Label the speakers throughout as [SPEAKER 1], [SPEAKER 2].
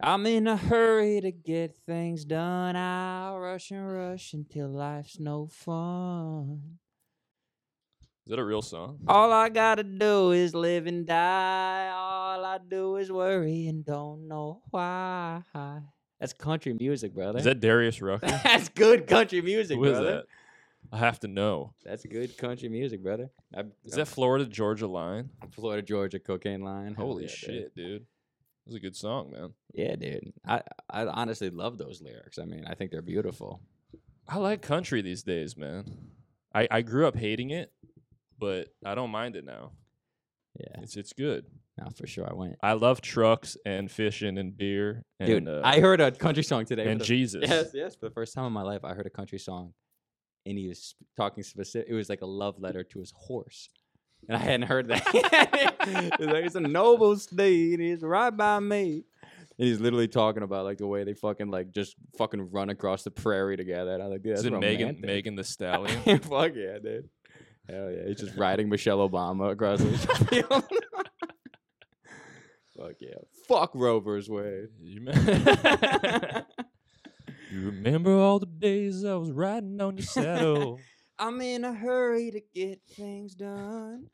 [SPEAKER 1] I'm in a hurry to get things done. I'll rush and rush until life's no fun.
[SPEAKER 2] Is that a real song?
[SPEAKER 1] All I gotta do is live and die. All I do is worry and don't know why. That's country music, brother.
[SPEAKER 2] Is that Darius Rucker?
[SPEAKER 1] That's good country music,
[SPEAKER 2] Who is
[SPEAKER 1] brother.
[SPEAKER 2] that? I have to know.
[SPEAKER 1] That's good country music, brother. I,
[SPEAKER 2] Is that Florida Georgia Line?
[SPEAKER 1] Florida Georgia cocaine line? Hell
[SPEAKER 2] Holy
[SPEAKER 1] yeah, dude.
[SPEAKER 2] shit, dude. That was a good song, man.
[SPEAKER 1] Yeah, dude. I I honestly love those lyrics. I mean, I think they're beautiful.
[SPEAKER 2] I like country these days, man. I, I grew up hating it, but I don't mind it now.
[SPEAKER 1] Yeah,
[SPEAKER 2] It's it's good.
[SPEAKER 1] no, for sure. I went,
[SPEAKER 2] I love trucks and fishing and beer and
[SPEAKER 1] dude.
[SPEAKER 2] uh,
[SPEAKER 1] I heard a country song today. for
[SPEAKER 2] and
[SPEAKER 1] the-
[SPEAKER 2] Jesus.
[SPEAKER 1] yes, yes. For the first time in my life, I heard a country song, and he was sp- talking specific. It was like a love letter to his horse, and I hadn't heard that. it's like it's a noble steed. He's right by me. And he's literally talking about like the way they fucking like just fucking run across the prairie together. And I was like, dude, that's
[SPEAKER 2] Is it Megan
[SPEAKER 1] romantic.
[SPEAKER 2] Megan the Stallion?
[SPEAKER 1] Fuck yeah, dude. Hell yeah. He's just riding Michelle Obama across the field. Fuck yeah. Fuck Rover's way.
[SPEAKER 2] you, me- you remember all the days I was riding on your saddle?
[SPEAKER 1] I'm in a hurry to get things done.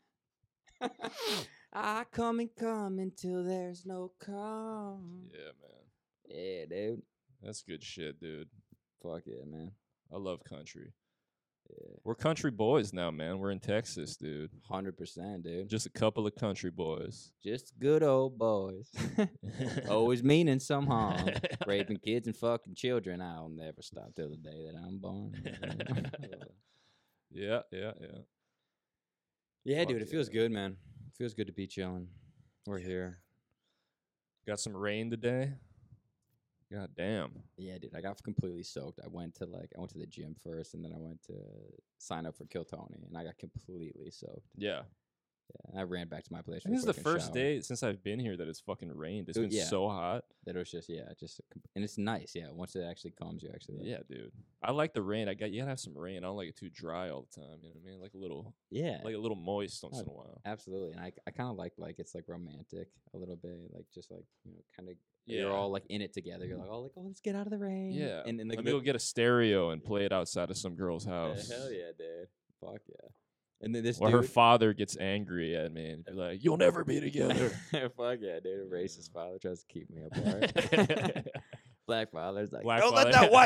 [SPEAKER 1] I come and come until there's no come.
[SPEAKER 2] yeah, man.
[SPEAKER 1] Yeah, dude.
[SPEAKER 2] That's good shit, dude.
[SPEAKER 1] Fuck yeah, man.
[SPEAKER 2] I love country. We're country boys now, man. We're in Texas, dude.
[SPEAKER 1] 100%, dude.
[SPEAKER 2] Just a couple of country boys.
[SPEAKER 1] Just good old boys. Always meaning some harm. raping kids and fucking children. I'll never stop till the day that I'm born.
[SPEAKER 2] Yeah, yeah, yeah.
[SPEAKER 1] yeah,
[SPEAKER 2] Fuck
[SPEAKER 1] dude, it feels
[SPEAKER 2] yeah.
[SPEAKER 1] good, man. It feels good to be chilling. We're here.
[SPEAKER 2] Got some rain today. God damn.
[SPEAKER 1] Yeah, dude, I got completely soaked. I went to like I went to the gym first, and then I went to sign up for Kill Tony, and I got completely soaked.
[SPEAKER 2] Yeah.
[SPEAKER 1] And I ran back to my place.
[SPEAKER 2] I think this is the first day since I've been here that it's fucking rained. It's
[SPEAKER 1] Dude,
[SPEAKER 2] been
[SPEAKER 1] yeah.
[SPEAKER 2] so hot.
[SPEAKER 1] that it was just yeah, just a com- and it's nice. Yeah, once it actually calms you, actually. like-
[SPEAKER 2] Yeah, dude. I like the rain. I got you gotta have some rain. I don't like it too dry all the time. You know what I mean? Like a little
[SPEAKER 1] yeah,
[SPEAKER 2] like a little moist once
[SPEAKER 1] Oh,
[SPEAKER 2] in a while.
[SPEAKER 1] absolutely. And I I kind of like like it's like romantic a little bit, like just like you know, kind of you're all like in it together. You're like, oh, like oh, let's get out of the rain.
[SPEAKER 2] Mm-hmm. Yeah.
[SPEAKER 1] and then like
[SPEAKER 2] Let me
[SPEAKER 1] the-
[SPEAKER 2] go get a stereo and play it outside of some girl's house.
[SPEAKER 1] hell yeah, dude. Fuck yeah. And then this
[SPEAKER 2] Or her
[SPEAKER 1] dude.
[SPEAKER 2] father gets angry at me and be like, You'll never be together.
[SPEAKER 1] Fuck yeah, dude. A racist father tries to keep me apart.
[SPEAKER 2] Black
[SPEAKER 1] Black father's like,
[SPEAKER 2] father-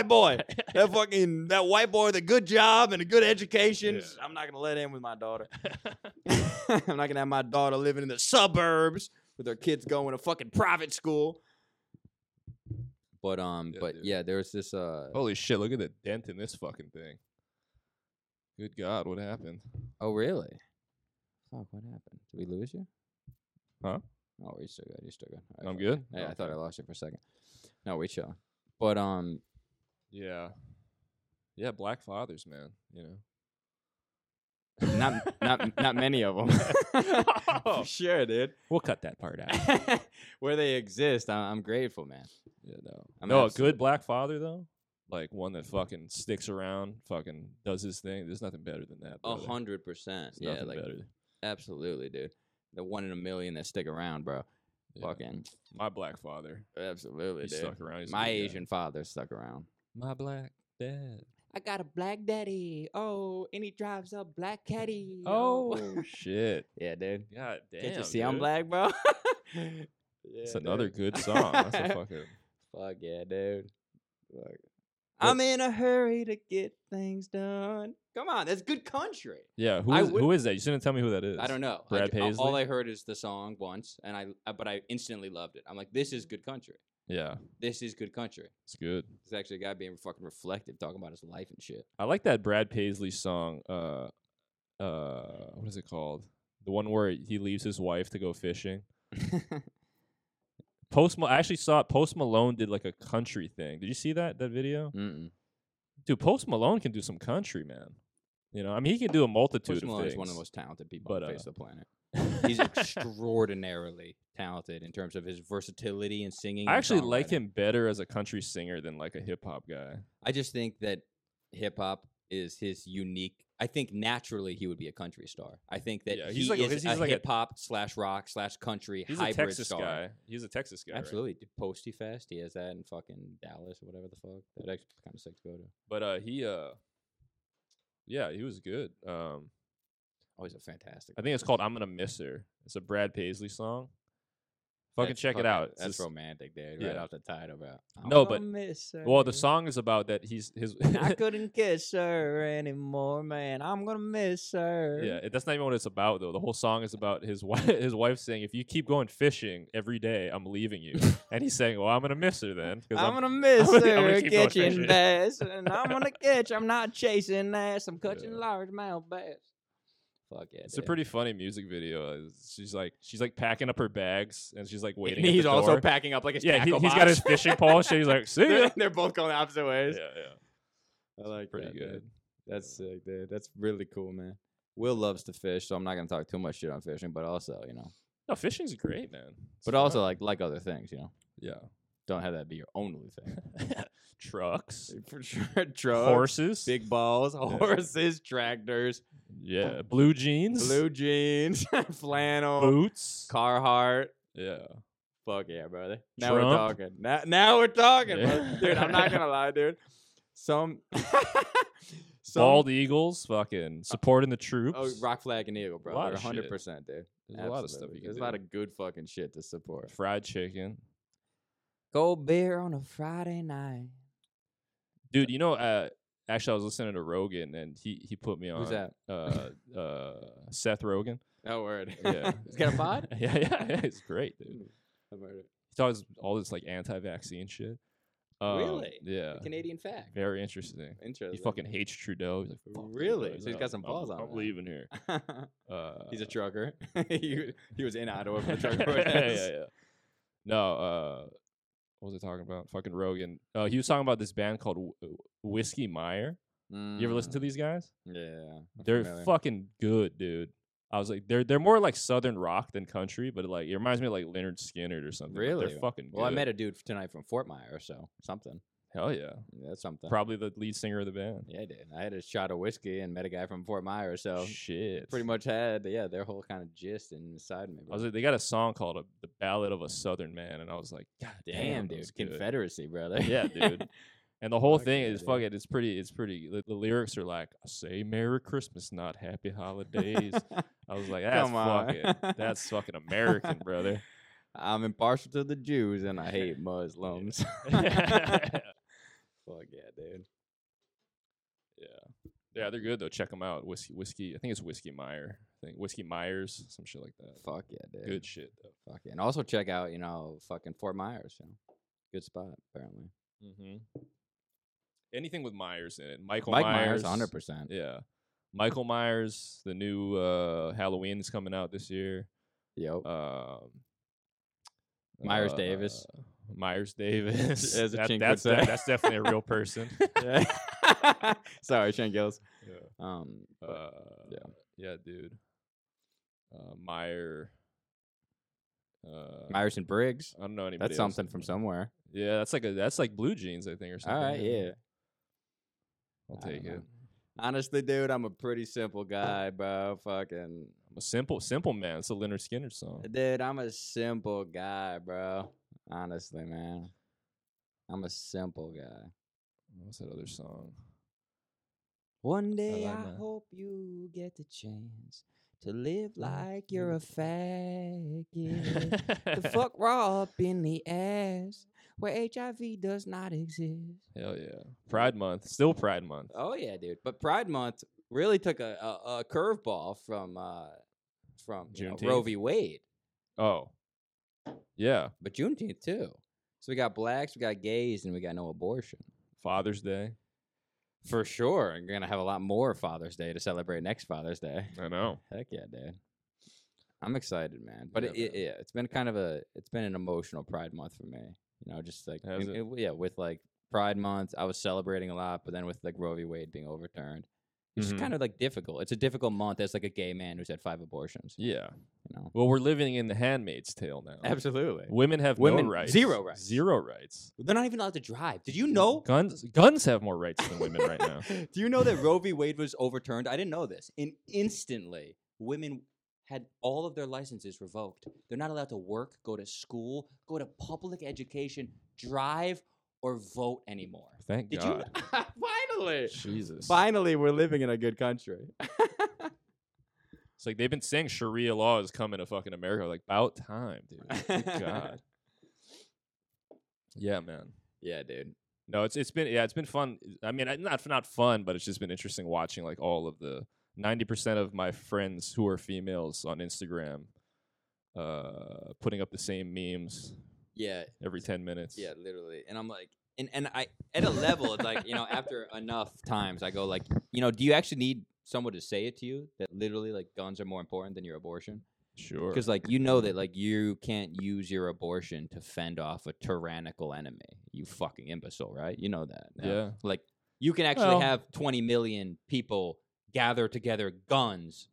[SPEAKER 1] boy, that fucking that white boy with a good job and a good education.
[SPEAKER 2] Yeah.
[SPEAKER 1] I'm not gonna let him with my daughter. I'm not gonna have my daughter living in the suburbs with her kids going to fucking private school. But um,
[SPEAKER 2] Yeah,
[SPEAKER 1] but
[SPEAKER 2] dude.
[SPEAKER 1] yeah, there was this uh.
[SPEAKER 2] Holy shit, look at the dent in this fucking thing. Good God, what happened?
[SPEAKER 1] Oh really? Fuck, what happened? Did we lose you?
[SPEAKER 2] Huh?
[SPEAKER 1] Oh, you're still good. You're still good. Alright,
[SPEAKER 2] I'm
[SPEAKER 1] fuck.
[SPEAKER 2] good?
[SPEAKER 1] Yeah, I thought
[SPEAKER 2] Okay.
[SPEAKER 1] I lost you for a second. No, we chill. But um,
[SPEAKER 2] Yeah. Yeah, black fathers, man. You know.
[SPEAKER 1] not not not many of them.
[SPEAKER 2] Oh.
[SPEAKER 1] sure, dude.
[SPEAKER 2] We'll cut that part out.
[SPEAKER 1] Where they exist, I- I'm grateful, man.
[SPEAKER 2] yeah, no.
[SPEAKER 1] I'm
[SPEAKER 2] no, a
[SPEAKER 1] absolutely-
[SPEAKER 2] good black father though. Like one that fucking sticks around, fucking does his thing. There's nothing better than that.
[SPEAKER 1] A
[SPEAKER 2] brother.
[SPEAKER 1] hundred percent.
[SPEAKER 2] There's
[SPEAKER 1] Yeah,
[SPEAKER 2] nothing
[SPEAKER 1] like
[SPEAKER 2] better.
[SPEAKER 1] absolutely, dude. The one in a million that stick around, bro.
[SPEAKER 2] Yeah.
[SPEAKER 1] Fucking
[SPEAKER 2] My black father.
[SPEAKER 1] absolutely,
[SPEAKER 2] He
[SPEAKER 1] dude.
[SPEAKER 2] stuck around. He's a
[SPEAKER 1] My
[SPEAKER 2] good guy.
[SPEAKER 1] Asian father stuck around.
[SPEAKER 2] My black dad.
[SPEAKER 1] I got a black daddy. Oh, and he drives a black caddy.
[SPEAKER 2] Oh shit.
[SPEAKER 1] yeah, dude.
[SPEAKER 2] God damn.
[SPEAKER 1] Can't you see I'm
[SPEAKER 2] dude.
[SPEAKER 1] black, bro?
[SPEAKER 2] It's
[SPEAKER 1] It's
[SPEAKER 2] another good song. That's a fucking
[SPEAKER 1] Fuck yeah, dude. Fuck. I'm in a hurry to get things done. Come on, that's good country.
[SPEAKER 2] Yeah, who
[SPEAKER 1] I
[SPEAKER 2] is,
[SPEAKER 1] would-
[SPEAKER 2] who is that? You shouldn't tell me who that is.
[SPEAKER 1] I don't know. I
[SPEAKER 2] Brad
[SPEAKER 1] ju- all- All
[SPEAKER 2] Paisley?
[SPEAKER 1] I heard is the song once, and I uh, but I instantly loved it. I'm like, this is good country.
[SPEAKER 2] Yeah,
[SPEAKER 1] This is good country.
[SPEAKER 2] it's good.
[SPEAKER 1] It's actually a guy being fucking reflective, talking about his life and shit.
[SPEAKER 2] I like that Brad Paisley song. Uh, uh, what is it called? The one where he leaves his wife to go fishing. Post, Mal- I actually saw it. Post Malone did like a country thing. Did you see that that video?
[SPEAKER 1] Mm-mm.
[SPEAKER 2] Dude, Post Malone can do some country, man. You know, I mean, he can do a multitude
[SPEAKER 1] Post
[SPEAKER 2] of
[SPEAKER 1] Malone
[SPEAKER 2] things.
[SPEAKER 1] is one of the most talented people
[SPEAKER 2] But,
[SPEAKER 1] on the face
[SPEAKER 2] uh,
[SPEAKER 1] of the planet. He's extraordinarily talented in terms of his versatility and singing.
[SPEAKER 2] I
[SPEAKER 1] and
[SPEAKER 2] actually like
[SPEAKER 1] songwriting.
[SPEAKER 2] him better as a country singer than like a hip hop guy.
[SPEAKER 1] I just think that hip hop is his unique I think naturally he would be a country star. I think that
[SPEAKER 2] Yeah,
[SPEAKER 1] he
[SPEAKER 2] he's like a-
[SPEAKER 1] is
[SPEAKER 2] he's like a-
[SPEAKER 1] hip hop slash rock slash country
[SPEAKER 2] He's a
[SPEAKER 1] hybrid
[SPEAKER 2] Texas
[SPEAKER 1] star.
[SPEAKER 2] guy. He's a Texas guy. right?
[SPEAKER 1] Absolutely, dude. Posty Fest. He has that in fucking Dallas or whatever the fuck. That actually kind of sick to go to.
[SPEAKER 2] But uh, he uh, yeah, he was good. Um,
[SPEAKER 1] Always Oh, a fantastic.
[SPEAKER 2] I think it's called "I'm Gonna Miss Her." It's a Brad Paisley song. Fucking
[SPEAKER 1] That's
[SPEAKER 2] check it
[SPEAKER 1] fucking-
[SPEAKER 2] out. It's
[SPEAKER 1] That's
[SPEAKER 2] just-
[SPEAKER 1] romantic, dude. Right
[SPEAKER 2] yeah.
[SPEAKER 1] off the title, bro. I
[SPEAKER 2] No,
[SPEAKER 1] wanna
[SPEAKER 2] oh, but-
[SPEAKER 1] miss
[SPEAKER 2] Well,
[SPEAKER 1] her.
[SPEAKER 2] the song is about that. He's his.
[SPEAKER 1] I couldn't kiss her anymore, man. I'm gonna miss her.
[SPEAKER 2] Yeah, it- that's not even what it's about though. The whole song is about his wife. His wife saying, "If you keep going fishing every day, I'm leaving you." and he's saying, "Well, I'm gonna miss her then." 'cause
[SPEAKER 1] I'm
[SPEAKER 2] I'm-
[SPEAKER 1] gonna miss
[SPEAKER 2] I'm gonna
[SPEAKER 1] her
[SPEAKER 2] keep going
[SPEAKER 1] catching
[SPEAKER 2] fishing.
[SPEAKER 1] bass, and I'm gonna catch. I'm not chasing ass. I'm catching
[SPEAKER 2] Yeah.
[SPEAKER 1] largemouth bass. Fuck yeah!
[SPEAKER 2] it's a
[SPEAKER 1] dude.
[SPEAKER 2] pretty funny music video. Uh, She's like, she's like packing up her bags, and she's like waiting.
[SPEAKER 1] And
[SPEAKER 2] at
[SPEAKER 1] he's
[SPEAKER 2] the
[SPEAKER 1] also
[SPEAKER 2] door.
[SPEAKER 1] packing up like his
[SPEAKER 2] yeah. He,
[SPEAKER 1] tackle
[SPEAKER 2] has got
[SPEAKER 1] box.
[SPEAKER 2] his fishing pole. and shit. He's like, "See ya."
[SPEAKER 1] they're, they're both going opposite
[SPEAKER 2] Yeah,
[SPEAKER 1] ways.
[SPEAKER 2] yeah.
[SPEAKER 1] I like
[SPEAKER 2] pretty
[SPEAKER 1] that, dude.
[SPEAKER 2] good.
[SPEAKER 1] That's sick, dude. That's really cool, man. Will loves to fish, so I'm not gonna talk too much shit on fishing, but also, you know,
[SPEAKER 2] No, fishing's great, man. It's
[SPEAKER 1] but also
[SPEAKER 2] fun.
[SPEAKER 1] like like other things, you know,
[SPEAKER 2] yeah,
[SPEAKER 1] don't have that be your only thing.
[SPEAKER 2] trucks,
[SPEAKER 1] For sure, trucks,
[SPEAKER 2] horses,
[SPEAKER 1] big balls, horses, tractors,
[SPEAKER 2] yeah, blue jeans,
[SPEAKER 1] blue jeans, flannel,
[SPEAKER 2] boots,
[SPEAKER 1] Carhartt.
[SPEAKER 2] yeah.
[SPEAKER 1] Fuck yeah, brother. Now we're
[SPEAKER 2] Trump.
[SPEAKER 1] talking. Now, now we're talking,
[SPEAKER 2] Yeah.
[SPEAKER 1] brother. dude. I'm not gonna lie, dude. Some, some Uh,
[SPEAKER 2] Bald eagles, fucking supporting the troops.
[SPEAKER 1] Oh, rock flag and eagle, bro.
[SPEAKER 2] lot
[SPEAKER 1] One
[SPEAKER 2] of shit.
[SPEAKER 1] hundred percent, dude.
[SPEAKER 2] There's a lot of stuff.
[SPEAKER 1] Absolutely.
[SPEAKER 2] You
[SPEAKER 1] There's
[SPEAKER 2] can
[SPEAKER 1] a lot
[SPEAKER 2] do.
[SPEAKER 1] of good fucking shit to support.
[SPEAKER 2] fried chicken,
[SPEAKER 1] Cold beer on a Friday night.
[SPEAKER 2] dude. You know, uh, actually, I was listening to Rogan, and he he put me on.
[SPEAKER 1] Who's that?
[SPEAKER 2] Uh, uh, Seth Rogan.
[SPEAKER 1] Oh, word.
[SPEAKER 2] Yeah,
[SPEAKER 1] He's got a pod?
[SPEAKER 2] yeah, yeah, yeah. It's great, dude. He
[SPEAKER 1] Mm, I've heard it.
[SPEAKER 2] talks all this like anti-vaccine shit. Um,
[SPEAKER 1] Really?
[SPEAKER 2] Yeah.
[SPEAKER 1] Canadian fact.
[SPEAKER 2] Very interesting.
[SPEAKER 1] Interesting.
[SPEAKER 2] He fucking hates Trudeau. He's like, "Fuck you
[SPEAKER 1] Really?
[SPEAKER 2] guys,
[SPEAKER 1] So he's got some
[SPEAKER 2] I'm-
[SPEAKER 1] balls on
[SPEAKER 2] I'm
[SPEAKER 1] that."
[SPEAKER 2] leaving here. Uh,
[SPEAKER 1] He's a trucker. he, he was in Ottawa for the trucker
[SPEAKER 2] yeah,
[SPEAKER 1] protests.
[SPEAKER 2] yeah, yeah. No, uh, what was I talking about? Fucking Rogan. Uh, he was talking about this band called Wh- Whiskey Meyer. You ever listen to these guys?
[SPEAKER 1] Yeah. Mm, I'm
[SPEAKER 2] They're
[SPEAKER 1] familiar.
[SPEAKER 2] fucking good, dude. I was like, they're they're more like southern rock than country, but like it reminds me of like Leonard Skinner or something. but
[SPEAKER 1] Really?
[SPEAKER 2] they're fucking.
[SPEAKER 1] Well, I
[SPEAKER 2] good.
[SPEAKER 1] met a dude tonight from Fort Myer, so something.
[SPEAKER 2] Hell yeah,
[SPEAKER 1] That's something.
[SPEAKER 2] probably the lead singer of the band.
[SPEAKER 1] Yeah, I did. I had a shot of whiskey and met a guy from Fort Myer, so
[SPEAKER 2] Shit,
[SPEAKER 1] pretty much had yeah their whole kind of gist inside me.
[SPEAKER 2] I
[SPEAKER 1] bro.
[SPEAKER 2] was like, they got a song called uh, "The Ballad of a Southern Man," and I was like, God
[SPEAKER 1] Damn,
[SPEAKER 2] that was
[SPEAKER 1] dude,
[SPEAKER 2] good.
[SPEAKER 1] Confederacy, brother.
[SPEAKER 2] Yeah, dude. And the whole
[SPEAKER 1] Fuck
[SPEAKER 2] thing
[SPEAKER 1] yeah,
[SPEAKER 2] is
[SPEAKER 1] dude.
[SPEAKER 2] fucking. It's pretty. It's pretty. The, the lyrics are like, "Say Merry Christmas, not Happy Holidays." I was like, "That's
[SPEAKER 1] Come on.
[SPEAKER 2] fucking. That's fucking American, brother."
[SPEAKER 1] I'm impartial to the Jews and I hate Muslims.
[SPEAKER 2] yeah,
[SPEAKER 1] Fuck yeah, dude.
[SPEAKER 2] yeah, they're good though. Check them out. Whiskey, whiskey. I think it's Whiskey Meyer. I think Whiskey Myers, some shit like that.
[SPEAKER 1] Fuck yeah, dude.
[SPEAKER 2] Good shit though.
[SPEAKER 1] Fuck yeah. And also check out, you know, fucking Fort Myers. You know. Good spot, apparently.
[SPEAKER 2] Mm-hmm. Anything with Myers in it. Michael
[SPEAKER 1] Mike
[SPEAKER 2] Myers,
[SPEAKER 1] Myers, 100%.
[SPEAKER 2] Yeah, Michael Myers. The new uh, Halloween is coming out this year.
[SPEAKER 1] Yo.
[SPEAKER 2] um,
[SPEAKER 1] Myers Davis.
[SPEAKER 2] uh, Myers Davis.
[SPEAKER 1] As a
[SPEAKER 2] That-
[SPEAKER 1] chink would
[SPEAKER 2] that's, de-
[SPEAKER 1] say.
[SPEAKER 2] that's definitely a real person.
[SPEAKER 1] Yeah. Sorry, Shane Gills.
[SPEAKER 2] yeah.
[SPEAKER 1] Um, but-
[SPEAKER 2] Uh, yeah. dude. Uh, Meyer. Uh,
[SPEAKER 1] Myers and Briggs.
[SPEAKER 2] I don't know anybody.
[SPEAKER 1] That's
[SPEAKER 2] else.
[SPEAKER 1] something from somewhere.
[SPEAKER 2] Yeah, that's like a that's like blue jeans, I think, or something.
[SPEAKER 1] All right, yeah.
[SPEAKER 2] I'll
[SPEAKER 1] I
[SPEAKER 2] take
[SPEAKER 1] don't
[SPEAKER 2] it.
[SPEAKER 1] know. Honestly, dude, I'm a pretty simple guy, bro. Fucking
[SPEAKER 2] I'm a simple, simple man. It's a Leonard Skinner song.
[SPEAKER 1] dude, I'm a simple guy, bro. Honestly, man. I'm a simple guy.
[SPEAKER 2] Oh, What's that other song?
[SPEAKER 1] One day I,
[SPEAKER 2] like that.
[SPEAKER 1] hope you get the chance to live like you're a faggot. the fuck raw up in the ass where HIV does not exist.
[SPEAKER 2] Hell yeah! Pride Month, still Pride Month.
[SPEAKER 1] Oh yeah, dude. But Pride Month really took a, a, a curveball from uh from you know, Roe
[SPEAKER 2] Juneteenth?
[SPEAKER 1] v. Wade.
[SPEAKER 2] Oh, yeah.
[SPEAKER 1] but Juneteenth too. So we got blacks, we got gays, and we got no abortion
[SPEAKER 2] Father's Day.
[SPEAKER 1] for sure. And we're gonna have a lot more Father's Day to celebrate next Father's Day.
[SPEAKER 2] I know.
[SPEAKER 1] Heck yeah, dude! I'm excited, man. But
[SPEAKER 2] Yeah,
[SPEAKER 1] it, it,
[SPEAKER 2] man.
[SPEAKER 1] yeah, it's been kind of a it's been an emotional Pride Month for me. You know, just like
[SPEAKER 2] Has
[SPEAKER 1] and-
[SPEAKER 2] it?
[SPEAKER 1] and- yeah, with like Pride Month, I was celebrating a lot, but then with like Roe v. Wade being overturned, It's just
[SPEAKER 2] Mhm.
[SPEAKER 1] kind of like difficult. It's a difficult month as like a gay man who's had five abortions.
[SPEAKER 2] Yeah.
[SPEAKER 1] You know,
[SPEAKER 2] Well, we're living in the Handmaid's Tale now.
[SPEAKER 1] absolutely.
[SPEAKER 2] Women have
[SPEAKER 1] Women-
[SPEAKER 2] no rights.
[SPEAKER 1] zero rights.
[SPEAKER 2] Zero rights.
[SPEAKER 1] They're not even allowed to drive. Did you know?
[SPEAKER 2] Guns guns have more rights than women right now.
[SPEAKER 1] Do you know that Roe v. Wade was overturned? I didn't know this. And instantly, women had all of their licenses revoked. They're not allowed to work, go to school, go to public education, drive, or vote anymore.
[SPEAKER 2] Thank
[SPEAKER 1] Did
[SPEAKER 2] God.
[SPEAKER 1] you? Finally.
[SPEAKER 2] Jesus.
[SPEAKER 1] Finally, we're living in a good country.
[SPEAKER 2] It's like they've been saying Sharia law is coming to fucking America. Like about time, dude. Good God. Yeah, man.
[SPEAKER 1] Yeah, dude.
[SPEAKER 2] No, it's it's been yeah, it's been fun. I mean, I- not not fun, but it's just been interesting watching like all of the ninety percent of my friends who are females on Instagram, uh, putting up the same memes
[SPEAKER 1] Yeah,
[SPEAKER 2] every ten minutes.
[SPEAKER 1] yeah, literally. And I'm like, and and I at a level, it's like you know, after enough times, I go like, you know, do you actually need someone to say it to you that literally like guns are more important than your abortion?
[SPEAKER 2] sure.
[SPEAKER 1] Because like you know that like you can't use your abortion to fend off a tyrannical enemy. You fucking imbecile, right? You know that. now.
[SPEAKER 2] Yeah.
[SPEAKER 1] Like you can actually
[SPEAKER 2] Well-
[SPEAKER 1] have 20 million people gather together guns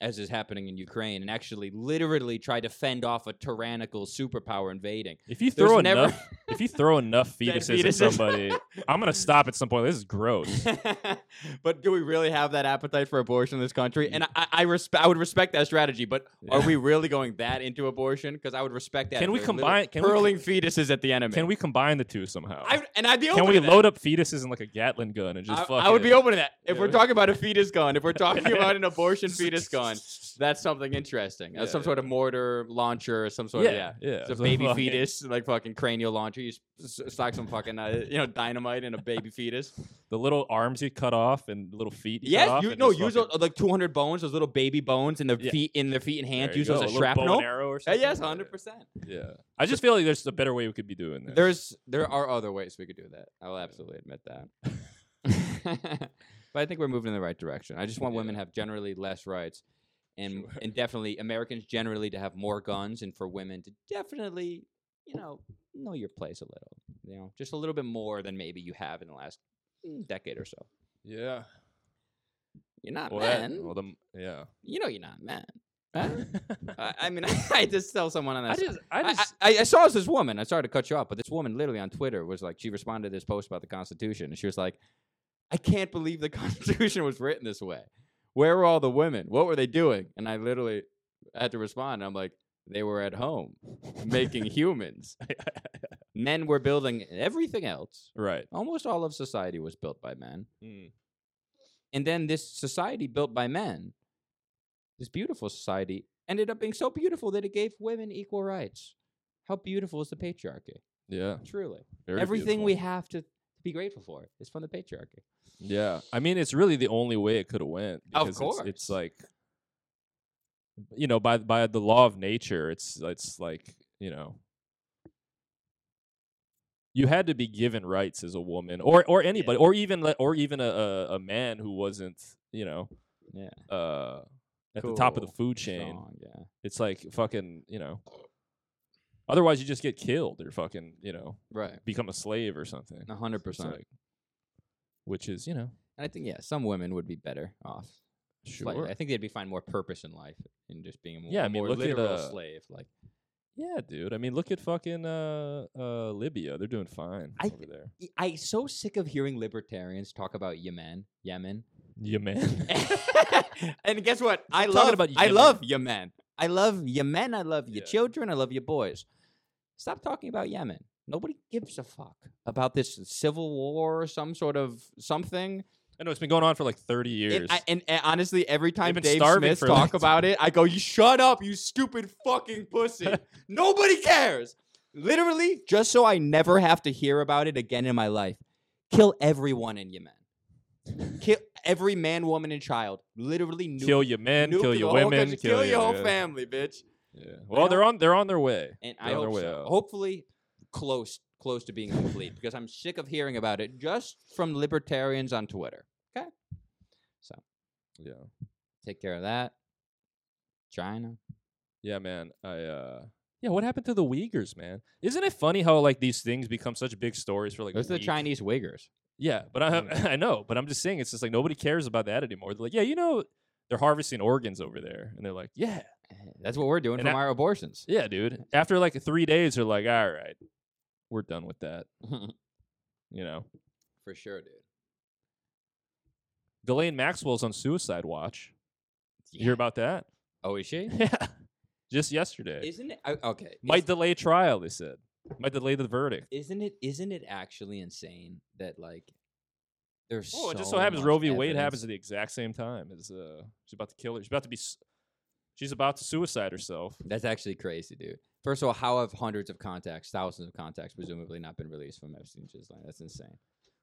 [SPEAKER 1] as is happening in Ukraine and actually literally try to fend off a tyrannical superpower invading.
[SPEAKER 2] If you
[SPEAKER 1] There's
[SPEAKER 2] throw
[SPEAKER 1] never-
[SPEAKER 2] enough, if you throw enough
[SPEAKER 1] Dead
[SPEAKER 2] fetuses,
[SPEAKER 1] fetuses.
[SPEAKER 2] at somebody, I'm gonna stop at some point. This is gross.
[SPEAKER 1] but do we really have that appetite for abortion in this country? And I, I, I respect, I would respect that strategy, but are
[SPEAKER 2] Yeah.
[SPEAKER 1] we really going that into abortion? Because I would respect that.
[SPEAKER 2] Can
[SPEAKER 1] if
[SPEAKER 2] we
[SPEAKER 1] they're literally
[SPEAKER 2] combine- can we co-
[SPEAKER 1] hurling fetuses at the enemy?
[SPEAKER 2] Can we combine the two somehow?
[SPEAKER 1] I, and I'd be open
[SPEAKER 2] Can we
[SPEAKER 1] to that.
[SPEAKER 2] load up fetuses in like a Gatlin gun and just
[SPEAKER 1] I,
[SPEAKER 2] fucking?
[SPEAKER 1] I would be open to that. If
[SPEAKER 2] Yeah.
[SPEAKER 1] we're talking about a fetus gun, if we're talking about an abortion fetus gun, that's something interesting. Uh,
[SPEAKER 2] Yeah,
[SPEAKER 1] some
[SPEAKER 2] yeah.
[SPEAKER 1] sort of mortar launcher or some sort of, yeah.
[SPEAKER 2] Yeah, yeah.
[SPEAKER 1] It's
[SPEAKER 2] So
[SPEAKER 1] a baby
[SPEAKER 2] fucking-
[SPEAKER 1] fetus, like fucking cranial launcher. You s- s- stock some fucking, uh, you know, dynamite in a baby fetus.
[SPEAKER 2] The little arms you cut off and little feet. You cut
[SPEAKER 1] Yes,
[SPEAKER 2] off
[SPEAKER 1] you
[SPEAKER 2] and
[SPEAKER 1] no,
[SPEAKER 2] just
[SPEAKER 1] use
[SPEAKER 2] fucking-
[SPEAKER 1] tho- like two hundred bones, those little baby bones in the
[SPEAKER 2] Yeah.
[SPEAKER 1] feet, in the feet and hands.
[SPEAKER 2] There you
[SPEAKER 1] Use those
[SPEAKER 2] go, a
[SPEAKER 1] as
[SPEAKER 2] little bow
[SPEAKER 1] shrapnel.
[SPEAKER 2] and arrow or
[SPEAKER 1] Uh,
[SPEAKER 2] something.
[SPEAKER 1] yes, hundred percent.
[SPEAKER 2] Yeah, I just feel like there's a better way we could be doing that.
[SPEAKER 1] There's there are other ways we could do that. I will absolutely admit that. but I think we're moving in the right direction. I just want
[SPEAKER 2] Yeah.
[SPEAKER 1] women to have generally less rights, and
[SPEAKER 2] Sure.
[SPEAKER 1] and definitely Americans generally to have more guns, and for women to definitely you know know your place a little, you know, just a little bit more than maybe you have in the last mm, decade or so.
[SPEAKER 2] yeah.
[SPEAKER 1] You're not
[SPEAKER 2] Well, that,
[SPEAKER 1] men.
[SPEAKER 2] well, the, yeah.
[SPEAKER 1] you know, you're not men. Huh? I, I mean, I just tell someone on that.
[SPEAKER 2] I just, I
[SPEAKER 1] I,
[SPEAKER 2] just,
[SPEAKER 1] I, I saw this woman. I sorry to cut you off, but this woman literally on Twitter was like, she responded to this post about the Constitution, and she was like, "I can't believe the Constitution was written this way. Where were all the women? What were they doing?" And I literally had to respond. And I'm like, "They were at home making humans. Men were building everything else.
[SPEAKER 2] right.
[SPEAKER 1] Almost all of society was built by men,
[SPEAKER 2] Mm.
[SPEAKER 1] and then this society built by men, this beautiful society, ended up being so beautiful that it gave women equal rights." How beautiful is the patriarchy?
[SPEAKER 2] Yeah.
[SPEAKER 1] Truly.
[SPEAKER 2] very
[SPEAKER 1] Everything
[SPEAKER 2] beautiful.
[SPEAKER 1] we have to be grateful for is from the patriarchy.
[SPEAKER 2] Yeah, I mean, it's really the only way it could have went.
[SPEAKER 1] Of
[SPEAKER 2] because it's- it's,
[SPEAKER 1] course.
[SPEAKER 2] like, you know, by by the law of nature, it's it's like you know, you had to be given rights as a woman, or or anybody, or even le- or even a, a a man who wasn't, you know,
[SPEAKER 1] Yeah.
[SPEAKER 2] uh, at the top of the
[SPEAKER 1] Cool.
[SPEAKER 2] food chain.
[SPEAKER 1] Strong, yeah.
[SPEAKER 2] It's like fucking, you know. Otherwise, you just get killed or fucking, you know,
[SPEAKER 1] Right.
[SPEAKER 2] become a slave or something.
[SPEAKER 1] A hundred
[SPEAKER 2] It's
[SPEAKER 1] percent.
[SPEAKER 2] like- which is, you know,
[SPEAKER 1] And I think yeah, some women would be better off.
[SPEAKER 2] sure.
[SPEAKER 1] slightly. I think they'd be find more purpose in life in just being a more,
[SPEAKER 2] Yeah,
[SPEAKER 1] a
[SPEAKER 2] I mean,
[SPEAKER 1] more
[SPEAKER 2] look at,
[SPEAKER 1] literal
[SPEAKER 2] uh,
[SPEAKER 1] slave. Like
[SPEAKER 2] Yeah, dude. I mean, look at fucking uh, uh, Libya. They're doing fine
[SPEAKER 1] I-
[SPEAKER 2] over there.
[SPEAKER 1] Y- I so sick of hearing libertarians talk about Yemen, Yemen.
[SPEAKER 2] Yemen.
[SPEAKER 1] and guess what? I
[SPEAKER 2] talking
[SPEAKER 1] love
[SPEAKER 2] about
[SPEAKER 1] I
[SPEAKER 2] Yemen.
[SPEAKER 1] love Yemen. I love Yemen. I love
[SPEAKER 2] Yeah.
[SPEAKER 1] your children. I love your boys. Stop talking about Yemen. Nobody gives a fuck about this civil war, some sort of something.
[SPEAKER 2] I know it's been going on for like 30 years.
[SPEAKER 1] And, I, and, and honestly, every time
[SPEAKER 2] been
[SPEAKER 1] Dave
[SPEAKER 2] starving
[SPEAKER 1] Smith
[SPEAKER 2] for
[SPEAKER 1] talk
[SPEAKER 2] that.
[SPEAKER 1] about it, I go, "You shut up, you stupid fucking pussy. Nobody cares." Literally, just so I never have to hear about it again in my life. Kill everyone in Yemen. Kill every man, woman, and child. Literally, nuke,
[SPEAKER 2] kill your men,
[SPEAKER 1] nuke
[SPEAKER 2] kill
[SPEAKER 1] the
[SPEAKER 2] your
[SPEAKER 1] whole
[SPEAKER 2] women,
[SPEAKER 1] country, kill your whole
[SPEAKER 2] yeah.
[SPEAKER 1] family, bitch.
[SPEAKER 2] Yeah. Well, they're on they're on their way.
[SPEAKER 1] And
[SPEAKER 2] They're
[SPEAKER 1] I
[SPEAKER 2] on their
[SPEAKER 1] hope
[SPEAKER 2] way
[SPEAKER 1] so.
[SPEAKER 2] out.
[SPEAKER 1] Hopefully, close, close to being complete, because I'm sick of hearing about it just from libertarians on Twitter. Okay, so
[SPEAKER 2] Yeah.
[SPEAKER 1] take care of that. China.
[SPEAKER 2] Yeah, man. I uh yeah, what happened to the Uyghurs, man? Isn't it funny how like these things become such big stories for like a
[SPEAKER 1] Those are the
[SPEAKER 2] week?
[SPEAKER 1] Chinese Mm. Uyghurs.
[SPEAKER 2] Yeah, but I have, I know, but I'm just saying it's just like nobody cares about that anymore. They're like, yeah, you know, they're harvesting organs over there, and they're like, yeah,
[SPEAKER 1] Eh, That's what we're doing
[SPEAKER 2] And
[SPEAKER 1] from
[SPEAKER 2] I-
[SPEAKER 1] our abortions.
[SPEAKER 2] yeah, dude. After like three days, they're like, all right, we're done with that. You know,
[SPEAKER 1] For sure, dude.
[SPEAKER 2] Ghislaine Maxwell's on suicide watch. You hear about that?
[SPEAKER 1] Oh, is she?
[SPEAKER 2] Yeah, just yesterday.
[SPEAKER 1] Isn't it I- okay?
[SPEAKER 2] Might delay trial. They said might delay the verdict.
[SPEAKER 1] Isn't it? Isn't it actually insane that like there's
[SPEAKER 2] Oh,
[SPEAKER 1] so
[SPEAKER 2] it just so happens Roe v.
[SPEAKER 1] much
[SPEAKER 2] Wade
[SPEAKER 1] evidence-
[SPEAKER 2] happens at the exact same time as uh, she's about to kill her. She's about to be, s- she's about to suicide herself.
[SPEAKER 1] That's actually crazy, dude. First of all, how have hundreds of contacts, thousands of contacts, presumably not been released from Epstein's line? That's insane.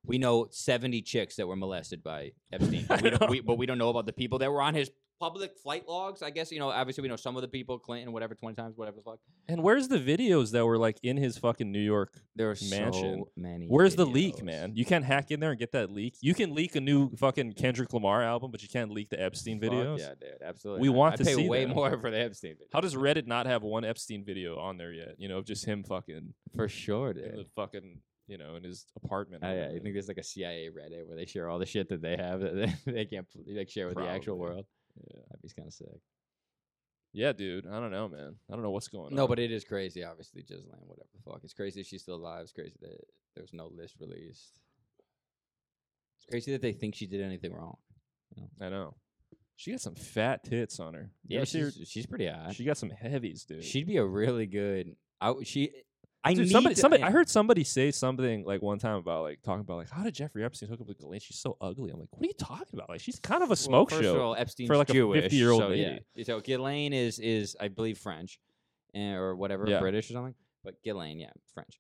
[SPEAKER 1] We know 70 chicks that were molested by Epstein, but
[SPEAKER 2] I
[SPEAKER 1] we, don't,
[SPEAKER 2] know.
[SPEAKER 1] we, but we don't know about the people that were on his public flight logs. I guess you know, obviously, we know some of the people, Clinton, whatever, 20 times, whatever the fuck.
[SPEAKER 2] And where's the videos that were like in his fucking New York?
[SPEAKER 1] There are
[SPEAKER 2] Mansion.
[SPEAKER 1] so many.
[SPEAKER 2] Where's the leak,
[SPEAKER 1] videos.
[SPEAKER 2] man? You can't hack in there and get that leak. You can leak a new fucking Kendrick Lamar album, but you can't leak the Epstein
[SPEAKER 1] Fuck
[SPEAKER 2] videos.
[SPEAKER 1] yeah, dude, absolutely.
[SPEAKER 2] We
[SPEAKER 1] not.
[SPEAKER 2] want
[SPEAKER 1] I
[SPEAKER 2] to
[SPEAKER 1] pay
[SPEAKER 2] see
[SPEAKER 1] way
[SPEAKER 2] that.
[SPEAKER 1] more for the Epstein. Video.
[SPEAKER 2] How does Reddit not have one Epstein video on there yet? You know, of just him fucking
[SPEAKER 1] for sure,
[SPEAKER 2] in the
[SPEAKER 1] dude.
[SPEAKER 2] fucking, you know, in his apartment. or
[SPEAKER 1] Oh, yeah, you
[SPEAKER 2] whatever.
[SPEAKER 1] think there's like a CIA Reddit where they share all the shit that they have that they, they can't like share with the actual
[SPEAKER 2] Probably.
[SPEAKER 1] world?
[SPEAKER 2] Yeah.
[SPEAKER 1] That'd be kind of sick.
[SPEAKER 2] Yeah, dude. I don't know, man. I don't know what's going on.
[SPEAKER 1] No, but um it is crazy. Obviously, Ghislaine, whatever the fuck. It's crazy she's still alive. It's crazy that there's no list released. It's crazy that they think she did anything wrong.
[SPEAKER 2] I know. She got some fat tits on her. You
[SPEAKER 1] Yeah,
[SPEAKER 2] ever see her-
[SPEAKER 1] she's, she's pretty hot.
[SPEAKER 2] she got some heavies, dude.
[SPEAKER 1] She'd be a really good. I w- she. I
[SPEAKER 2] Dude,
[SPEAKER 1] need
[SPEAKER 2] somebody,
[SPEAKER 1] to-
[SPEAKER 2] somebody, I
[SPEAKER 1] yeah.
[SPEAKER 2] heard somebody say something like one time about like talking about like how did Jeffrey Epstein hook up with Ghislaine? She's so ugly. I'm like, what are you talking about? Like she's kind of a
[SPEAKER 1] Well,
[SPEAKER 2] smoke
[SPEAKER 1] first
[SPEAKER 2] show.
[SPEAKER 1] Of all, Epstein's
[SPEAKER 2] like, a
[SPEAKER 1] Jewish,
[SPEAKER 2] 50-year-old
[SPEAKER 1] so,
[SPEAKER 2] lady.
[SPEAKER 1] Yeah. So Ghislaine is is I believe French, eh, or whatever
[SPEAKER 2] Yeah.
[SPEAKER 1] British or something. But Ghislaine, yeah, French.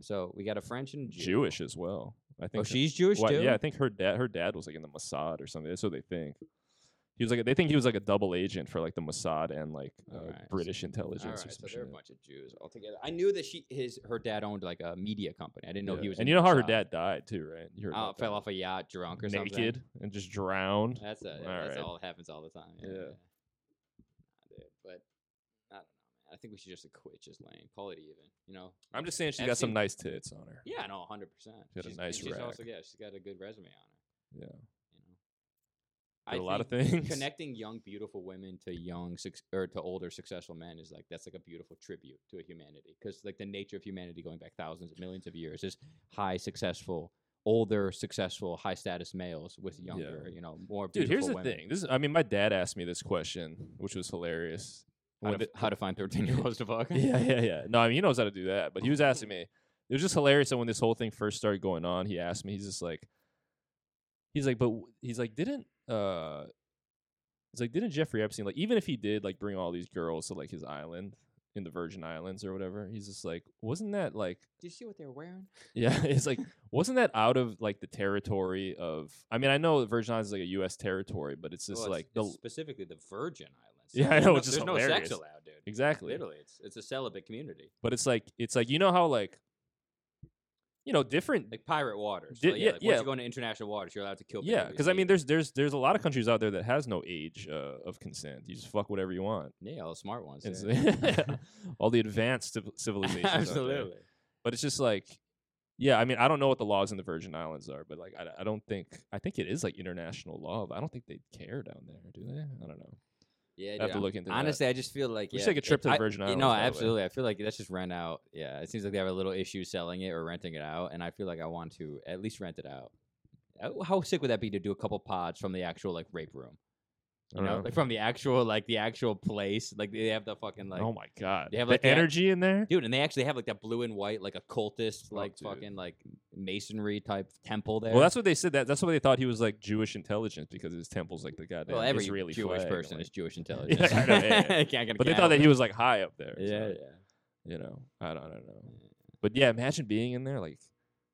[SPEAKER 1] So we got a French and Jew.
[SPEAKER 2] Jewish as well. I think.
[SPEAKER 1] Oh,
[SPEAKER 2] her-
[SPEAKER 1] she's Jewish
[SPEAKER 2] why-
[SPEAKER 1] too.
[SPEAKER 2] Yeah, I think her dad. Her dad was like in the Mossad or something. That's what they think. He was like they think he was like a double agent for like the Mossad and like uh,
[SPEAKER 1] Alright, so-
[SPEAKER 2] British intelligence
[SPEAKER 1] All
[SPEAKER 2] or
[SPEAKER 1] right,
[SPEAKER 2] some
[SPEAKER 1] so
[SPEAKER 2] shit.
[SPEAKER 1] they're a bunch of Jews altogether. I knew that she his her dad owned like a media company. I didn't know
[SPEAKER 2] Yeah.
[SPEAKER 1] he was.
[SPEAKER 2] and
[SPEAKER 1] in
[SPEAKER 2] you know how her
[SPEAKER 1] Mossad.
[SPEAKER 2] dad died too, right? You heard
[SPEAKER 1] uh,
[SPEAKER 2] about that.
[SPEAKER 1] fell off a yacht drunk or something.
[SPEAKER 2] naked and just drowned.
[SPEAKER 1] That's a,
[SPEAKER 2] All
[SPEAKER 1] that's
[SPEAKER 2] right.
[SPEAKER 1] all happens all the time. Yeah.
[SPEAKER 2] Yeah.
[SPEAKER 1] Nah, dude, but I don't know. man. I think we should just acquit just lane, call it even. You know.
[SPEAKER 2] I'm just saying she's
[SPEAKER 1] I've
[SPEAKER 2] got some
[SPEAKER 1] seen-
[SPEAKER 2] nice tits on her.
[SPEAKER 1] Yeah, no, hundred percent.
[SPEAKER 2] She had a nice
[SPEAKER 1] she's
[SPEAKER 2] rack.
[SPEAKER 1] also yeah, she's got a good resume on her.
[SPEAKER 2] Yeah.
[SPEAKER 1] You know.
[SPEAKER 2] Did a lot of
[SPEAKER 1] think
[SPEAKER 2] things.
[SPEAKER 1] Connecting young, beautiful women to young suc- or to older, successful men is like that's like a beautiful tribute to humanity because like the nature of humanity going back thousands, millions of years is high, successful, older, successful, high status males with
[SPEAKER 2] Yeah.
[SPEAKER 1] younger, you know, more.
[SPEAKER 2] Dude,
[SPEAKER 1] Beautiful
[SPEAKER 2] here's the
[SPEAKER 1] women.
[SPEAKER 2] thing. This is, I mean, my dad asked me this question, which was hilarious.
[SPEAKER 1] How
[SPEAKER 2] When
[SPEAKER 1] to,
[SPEAKER 2] the-
[SPEAKER 1] how to find thirteen year olds to fuck?
[SPEAKER 2] yeah, yeah, yeah. No, I mean, he knows how to do that, but he was asking me. It was just hilarious that when this whole thing first started going on, he asked me. He's just like, he's like, but w- he's like, didn't uh, he's like, didn't Jeffrey Epstein like even if he did like bring all these girls to like his island in the Virgin Islands or whatever? He's just like, wasn't that like
[SPEAKER 1] Did you see what they were wearing?
[SPEAKER 2] Yeah, it's like wasn't that out of like the territory of? I mean, I know the Virgin Islands is like a U.S. territory, but it's just
[SPEAKER 1] Well,
[SPEAKER 2] like
[SPEAKER 1] it's-
[SPEAKER 2] the
[SPEAKER 1] it's specifically the Virgin Islands.
[SPEAKER 2] Yeah, I
[SPEAKER 1] There's
[SPEAKER 2] know,
[SPEAKER 1] No,
[SPEAKER 2] which is
[SPEAKER 1] there's no sex
[SPEAKER 2] hilarious.
[SPEAKER 1] allowed, dude.
[SPEAKER 2] exactly.
[SPEAKER 1] Literally, it's it's a celibate community,
[SPEAKER 2] But it's like it's like you know how like you know different.
[SPEAKER 1] like pirate waters.
[SPEAKER 2] Di-
[SPEAKER 1] so, yeah,
[SPEAKER 2] yeah,
[SPEAKER 1] like,
[SPEAKER 2] yeah.
[SPEAKER 1] Once you go into international waters, you're allowed to kill.
[SPEAKER 2] Yeah,
[SPEAKER 1] babies,
[SPEAKER 2] because I mean,
[SPEAKER 1] baby.
[SPEAKER 2] there's there's there's a lot of countries out there that has no age uh, of consent. You just fuck whatever you want.
[SPEAKER 1] yeah, all the smart ones.
[SPEAKER 2] It's
[SPEAKER 1] yeah.
[SPEAKER 2] all the advanced civ- civilizations. out there.
[SPEAKER 1] Absolutely.
[SPEAKER 2] But it's just like, yeah, I mean, I don't know what the laws in the Virgin Islands are, but like, I, I don't think I think it is like international law. But I don't think they care down there, do they? I don't know.
[SPEAKER 1] Yeah,
[SPEAKER 2] I
[SPEAKER 1] dude,
[SPEAKER 2] have to
[SPEAKER 1] I'm-
[SPEAKER 2] look into that.
[SPEAKER 1] Honestly, I just feel like
[SPEAKER 2] We
[SPEAKER 1] yeah,
[SPEAKER 2] should take a trip to the
[SPEAKER 1] I-
[SPEAKER 2] Virgin
[SPEAKER 1] you
[SPEAKER 2] Islands,
[SPEAKER 1] No,
[SPEAKER 2] by the way.
[SPEAKER 1] absolutely. I feel like that's just rent out. Yeah, it seems like they have a little issue selling it or renting it out, and I feel like I want to at least rent it out. Uh, How sick would that be to do a couple pods from the actual like rape room?
[SPEAKER 2] I
[SPEAKER 1] You know,
[SPEAKER 2] don't know.
[SPEAKER 1] like from the actual like the actual place. Like they have the fucking like
[SPEAKER 2] oh my god,
[SPEAKER 1] they have,
[SPEAKER 2] the
[SPEAKER 1] like, that-
[SPEAKER 2] energy in there.
[SPEAKER 1] dude, and they actually have like that blue and white like occultist like
[SPEAKER 2] Oh, dude.
[SPEAKER 1] fucking like masonry type temple there.
[SPEAKER 2] Well, that's what they said. That that's why they thought he was like Jewish intelligence because his temple's like the goddamn
[SPEAKER 1] well, every
[SPEAKER 2] Israeli
[SPEAKER 1] Jewish
[SPEAKER 2] flag and,
[SPEAKER 1] person
[SPEAKER 2] like-
[SPEAKER 1] is Jewish intelligence.
[SPEAKER 2] I know, yeah, yeah.
[SPEAKER 1] Can't get-
[SPEAKER 2] But they
[SPEAKER 1] can't
[SPEAKER 2] thought that he
[SPEAKER 1] help
[SPEAKER 2] was like high up there.
[SPEAKER 1] it. Yeah,
[SPEAKER 2] so,
[SPEAKER 1] yeah.
[SPEAKER 2] you know, I don't, I don't know. But yeah, imagine being in there. Like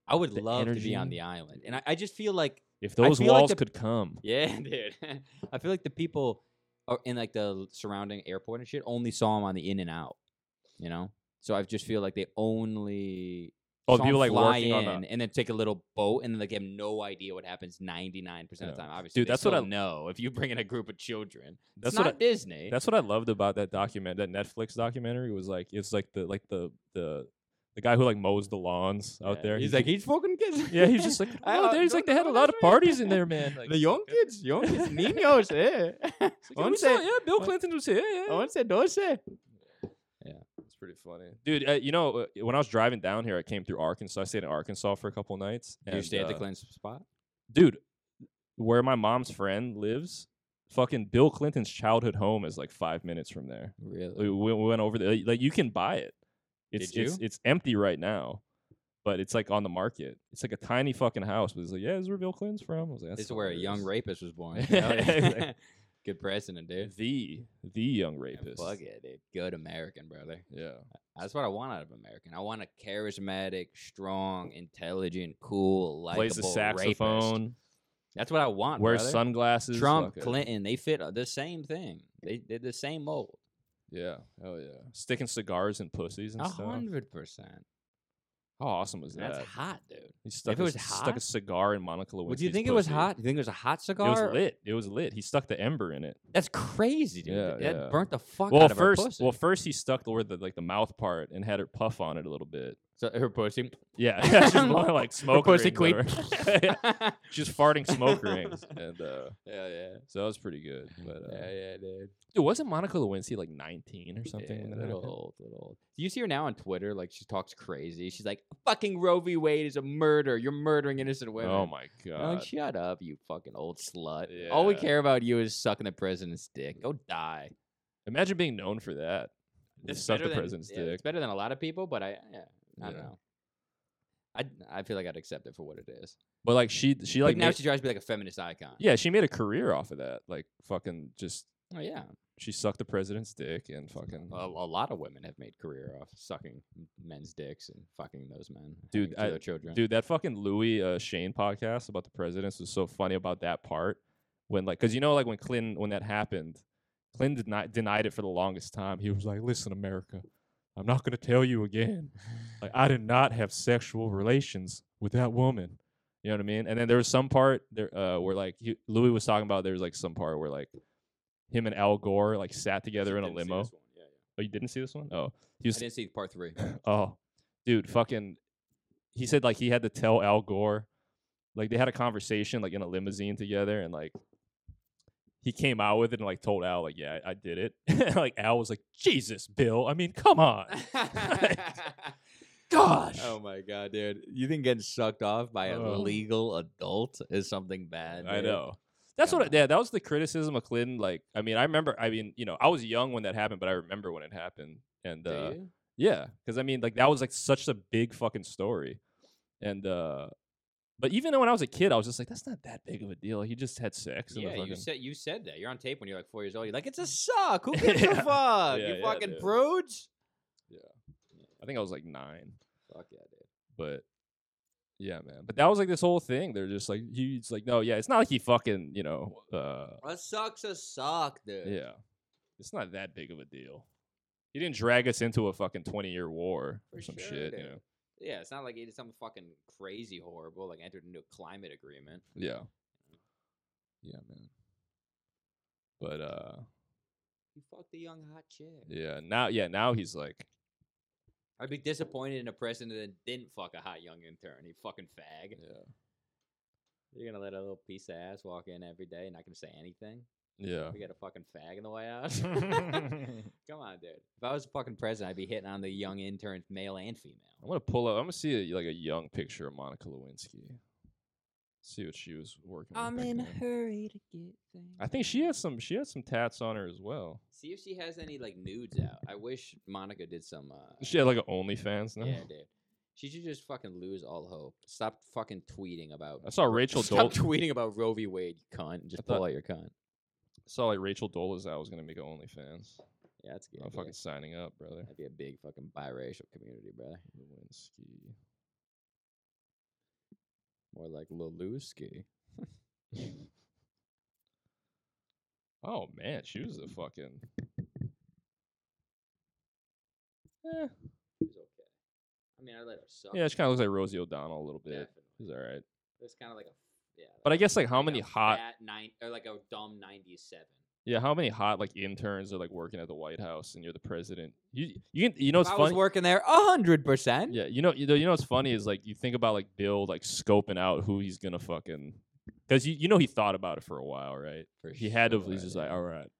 [SPEAKER 1] I would
[SPEAKER 2] the
[SPEAKER 1] love to be on
[SPEAKER 2] energy.
[SPEAKER 1] the island, and I, I just feel like,
[SPEAKER 2] if
[SPEAKER 1] I
[SPEAKER 2] those
[SPEAKER 1] feel like
[SPEAKER 2] walls
[SPEAKER 1] the-
[SPEAKER 2] could come,
[SPEAKER 1] yeah, dude. I feel like the people are in like the surrounding airport and shit only saw him on the in and out, you know. So I just feel like they only
[SPEAKER 2] oh,
[SPEAKER 1] saw
[SPEAKER 2] people
[SPEAKER 1] him
[SPEAKER 2] like
[SPEAKER 1] fly
[SPEAKER 2] walking
[SPEAKER 1] in
[SPEAKER 2] on the.
[SPEAKER 1] and then take a little boat and like have no idea what happens ninety nine percent of the
[SPEAKER 2] Yeah.
[SPEAKER 1] time. Obviously,
[SPEAKER 2] Dude,
[SPEAKER 1] they
[SPEAKER 2] that's what
[SPEAKER 1] still
[SPEAKER 2] I-
[SPEAKER 1] know if you bring in a group of children.
[SPEAKER 2] That's
[SPEAKER 1] it's
[SPEAKER 2] what
[SPEAKER 1] not
[SPEAKER 2] I-
[SPEAKER 1] Disney.
[SPEAKER 2] That's what I loved about that document, that Netflix documentary. Was like it's like the like the the the guy who like mows the lawns out
[SPEAKER 1] Yeah,
[SPEAKER 2] there.
[SPEAKER 1] He's like, he's fucking kids.
[SPEAKER 2] yeah, he's just like,
[SPEAKER 1] I
[SPEAKER 2] oh,
[SPEAKER 1] don't-
[SPEAKER 2] there's like
[SPEAKER 1] don't
[SPEAKER 2] they had a
[SPEAKER 1] know,
[SPEAKER 2] lot of
[SPEAKER 1] that's right."
[SPEAKER 2] parties in there, man. Like,
[SPEAKER 1] the young kids, young kids, niños, eh?
[SPEAKER 2] It's like, yeah, we
[SPEAKER 1] Once,
[SPEAKER 2] saw- yeah, Bill
[SPEAKER 1] on-
[SPEAKER 2] Clinton was here. Yeah,
[SPEAKER 1] once, doce.
[SPEAKER 2] It's pretty funny, dude. Uh, you know, uh, when I was driving down here, I came through Arkansas. I stayed in Arkansas for a couple nights.
[SPEAKER 1] Do you
[SPEAKER 2] and,
[SPEAKER 1] stay at the
[SPEAKER 2] uh,
[SPEAKER 1] Clinton spot?
[SPEAKER 2] dude? Where my mom's friend lives, fucking Bill Clinton's childhood home is like five minutes from there.
[SPEAKER 1] Really?
[SPEAKER 2] We, we we went over there. Like you can buy it. It's
[SPEAKER 1] Did
[SPEAKER 2] it's it's empty right now, but it's like on the market. It's like a tiny fucking house. But it's like, yeah, this is where Bill Clinton's from. I was like,
[SPEAKER 1] This
[SPEAKER 2] "That's
[SPEAKER 1] is where a young
[SPEAKER 2] hilarious."
[SPEAKER 1] rapist was born.
[SPEAKER 2] Exactly.
[SPEAKER 1] Good president, dude.
[SPEAKER 2] the the young rapist.
[SPEAKER 1] Fuck it, dude. Good American, brother.
[SPEAKER 2] Yeah.
[SPEAKER 1] That's what I want out of American. I want a charismatic, strong, intelligent, cool, likable
[SPEAKER 2] Plays the saxophone,
[SPEAKER 1] rapist. That's what I want.
[SPEAKER 2] wears
[SPEAKER 1] brother.
[SPEAKER 2] sunglasses.
[SPEAKER 1] Trump,
[SPEAKER 2] fucking-
[SPEAKER 1] Clinton, they fit uh, the same thing. They did the same mold.
[SPEAKER 2] Yeah. Hell yeah. Sticking cigars in pussies and
[SPEAKER 1] A
[SPEAKER 2] stuff.
[SPEAKER 1] hundred percent.
[SPEAKER 2] How awesome was that?
[SPEAKER 1] That's hot, dude.
[SPEAKER 2] He stuck,
[SPEAKER 1] it
[SPEAKER 2] a,
[SPEAKER 1] was
[SPEAKER 2] stuck a
[SPEAKER 1] hot-
[SPEAKER 2] cigar in Monica Lewinsky's
[SPEAKER 1] Well, do you think it was
[SPEAKER 2] pussy.
[SPEAKER 1] hot? Do you think it was a hot
[SPEAKER 2] It was
[SPEAKER 1] cigar?
[SPEAKER 2] lit. It was lit. He stuck the ember in it.
[SPEAKER 1] That's crazy, dude.
[SPEAKER 2] Yeah,
[SPEAKER 1] that
[SPEAKER 2] yeah.
[SPEAKER 1] burnt the fuck
[SPEAKER 2] well,
[SPEAKER 1] out of her
[SPEAKER 2] first,
[SPEAKER 1] pussy.
[SPEAKER 2] well, first he stuck the word the, like the mouth part and had her puff on it a little bit.
[SPEAKER 1] so her pussy.
[SPEAKER 2] Yeah, she's blowing like smoke
[SPEAKER 1] pussy
[SPEAKER 2] rings
[SPEAKER 1] queen.
[SPEAKER 2] over- Yeah, she's farting smoke rings, and uh,
[SPEAKER 1] Yeah, yeah.
[SPEAKER 2] so that was pretty good. But uh,
[SPEAKER 1] Yeah, yeah, dude.
[SPEAKER 2] dude, wasn't Monica Lewinsky like 19 or something?
[SPEAKER 1] Yeah,
[SPEAKER 2] when that
[SPEAKER 1] little
[SPEAKER 2] happened?
[SPEAKER 1] old, little old. Do you see her now on Twitter? Like she talks crazy. She's like, "Fucking Roe v. Wade is a murder. You're murdering innocent women."
[SPEAKER 2] Oh my
[SPEAKER 1] I'm
[SPEAKER 2] god!
[SPEAKER 1] Like, shut up, you fucking old slut. All we
[SPEAKER 2] Yeah.
[SPEAKER 1] care about you is sucking the president's dick. Go die.
[SPEAKER 2] Imagine being known for that.
[SPEAKER 1] It's
[SPEAKER 2] Suck
[SPEAKER 1] better
[SPEAKER 2] the
[SPEAKER 1] than-
[SPEAKER 2] president's
[SPEAKER 1] yeah,
[SPEAKER 2] dick.
[SPEAKER 1] It's better than a lot of people, but I, yeah, I don't
[SPEAKER 2] Yeah.
[SPEAKER 1] know. I, I feel like I'd accept it for what it is.
[SPEAKER 2] But like she, she
[SPEAKER 1] Like
[SPEAKER 2] like
[SPEAKER 1] now
[SPEAKER 2] made-
[SPEAKER 1] she tries to be like a feminist icon.
[SPEAKER 2] yeah, she made a career off of that. Like fucking just
[SPEAKER 1] Oh, yeah.
[SPEAKER 2] she sucked the president's dick and fucking
[SPEAKER 1] A, a lot of women have made career off sucking m- men's dicks and fucking those men,
[SPEAKER 2] Dude,
[SPEAKER 1] having to
[SPEAKER 2] I-
[SPEAKER 1] their children.
[SPEAKER 2] dude that fucking Louis uh, Shane podcast about the presidents was so funny about that part when like because you know like when Clinton when that happened Clinton did not denied it for the longest time he was like listen America I'm not gonna tell you again like I did not have sexual relations with that woman you know what I mean and then there was some part there uh, where like he, Louis was talking about there was like some part where like him and Al Gore like sat together in a limo
[SPEAKER 1] Yeah,
[SPEAKER 2] oh you didn't see this one oh he was
[SPEAKER 1] I didn't see part three.
[SPEAKER 2] Oh, dude, fucking. He said like he had to tell Al Gore, like they had a conversation like in a limousine together, and like he came out with it and like told Al like, yeah, I, I did it. and, like Al was like, Jesus, Bill, I mean, come on, gosh.
[SPEAKER 1] oh my god, dude! You think getting sucked off by a
[SPEAKER 2] Oh.
[SPEAKER 1] legal adult is something bad?
[SPEAKER 2] I
[SPEAKER 1] dude?
[SPEAKER 2] know. That's
[SPEAKER 1] Come
[SPEAKER 2] what. I-
[SPEAKER 1] on.
[SPEAKER 2] Yeah, that was the criticism of Clinton. Like, I mean, I remember. I mean, you know, I was young when that happened, but I remember when it happened, and
[SPEAKER 1] Do
[SPEAKER 2] uh,
[SPEAKER 1] you?
[SPEAKER 2] Yeah, because I mean, like that was like such a big fucking story, and uh, but even when I was a kid, I was just like, that's not that big of a deal. He just had sex. in the
[SPEAKER 1] Yeah, you
[SPEAKER 2] fucking-
[SPEAKER 1] said you said that. You're on tape when you're like four years old. You're like, it's a suck. Who gives a
[SPEAKER 2] Yeah.
[SPEAKER 1] fuck?
[SPEAKER 2] Yeah,
[SPEAKER 1] you
[SPEAKER 2] yeah,
[SPEAKER 1] fucking
[SPEAKER 2] dude.
[SPEAKER 1] prudes.
[SPEAKER 2] I think I was like nine,
[SPEAKER 1] Fuck yeah, dude.
[SPEAKER 2] but yeah, man. But that was like this whole thing. They're just like, he's like, no, yeah, it's not like he fucking, you know, uh,
[SPEAKER 1] A suck's a suck, dude.
[SPEAKER 2] yeah, it's not that big of a deal. He didn't drag us into a fucking twenty year war or
[SPEAKER 1] For
[SPEAKER 2] some
[SPEAKER 1] sure,
[SPEAKER 2] shit, you
[SPEAKER 1] dude.
[SPEAKER 2] know.
[SPEAKER 1] Yeah, it's not like he did something fucking crazy horrible, like entered into a climate agreement.
[SPEAKER 2] Yeah, yeah, man. But uh,
[SPEAKER 1] You fucked a young hot chick.
[SPEAKER 2] yeah, now, yeah, now he's like.
[SPEAKER 1] I'd be disappointed in a president that didn't fuck a hot young intern. He fucking fag.
[SPEAKER 2] Yeah.
[SPEAKER 1] You're gonna let a little piece of ass walk in every day and not gonna say anything?
[SPEAKER 2] Yeah.
[SPEAKER 1] We got a fucking fag in the White House. Come on, dude. If I was fucking president, I'd be hitting on the young interns, male and female.
[SPEAKER 2] I'm gonna pull up. I'm gonna see a, like a young picture of Monica Lewinsky. See what she was working. with back then.
[SPEAKER 1] hurry to get things.
[SPEAKER 2] I think she has some. She has some tats on her as well.
[SPEAKER 1] See if she has any like nudes out. I wish Monica did some. Uh,
[SPEAKER 2] She had like an OnlyFans now.
[SPEAKER 1] yeah, dude. She should just fucking lose all hope. Stop fucking tweeting about.
[SPEAKER 2] I saw Rachel Dol.
[SPEAKER 1] Stop tweeting about Roe v. Wade, you cunt. and Just
[SPEAKER 2] I thought-
[SPEAKER 1] pull out your cunt.
[SPEAKER 2] saw like Rachel Dolezal was gonna make an OnlyFans.
[SPEAKER 1] Yeah, that's a good.
[SPEAKER 2] I'm
[SPEAKER 1] idea.
[SPEAKER 2] fucking signing up, brother.
[SPEAKER 1] That'd be a big fucking biracial community, brother.
[SPEAKER 2] Lewinsky.
[SPEAKER 1] More like Leluski.
[SPEAKER 2] Oh man, she was a fucking. Eh,
[SPEAKER 1] She's okay. I mean, I let her suck.
[SPEAKER 2] yeah, she kind of looks like Rosie O'Donnell a little bit.
[SPEAKER 1] Definitely.
[SPEAKER 2] She's all right.
[SPEAKER 1] It's kind of like a yeah.
[SPEAKER 2] But I
[SPEAKER 1] like-
[SPEAKER 2] guess like how
[SPEAKER 1] like
[SPEAKER 2] many
[SPEAKER 1] a
[SPEAKER 2] hot
[SPEAKER 1] fat nine or like a dumb ninety seven.
[SPEAKER 2] Yeah, how many hot like interns are like working at the White House and you're the president? You you can- you know
[SPEAKER 1] if
[SPEAKER 2] it's
[SPEAKER 1] I was
[SPEAKER 2] funny.
[SPEAKER 1] working there, hundred percent.
[SPEAKER 2] Yeah, you know you know you know what's funny is like you think about like Bill like scoping out who he's gonna fucking because you you know he thought about it for a while, right?
[SPEAKER 1] For
[SPEAKER 2] he had to.
[SPEAKER 1] sure,
[SPEAKER 2] He's just like,
[SPEAKER 1] yeah.
[SPEAKER 2] all right,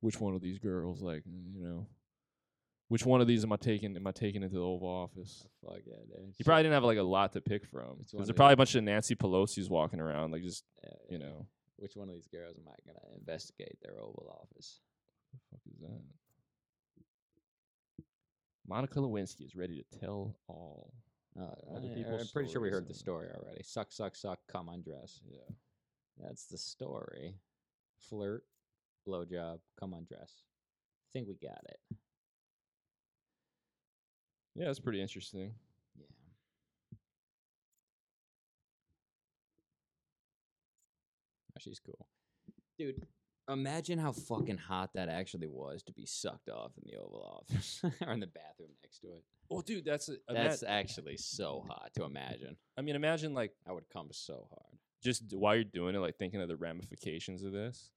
[SPEAKER 2] which one of these girls like mm, you know, which one of these am I taking? Am I taking into the Oval Office?
[SPEAKER 1] Oh, Fuck yeah, dude.
[SPEAKER 2] He probably didn't have like a lot to pick from.
[SPEAKER 1] It's one of
[SPEAKER 2] There's
[SPEAKER 1] the-
[SPEAKER 2] probably a bunch of Nancy Pelosi's walking around, like just
[SPEAKER 1] Yeah, yeah.
[SPEAKER 2] you know,
[SPEAKER 1] Which one of these girls am I gonna investigate their Oval Office?
[SPEAKER 2] fuck is that? Monica Lewinsky is ready to tell all.
[SPEAKER 1] Uh,
[SPEAKER 2] Other
[SPEAKER 1] I- I'm
[SPEAKER 2] people's
[SPEAKER 1] pretty sure we heard the
[SPEAKER 2] stories
[SPEAKER 1] story already. Suck, suck, suck. Come undress.
[SPEAKER 2] Yeah.
[SPEAKER 1] That's the story. Flirt, blowjob, come undress. Think we got it.
[SPEAKER 2] Yeah, that's pretty interesting.
[SPEAKER 1] Yeah. Oh, she's cool. Dude, imagine how fucking hot that actually was to be sucked off in the Oval Office or in the bathroom next to it.
[SPEAKER 2] Well, dude, that's a, ima-
[SPEAKER 1] That's actually so hot to imagine.
[SPEAKER 2] I mean, imagine like
[SPEAKER 1] I would come so hard.
[SPEAKER 2] just d- while you're doing it, like thinking of the ramifications of this.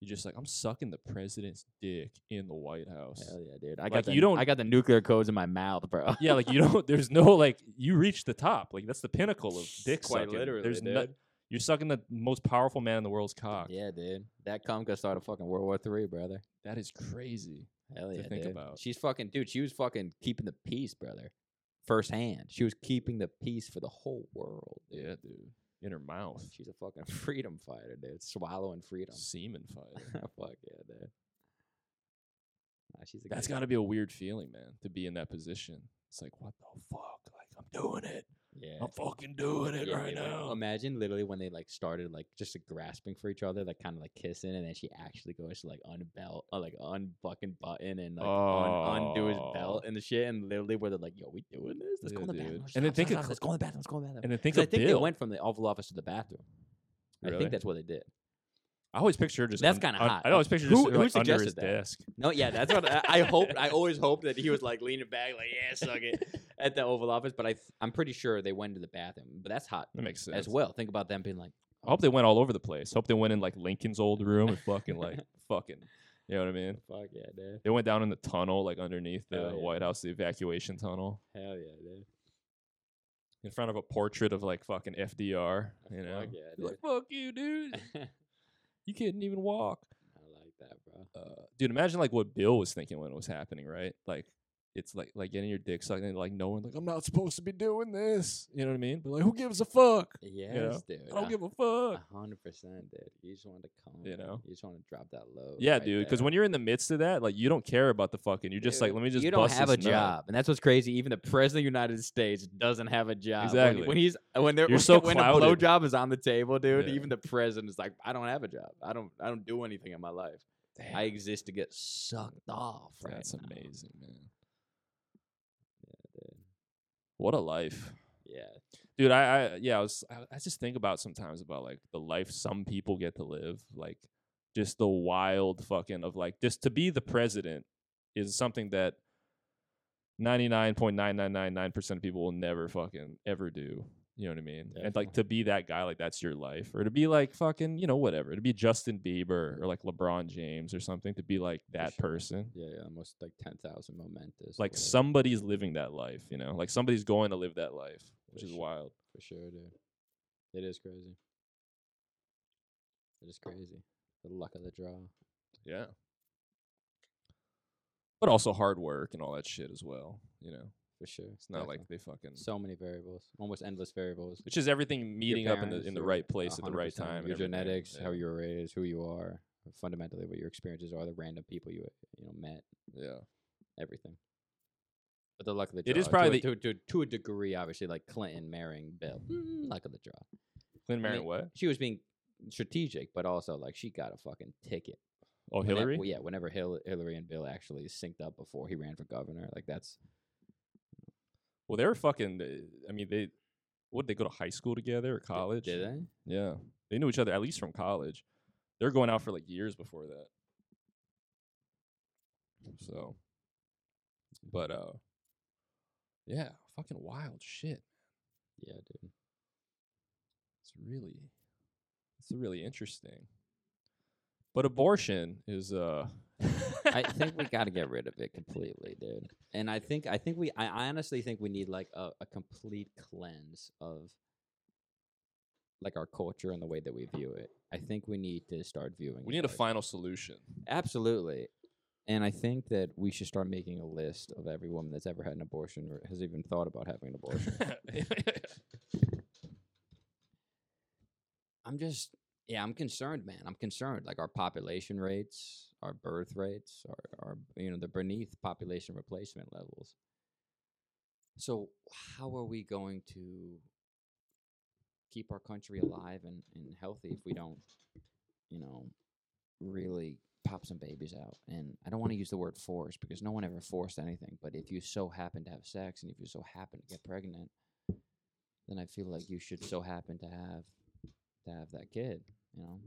[SPEAKER 2] You're just like, I'm sucking the president's dick in the White House.
[SPEAKER 1] Hell yeah, dude! I got
[SPEAKER 2] Like,
[SPEAKER 1] the,
[SPEAKER 2] you don't-
[SPEAKER 1] I got the nuclear codes in my mouth, bro.
[SPEAKER 2] yeah, like you don't. There's no like you reach the top. Like that's the pinnacle of dick
[SPEAKER 1] Quite
[SPEAKER 2] sucking.
[SPEAKER 1] literally,
[SPEAKER 2] there's no-
[SPEAKER 1] dude.
[SPEAKER 2] you're sucking the most powerful man in the world's cock.
[SPEAKER 1] Yeah, dude. That cum could start a fucking World War Three, brother.
[SPEAKER 2] That is crazy.
[SPEAKER 1] Hell
[SPEAKER 2] to
[SPEAKER 1] yeah,
[SPEAKER 2] think
[SPEAKER 1] dude.
[SPEAKER 2] about.
[SPEAKER 1] She's fucking, dude. She was fucking keeping the peace, brother. Firsthand, she was keeping the peace for the whole world. Dude.
[SPEAKER 2] Yeah, dude. In her mouth,
[SPEAKER 1] She's a fucking freedom fighter, dude. Swallowing freedom.
[SPEAKER 2] semen fight.
[SPEAKER 1] Fuck yeah, dude. Nah, she's a
[SPEAKER 2] That's
[SPEAKER 1] good-
[SPEAKER 2] got to be a weird feeling, man, to be in that position. It's like, what the fuck? Like I'm doing it.
[SPEAKER 1] yeah.
[SPEAKER 2] I'm fucking doing it
[SPEAKER 1] Yeah,
[SPEAKER 2] right
[SPEAKER 1] dude, like,
[SPEAKER 2] now.
[SPEAKER 1] Imagine literally when they like started like just like, grasping for each other, like kind of like kissing, and then she actually goes to like unbelt, uh, like unfucking button, and like un- undo his belt
[SPEAKER 2] Oh.
[SPEAKER 1] and the shit, and literally where they're like, "Yo, we doing this? Let's go
[SPEAKER 2] Yeah,
[SPEAKER 1] in the
[SPEAKER 2] dude.
[SPEAKER 1] bathroom."
[SPEAKER 2] And
[SPEAKER 1] Let's-
[SPEAKER 2] then
[SPEAKER 1] let's-
[SPEAKER 2] think of
[SPEAKER 1] let's-
[SPEAKER 2] Cl-
[SPEAKER 1] let's go in the bathroom. Let's go in the bathroom.
[SPEAKER 2] And then think
[SPEAKER 1] 'Cause I
[SPEAKER 2] of
[SPEAKER 1] think
[SPEAKER 2] Bill.
[SPEAKER 1] they went from the Oval Office to the bathroom. I
[SPEAKER 2] Really?
[SPEAKER 1] think that's what they did.
[SPEAKER 2] I always picture her just.
[SPEAKER 1] That's
[SPEAKER 2] un-
[SPEAKER 1] kinda
[SPEAKER 2] un-
[SPEAKER 1] hot.
[SPEAKER 2] I always picture
[SPEAKER 1] Who-
[SPEAKER 2] just
[SPEAKER 1] who
[SPEAKER 2] like, under
[SPEAKER 1] suggested
[SPEAKER 2] his
[SPEAKER 1] that?
[SPEAKER 2] desk.
[SPEAKER 1] No, yeah, that's what I, I hoped. I always hoped that he was like leaning back, like, "Yeah, suck it," at the Oval Office. But I, th- I'm pretty sure they went to the bathroom. But that's hot
[SPEAKER 2] That makes sense
[SPEAKER 1] as well. Think about them being like.
[SPEAKER 2] I hope they went all over the place. hope they went in like Lincoln's old room and fucking like fucking. You know what I mean?
[SPEAKER 1] Fuck yeah, dude.
[SPEAKER 2] They went down in the tunnel, like underneath the
[SPEAKER 1] Hell yeah.
[SPEAKER 2] White House, the evacuation tunnel,
[SPEAKER 1] Hell yeah, dude.
[SPEAKER 2] in front of a portrait of like fucking FDR. You know,
[SPEAKER 1] Fuck yeah,
[SPEAKER 2] You're
[SPEAKER 1] dude.
[SPEAKER 2] like fuck you, dude. You couldn't even walk,
[SPEAKER 1] I like that, bro.
[SPEAKER 2] uh, dude. Imagine like what Bill was thinking when it was happening, right? Like it's like like getting your dick sucked, and like no one like I'm not supposed to be doing this. You know what I mean? But like who gives a fuck?
[SPEAKER 1] Yes, dude.
[SPEAKER 2] I don't give a fuck.
[SPEAKER 1] hundred percent, dude. You just want to come.
[SPEAKER 2] You know?
[SPEAKER 1] You just want to drop that load.
[SPEAKER 2] Yeah, dude. Because when you're in the midst of that, like you don't care about the fucking. You're just like, let me just.
[SPEAKER 1] You don't
[SPEAKER 2] bust
[SPEAKER 1] have a
[SPEAKER 2] this nut.
[SPEAKER 1] job, and that's what's crazy. Even the president of the United States doesn't have a job. When-
[SPEAKER 2] Exactly.
[SPEAKER 1] When, he's when they're
[SPEAKER 2] You're so
[SPEAKER 1] when a
[SPEAKER 2] clouded.
[SPEAKER 1] blowjob is on the table, dude.
[SPEAKER 2] Yeah.
[SPEAKER 1] Even the president's like, I don't have a job. I don't. I don't do anything in my life.
[SPEAKER 2] Damn.
[SPEAKER 1] I exist to get sucked off. Right
[SPEAKER 2] That's
[SPEAKER 1] now."
[SPEAKER 2] amazing, man. What a life,
[SPEAKER 1] Yeah.
[SPEAKER 2] dude! I, I yeah, I was I, I just think about sometimes about like the life some people get to live, like just the wild fucking of like just to be the president is something that ninety nine point nine nine nine nine percent of people will never fucking ever do. You know what I mean? And like
[SPEAKER 1] Definitely.
[SPEAKER 2] to be that guy, like that's your life, or to be like fucking, you know, whatever, to be Justin Bieber or like LeBron James or something, to be like that
[SPEAKER 1] sure.
[SPEAKER 2] person.
[SPEAKER 1] Yeah. yeah almost like ten thousand momentous.
[SPEAKER 2] like
[SPEAKER 1] whatever,
[SPEAKER 2] somebody's living that life, you know, like somebody's going to live that life, which
[SPEAKER 1] For
[SPEAKER 2] is
[SPEAKER 1] sure.
[SPEAKER 2] wild.
[SPEAKER 1] for sure, dude. It is crazy. It is crazy. The luck of the draw.
[SPEAKER 2] Yeah. But also hard work and all that shit as well, you know.
[SPEAKER 1] For sure.
[SPEAKER 2] It's not like they fucking
[SPEAKER 1] so many variables, almost endless variables.
[SPEAKER 2] it's just everything
[SPEAKER 1] Your
[SPEAKER 2] meeting up in the
[SPEAKER 1] parents,
[SPEAKER 2] in the
[SPEAKER 1] your-
[SPEAKER 2] right place at the right
[SPEAKER 1] 100%,
[SPEAKER 2] time. and
[SPEAKER 1] Your
[SPEAKER 2] everything,
[SPEAKER 1] genetics, how
[SPEAKER 2] yeah,
[SPEAKER 1] you were raised, who you are, fundamentally what your experiences are, the random people you you know met,
[SPEAKER 2] Yeah.
[SPEAKER 1] everything. But the luck of the draw.
[SPEAKER 2] It is
[SPEAKER 1] to
[SPEAKER 2] probably
[SPEAKER 1] a- to, to, to, a degree, obviously, like Clinton marrying Bill.
[SPEAKER 2] Mm-hmm.
[SPEAKER 1] Mm, luck of the draw.
[SPEAKER 2] Clinton
[SPEAKER 1] I
[SPEAKER 2] Marion
[SPEAKER 1] mean,
[SPEAKER 2] what?
[SPEAKER 1] She was being strategic, but also like she got a fucking ticket.
[SPEAKER 2] Oh,
[SPEAKER 1] Whenever-
[SPEAKER 2] Hillary?
[SPEAKER 1] well, yeah, whenever Hill, Hillary and Bill actually synced up before he ran for governor, like that's
[SPEAKER 2] Well, they were fucking uh, I mean, they what they go to high school together or college?
[SPEAKER 1] Did they?
[SPEAKER 2] Yeah. They knew each other at least from college. They're going out for like years before that. So but uh yeah, fucking wild shit.
[SPEAKER 1] Yeah, dude.
[SPEAKER 2] It's really it's really interesting. But abortion is uh
[SPEAKER 1] I think we got to get rid of it completely, dude. And I think I think we I I honestly think we need like a, a complete cleanse of like our culture and the way that we view it. I think we need to start viewing.
[SPEAKER 2] we
[SPEAKER 1] it
[SPEAKER 2] need a
[SPEAKER 1] like-
[SPEAKER 2] final solution.
[SPEAKER 1] Absolutely. And I think that we should start making a list of every woman that's ever had an abortion or has even thought about having an abortion. I'm just, yeah, I'm concerned, man. I'm concerned. Like our population rates, our birth rates, our, our you know, they're beneath population replacement levels. So, how are we going to keep our country alive and, and healthy if we don't, you know, really pop some babies out? And I don't want to use the word force because no one ever forced anything. But if you so happen to have sex and if you so happen to get pregnant, then I feel like you should so happen to have to have that kid. You know,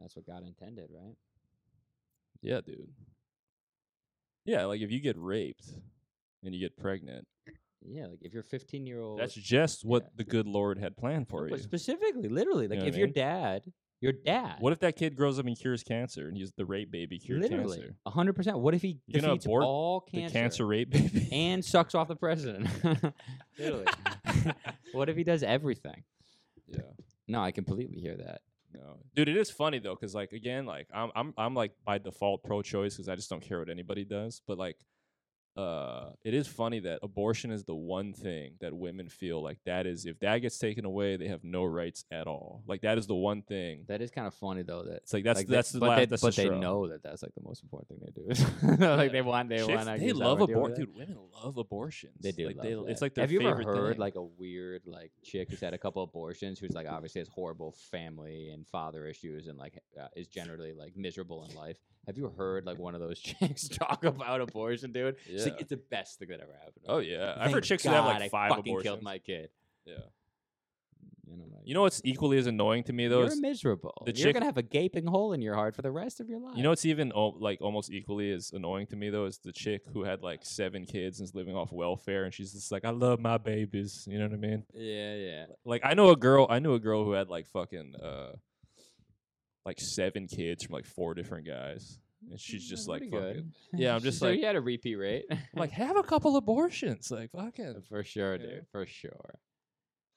[SPEAKER 1] that's what God intended, right?
[SPEAKER 2] yeah, dude. Yeah, like if you get raped and you get pregnant,
[SPEAKER 1] Yeah, like if you're 15 year old,
[SPEAKER 2] that's just what
[SPEAKER 1] yeah.
[SPEAKER 2] the good Lord had planned for
[SPEAKER 1] but
[SPEAKER 2] you.
[SPEAKER 1] specifically, literally, like
[SPEAKER 2] know what
[SPEAKER 1] if
[SPEAKER 2] I
[SPEAKER 1] your
[SPEAKER 2] mean?
[SPEAKER 1] dad, your dad,
[SPEAKER 2] What if that kid grows up and cures cancer and he's the rape baby cured
[SPEAKER 1] literally,
[SPEAKER 2] cancer?
[SPEAKER 1] 100. percent What if he
[SPEAKER 2] You gonna
[SPEAKER 1] defeats
[SPEAKER 2] abort
[SPEAKER 1] all
[SPEAKER 2] The cancer rape baby.
[SPEAKER 1] and sucks off the president? literally, what if he does everything?
[SPEAKER 2] yeah.
[SPEAKER 1] No, I completely hear that.
[SPEAKER 2] No, dude, it is funny though, because like again, like I'm I'm I'm like by default pro-choice because I just don't care what anybody does. But like, uh, it is funny that abortion is the one thing that women feel like that is if that gets taken away, they have no rights at all. Like that is the one thing.
[SPEAKER 1] That is kind of funny though. That
[SPEAKER 2] It's like that's
[SPEAKER 1] like they-
[SPEAKER 2] that's the
[SPEAKER 1] but
[SPEAKER 2] last.
[SPEAKER 1] they,
[SPEAKER 2] that's
[SPEAKER 1] but
[SPEAKER 2] the
[SPEAKER 1] they
[SPEAKER 2] straw.
[SPEAKER 1] know that that's like the most important thing they do. like
[SPEAKER 2] Yeah.
[SPEAKER 1] they want, they
[SPEAKER 2] Chicks,
[SPEAKER 1] want.
[SPEAKER 2] they love abortion, dude. Women love abortions.
[SPEAKER 1] They do.
[SPEAKER 2] Like
[SPEAKER 1] love
[SPEAKER 2] they,
[SPEAKER 1] that.
[SPEAKER 2] It's like their
[SPEAKER 1] Have you ever
[SPEAKER 2] favorite
[SPEAKER 1] heard
[SPEAKER 2] thing.
[SPEAKER 1] like a weird like chick who's had a couple abortions who's like obviously has horrible family and father issues and like uh, is generally like miserable in life? Have you heard like one of those chicks talk about abortion, dude? It's
[SPEAKER 2] Yeah.
[SPEAKER 1] like it's the best thing that ever happened. to
[SPEAKER 2] Oh
[SPEAKER 1] me.
[SPEAKER 2] yeah, I've
[SPEAKER 1] Thank
[SPEAKER 2] heard chicks who have
[SPEAKER 1] God I
[SPEAKER 2] like five
[SPEAKER 1] fucking
[SPEAKER 2] abortions.
[SPEAKER 1] killed my kid.
[SPEAKER 2] yeah.
[SPEAKER 1] You know, like,
[SPEAKER 2] You know what's equally as annoying to me though?
[SPEAKER 1] you're
[SPEAKER 2] is-
[SPEAKER 1] miserable.
[SPEAKER 2] the
[SPEAKER 1] you're
[SPEAKER 2] chick-
[SPEAKER 1] gonna have a gaping hole in your heart for the rest of your life.
[SPEAKER 2] You know what's even al- like almost equally as annoying to me though is the chick who had like seven kids and is living off welfare and she's just like, I love my babies. You know what I mean?
[SPEAKER 1] Yeah, yeah.
[SPEAKER 2] Like I know a girl, I knew a girl who had like fucking uh like seven kids from like four different guys, and she's
[SPEAKER 1] Mm,
[SPEAKER 2] just
[SPEAKER 1] that's
[SPEAKER 2] like,
[SPEAKER 1] pretty Hmm.
[SPEAKER 2] fucking, yeah, I'm just
[SPEAKER 1] so
[SPEAKER 2] like,
[SPEAKER 1] you had a repeat rate.
[SPEAKER 2] I'm like have a couple abortions, like fucking.
[SPEAKER 1] Uh, For sure,
[SPEAKER 2] Yeah.
[SPEAKER 1] dude. For sure.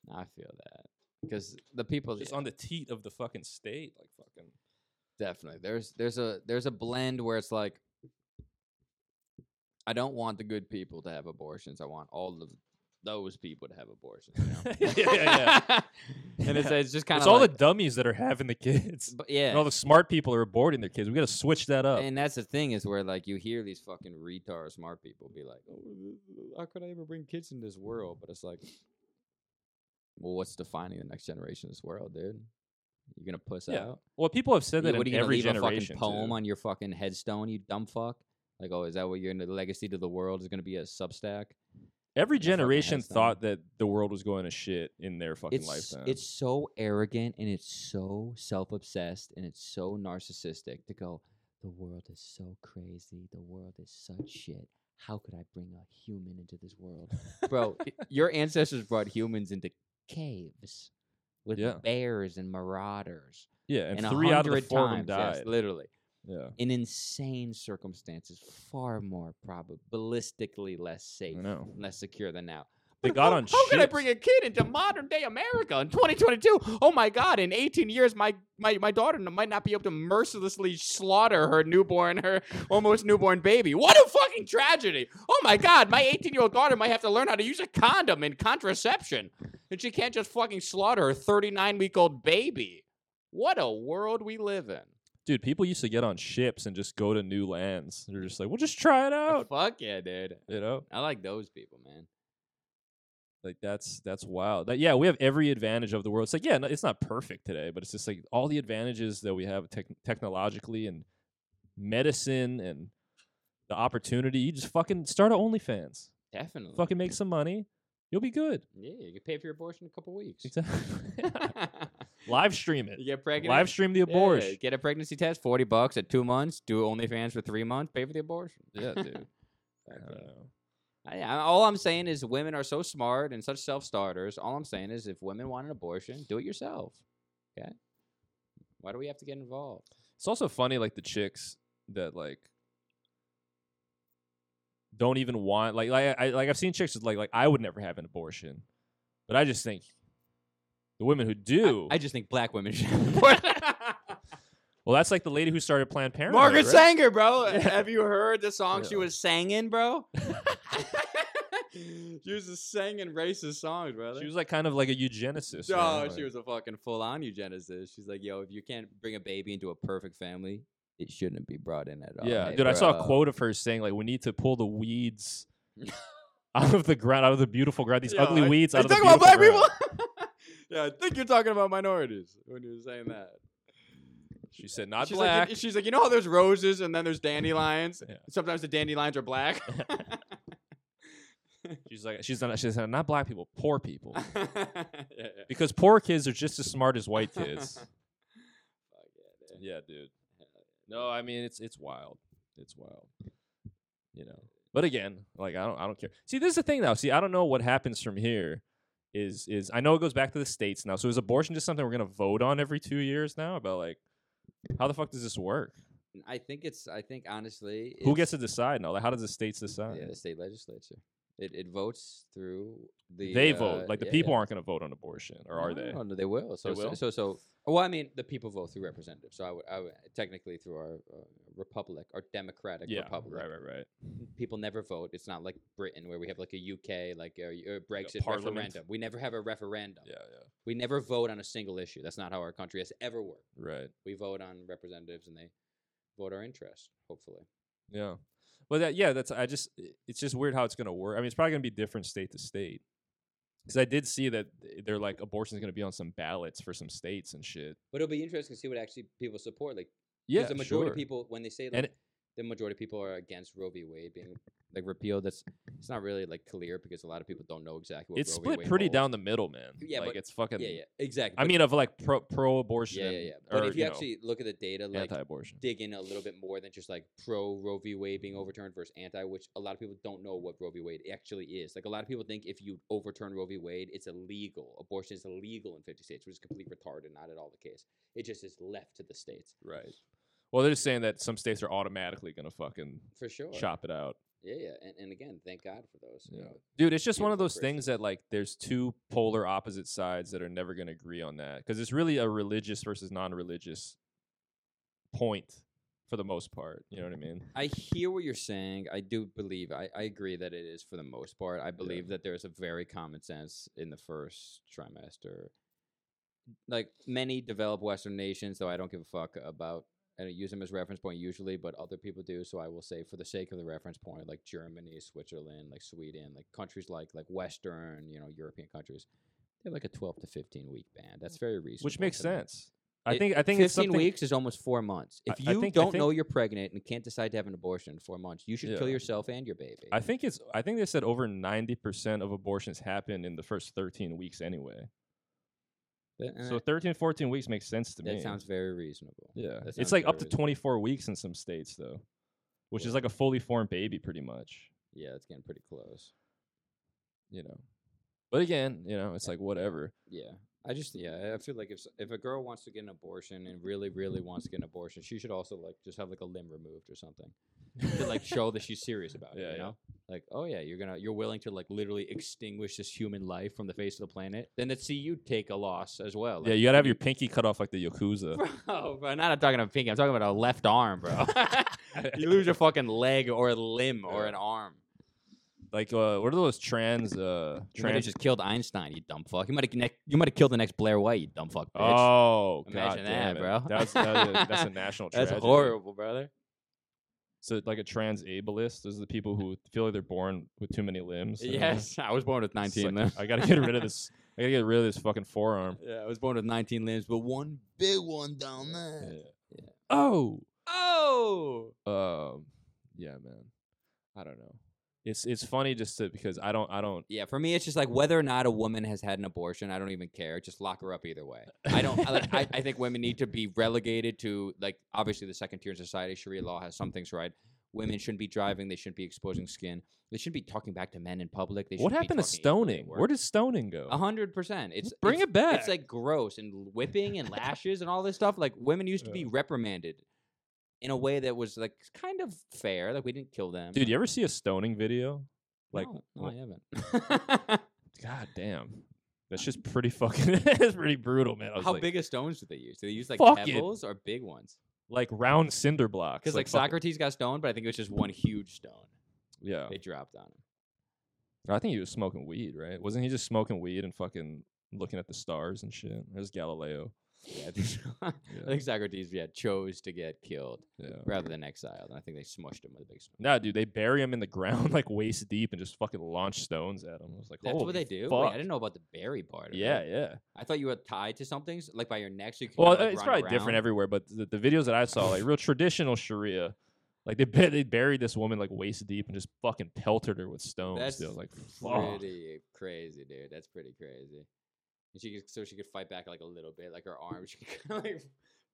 [SPEAKER 1] I feel that because the people
[SPEAKER 2] Just
[SPEAKER 1] yeah,
[SPEAKER 2] on the teat of the fucking state, like fucking.
[SPEAKER 1] definitely there's there's a there's a blend where it's like I don't want the good people to have abortions. I want all of those people to have abortions. You know?
[SPEAKER 2] Yeah, yeah,
[SPEAKER 1] and it's it's just kind
[SPEAKER 2] It's
[SPEAKER 1] of
[SPEAKER 2] all
[SPEAKER 1] like,
[SPEAKER 2] the dummies that are having the kids,
[SPEAKER 1] but yeah.
[SPEAKER 2] and all the smart people are aborting their kids. We gotta switch that up.
[SPEAKER 1] And that's the thing is where like you hear these fucking retard smart people be like, oh, "How could I ever bring kids into this world?" But it's like, well, what's defining the next generation of this world, dude? You're gonna puss
[SPEAKER 2] Yeah.
[SPEAKER 1] out.
[SPEAKER 2] Well, people have said
[SPEAKER 1] Yeah,
[SPEAKER 2] that
[SPEAKER 1] what
[SPEAKER 2] in
[SPEAKER 1] are you
[SPEAKER 2] every
[SPEAKER 1] gonna leave
[SPEAKER 2] generation.
[SPEAKER 1] a fucking poem
[SPEAKER 2] too.
[SPEAKER 1] on your fucking headstone, you dumb fuck? Like, oh, is that what you're gonna legacy to the world is gonna be a Substack?
[SPEAKER 2] every
[SPEAKER 1] fucking
[SPEAKER 2] generation
[SPEAKER 1] headstone.
[SPEAKER 2] thought that the world was going to shit in their fucking
[SPEAKER 1] It's
[SPEAKER 2] lifetime.
[SPEAKER 1] it's so arrogant and it's so self obsessed and it's so narcissistic to go. The world is so crazy. The world is such shit. How could I bring a human into this world, bro? y- your ancestors brought humans into caves with
[SPEAKER 2] Yeah.
[SPEAKER 1] bears and marauders,
[SPEAKER 2] yeah, and,
[SPEAKER 1] a
[SPEAKER 2] three out of the
[SPEAKER 1] hundred
[SPEAKER 2] four of them
[SPEAKER 1] times, yes,
[SPEAKER 2] died.
[SPEAKER 1] literally.
[SPEAKER 2] yeah,
[SPEAKER 1] in insane circumstances, far more probabilistically less safe,
[SPEAKER 2] I know.
[SPEAKER 1] less secure than now.
[SPEAKER 2] They
[SPEAKER 1] But
[SPEAKER 2] got
[SPEAKER 1] how,
[SPEAKER 2] on
[SPEAKER 1] How could I
[SPEAKER 2] ships.
[SPEAKER 1] bring a kid into modern day America in 2022? Oh my God! In 18 years, my my my daughter n- might not be able to mercilessly slaughter her newborn, her almost newborn baby. What a fucking tragedy! Oh my God! My 18 year old daughter might have to learn how to use a condom and contraception, and she can't just fucking slaughter her 39 week old baby. What a world we live in!
[SPEAKER 2] dude, people used to get on ships and just go to new lands. They're just like, we'll just try it out.
[SPEAKER 1] Fuck yeah, dude.
[SPEAKER 2] You know,
[SPEAKER 1] I like those people, man.
[SPEAKER 2] like that's that's wild. That, yeah, we have every advantage of the world. It's like yeah, no, it's not perfect today, but it's just like all the advantages that we have tech technologically and medicine and the opportunity. You just fucking start a OnlyFans,
[SPEAKER 1] Definitely.
[SPEAKER 2] fucking make some money, you'll be good.
[SPEAKER 1] Yeah, you can pay for your abortion in a couple weeks.
[SPEAKER 2] Exactly. Live stream
[SPEAKER 1] you
[SPEAKER 2] it.
[SPEAKER 1] get pregnant.
[SPEAKER 2] Live stream the
[SPEAKER 1] yeah,
[SPEAKER 2] abortion.
[SPEAKER 1] Get a pregnancy test, forty bucks at two months. Do OnlyFans for three months. Pay for the abortion.
[SPEAKER 2] Yeah, dude. I
[SPEAKER 1] Fuck
[SPEAKER 2] don't
[SPEAKER 1] yeah.
[SPEAKER 2] know.
[SPEAKER 1] I- I- all I'm saying is women are so smart and such self starters. All I'm saying is if women want an abortion, do it yourself. Okay. Why do we have to get involved?
[SPEAKER 2] It's also funny, like the chicks that like don't even want like like I like I've seen chicks that's like like I would never have an abortion, but I just think the women who do.
[SPEAKER 1] I just think black women should.
[SPEAKER 2] well, that's like the lady who started Planned Parenthood.
[SPEAKER 1] Margaret
[SPEAKER 2] right?
[SPEAKER 1] Sanger, bro. Have you heard the song she
[SPEAKER 2] Yeah.
[SPEAKER 1] was singing, bro? she was just singing racist songs, brother.
[SPEAKER 2] She was like kind of like a eugenicist.
[SPEAKER 1] No,
[SPEAKER 2] right?
[SPEAKER 1] she
[SPEAKER 2] Like-
[SPEAKER 1] was a fucking full on eugenicist. She's like, yo, if you can't bring a baby into a perfect family, it shouldn't be brought in at all.
[SPEAKER 2] Yeah,
[SPEAKER 1] Hey,
[SPEAKER 2] dude, I saw a
[SPEAKER 1] bro.
[SPEAKER 2] quote of her saying like, "We need to pull the weeds out of the ground, out of the beautiful ground, these
[SPEAKER 1] Yo,
[SPEAKER 2] ugly
[SPEAKER 1] are-
[SPEAKER 2] weeds
[SPEAKER 1] are
[SPEAKER 2] out
[SPEAKER 1] you
[SPEAKER 2] of the
[SPEAKER 1] talking about
[SPEAKER 2] beautiful
[SPEAKER 1] black
[SPEAKER 2] ground."
[SPEAKER 1] people? yeah, I think you're talking about minorities when you were saying that.
[SPEAKER 2] She said, "Not
[SPEAKER 1] she's
[SPEAKER 2] black."
[SPEAKER 1] Like, you- she's like, you know how there's roses and then there's dandelions.
[SPEAKER 2] Yeah.
[SPEAKER 1] Sometimes the dandelions are black.
[SPEAKER 2] she's like, "She's not. She's not black people. Poor people."
[SPEAKER 1] yeah, yeah.
[SPEAKER 2] Because poor kids are just as smart as white kids.
[SPEAKER 1] Fuck yeah,
[SPEAKER 2] yeah,
[SPEAKER 1] dude.
[SPEAKER 2] dude. No, I mean it's it's wild. It's wild. You know. But again, like I don't I don't care. See, this is the thing now. See, I don't know what happens from here. Is is I know it goes back to the states now. So is abortion just something we're gonna vote on every two years now about like how the fuck does this work?
[SPEAKER 1] I think it's. I think honestly,
[SPEAKER 2] Who
[SPEAKER 1] it's-
[SPEAKER 2] gets to decide now? Like how does the states decide?
[SPEAKER 1] Yeah, the state legislature. It it votes through the.
[SPEAKER 2] they
[SPEAKER 1] uh,
[SPEAKER 2] vote. Like the
[SPEAKER 1] yeah,
[SPEAKER 2] people
[SPEAKER 1] yeah.
[SPEAKER 2] aren't gonna vote on abortion, or are they?
[SPEAKER 1] No, no, they will. So, so-
[SPEAKER 2] will?
[SPEAKER 1] so so. Well, I mean, the people vote through representatives. So I would, I would technically through our uh, republic, our democratic
[SPEAKER 2] Yeah,
[SPEAKER 1] republic.
[SPEAKER 2] right, right, right.
[SPEAKER 1] people never vote. It's not like Britain where we have like a UK like a, a Brexit
[SPEAKER 2] parliament.
[SPEAKER 1] referendum. We never have a referendum.
[SPEAKER 2] Yeah,
[SPEAKER 1] We never vote on a single issue. That's not how our country has ever worked.
[SPEAKER 2] yeah, right.
[SPEAKER 1] We vote on representatives and they vote our interests. Hopefully,
[SPEAKER 2] Yeah. Well, that yeah, that's I just i- it's just weird how it's gonna work. I mean, it's probably gonna be different state to state. Because I did see that th- they're like abortion's gonna be on some ballots for some states and shit.
[SPEAKER 1] but it'll be interesting to see what actually people support. Like, 'cause
[SPEAKER 2] Yeah,
[SPEAKER 1] the majority
[SPEAKER 2] sure.
[SPEAKER 1] of people when they say
[SPEAKER 2] And
[SPEAKER 1] like the majority of people are against Roe v. Wade being like repealed. That's it's not really like clear because a lot of people don't know exactly what
[SPEAKER 2] it's
[SPEAKER 1] Roe v.
[SPEAKER 2] split
[SPEAKER 1] Wade
[SPEAKER 2] pretty
[SPEAKER 1] holds.
[SPEAKER 2] down the middle, man.
[SPEAKER 1] Yeah,
[SPEAKER 2] like
[SPEAKER 1] but-
[SPEAKER 2] it's fucking.
[SPEAKER 1] Yeah, yeah, exactly.
[SPEAKER 2] I
[SPEAKER 1] But-
[SPEAKER 2] mean, of like pro pro abortion.
[SPEAKER 1] yeah, yeah, yeah. But
[SPEAKER 2] or,
[SPEAKER 1] if you,
[SPEAKER 2] know,
[SPEAKER 1] actually look at the data, like
[SPEAKER 2] anti-abortion.
[SPEAKER 1] dig in a little bit more than just like pro Roe v. Wade being overturned versus anti, which a lot of people don't know what Roe v. Wade actually is. Like a lot of people think if you overturn Roe v. Wade, it's illegal. Abortion is illegal in 50 states, which is complete retarded, not at all the case. It just is left to the states.
[SPEAKER 2] right. Well, they're just saying that some states are automatically gonna fucking
[SPEAKER 1] For sure.
[SPEAKER 2] chop it out.
[SPEAKER 1] Yeah, yeah. And, and again, thank God for those. you
[SPEAKER 2] Yeah.
[SPEAKER 1] know.
[SPEAKER 2] Dude, it's just one of
[SPEAKER 1] beautiful
[SPEAKER 2] those things that like there's two polar opposite sides that are never going to agree on that because it's really a religious versus non-religious point for the most part. You know what I mean?
[SPEAKER 1] I hear what you're saying. I do believe, I, I agree that it is for the most part. I believe that there's a very common sense in the first trimester. Like many developed Western nations, though I don't give a fuck about, I don't use them as reference point usually, but other people do. So I will say, for the sake of the reference point, like Germany, Switzerland, like Sweden, like countries like like Western, you know, European countries, they have like a 12 to 15 week ban. That's very reasonable.
[SPEAKER 2] Which makes
[SPEAKER 1] to me.
[SPEAKER 2] sense. I
[SPEAKER 1] It-
[SPEAKER 2] think I think it's
[SPEAKER 1] 15
[SPEAKER 2] something.
[SPEAKER 1] weeks is almost four months. If
[SPEAKER 2] I- I
[SPEAKER 1] you
[SPEAKER 2] think- I
[SPEAKER 1] don't know
[SPEAKER 2] think-
[SPEAKER 1] you're pregnant and can't decide to have an abortion in four months, you should kill
[SPEAKER 2] Yeah.
[SPEAKER 1] yourself and your baby.
[SPEAKER 2] I think it's I think they said over 90% of abortions happen in the first 13 weeks anyway.
[SPEAKER 1] That- eh,
[SPEAKER 2] So 13 14 weeks makes sense to
[SPEAKER 1] that
[SPEAKER 2] me.
[SPEAKER 1] sounds very reasonable.
[SPEAKER 2] Yeah.
[SPEAKER 1] that
[SPEAKER 2] It's
[SPEAKER 1] sounds
[SPEAKER 2] like up to
[SPEAKER 1] very-
[SPEAKER 2] 24 weeks in some states though, which is
[SPEAKER 1] Yeah.
[SPEAKER 2] like a fully formed baby pretty much.
[SPEAKER 1] Yeah, it's getting pretty close.
[SPEAKER 2] you know. But again, you know, it's like whatever.
[SPEAKER 1] Yeah. I just yeah, I feel like if s- if a girl wants to get an abortion and really really wants to get an abortion, she should also like just have like a limb removed or something to like show that she's serious about it.
[SPEAKER 2] Yeah,
[SPEAKER 1] You
[SPEAKER 2] yeah.
[SPEAKER 1] know, like oh yeah, you're gonna you're willing to like literally extinguish this human life from the face of the planet. Then let's see you take a loss as well.
[SPEAKER 2] yeah,
[SPEAKER 1] like,
[SPEAKER 2] you gotta have your pinky cut off like the yakuza.
[SPEAKER 1] Bro, bro, not I'm talking about pinky. I'm talking about a left arm, bro. you lose your fucking leg or a limb or an arm.
[SPEAKER 2] like, uh, what are those trans? Uh,
[SPEAKER 1] You might have
[SPEAKER 2] trans.
[SPEAKER 1] just killed Einstein, you dumb fuck. You might have ne- you might have killed the next Blair White, you dumb fuck bitch.
[SPEAKER 2] oh,
[SPEAKER 1] Imagine
[SPEAKER 2] God damn
[SPEAKER 1] that,
[SPEAKER 2] it.
[SPEAKER 1] bro.
[SPEAKER 2] That's that's a, that's a national
[SPEAKER 1] That's
[SPEAKER 2] tragedy.
[SPEAKER 1] horrible, brother.
[SPEAKER 2] So, like a trans ableist, those are the people who feel like they're born with too many limbs. you know?
[SPEAKER 1] Yes, I was born with
[SPEAKER 2] It's
[SPEAKER 1] 19
[SPEAKER 2] like,
[SPEAKER 1] limbs.
[SPEAKER 2] I gotta get rid of this. I gotta get rid of this fucking forearm.
[SPEAKER 1] Yeah, I was born with 19 limbs, but one big one down there.
[SPEAKER 2] Yeah. Oh.
[SPEAKER 1] Oh,
[SPEAKER 2] Um. Yeah, man. I don't know. It's it's funny just to because I don't I don't
[SPEAKER 1] yeah. For me, it's just like whether or not a woman has had an abortion, I don't even care. Just lock her up either way. I don't. I, like, I, I think women need to be relegated to like obviously the second tier in society. Sharia law has some things right. Women shouldn't be driving. They shouldn't be exposing skin. They shouldn't be talking back to men in public. They
[SPEAKER 2] What
[SPEAKER 1] shouldn't be
[SPEAKER 2] happened to
[SPEAKER 1] talking equally at
[SPEAKER 2] stoning?
[SPEAKER 1] work.
[SPEAKER 2] Where did stoning go?
[SPEAKER 1] A hundred percent. It's
[SPEAKER 2] bring
[SPEAKER 1] it's-
[SPEAKER 2] it back.
[SPEAKER 1] It's like gross and whipping and lashes and all this stuff. Like women used to
[SPEAKER 2] Yeah.
[SPEAKER 1] be reprimanded in a way that was like kind of fair. Like we didn't kill them.
[SPEAKER 2] Dude, you ever see a stoning video? Like,
[SPEAKER 1] no, no,
[SPEAKER 2] what-
[SPEAKER 1] I haven't.
[SPEAKER 2] god damn, that's just pretty fucking. that's pretty brutal, man. I was
[SPEAKER 1] How
[SPEAKER 2] like,
[SPEAKER 1] big of stones do they use? Do they use like
[SPEAKER 2] Fucking-
[SPEAKER 1] pebbles or big ones?
[SPEAKER 2] Like round cinder blocks.
[SPEAKER 1] Because like,
[SPEAKER 2] fucking-
[SPEAKER 1] Socrates got stoned, but I think it was just one huge stone
[SPEAKER 2] Yeah,
[SPEAKER 1] they dropped on him.
[SPEAKER 2] I think he was smoking weed, right? Wasn't he just smoking weed and fucking looking at the stars and shit? There's Galileo.
[SPEAKER 1] Yeah, I think, so. I
[SPEAKER 2] Yeah.
[SPEAKER 1] think Socrates yeah chose to get killed
[SPEAKER 2] Yeah.
[SPEAKER 1] rather than exiled, and I think they smushed him with a big stone.
[SPEAKER 2] Nah, dude, they bury him in the ground like waist deep and just fucking launch stones at him. I was like,
[SPEAKER 1] That's
[SPEAKER 2] holy
[SPEAKER 1] what they do. Wait, I
[SPEAKER 2] fuck.
[SPEAKER 1] didn't know about the berry part. of it.
[SPEAKER 2] Yeah, yeah.
[SPEAKER 1] I thought you were tied to something, s- like by your neck. So you could
[SPEAKER 2] Well,
[SPEAKER 1] kinda, like,
[SPEAKER 2] it's
[SPEAKER 1] run
[SPEAKER 2] probably
[SPEAKER 1] around.
[SPEAKER 2] different everywhere, but the, the videos that I saw, like real traditional Sharia, like they bu- they buried this woman like waist deep and just fucking pelted her with stones.
[SPEAKER 1] That's
[SPEAKER 2] dude. I was like, fuck.
[SPEAKER 1] pretty crazy, dude. That's pretty crazy. And she could, so she could fight back like a little bit, like her arm. She could kind of like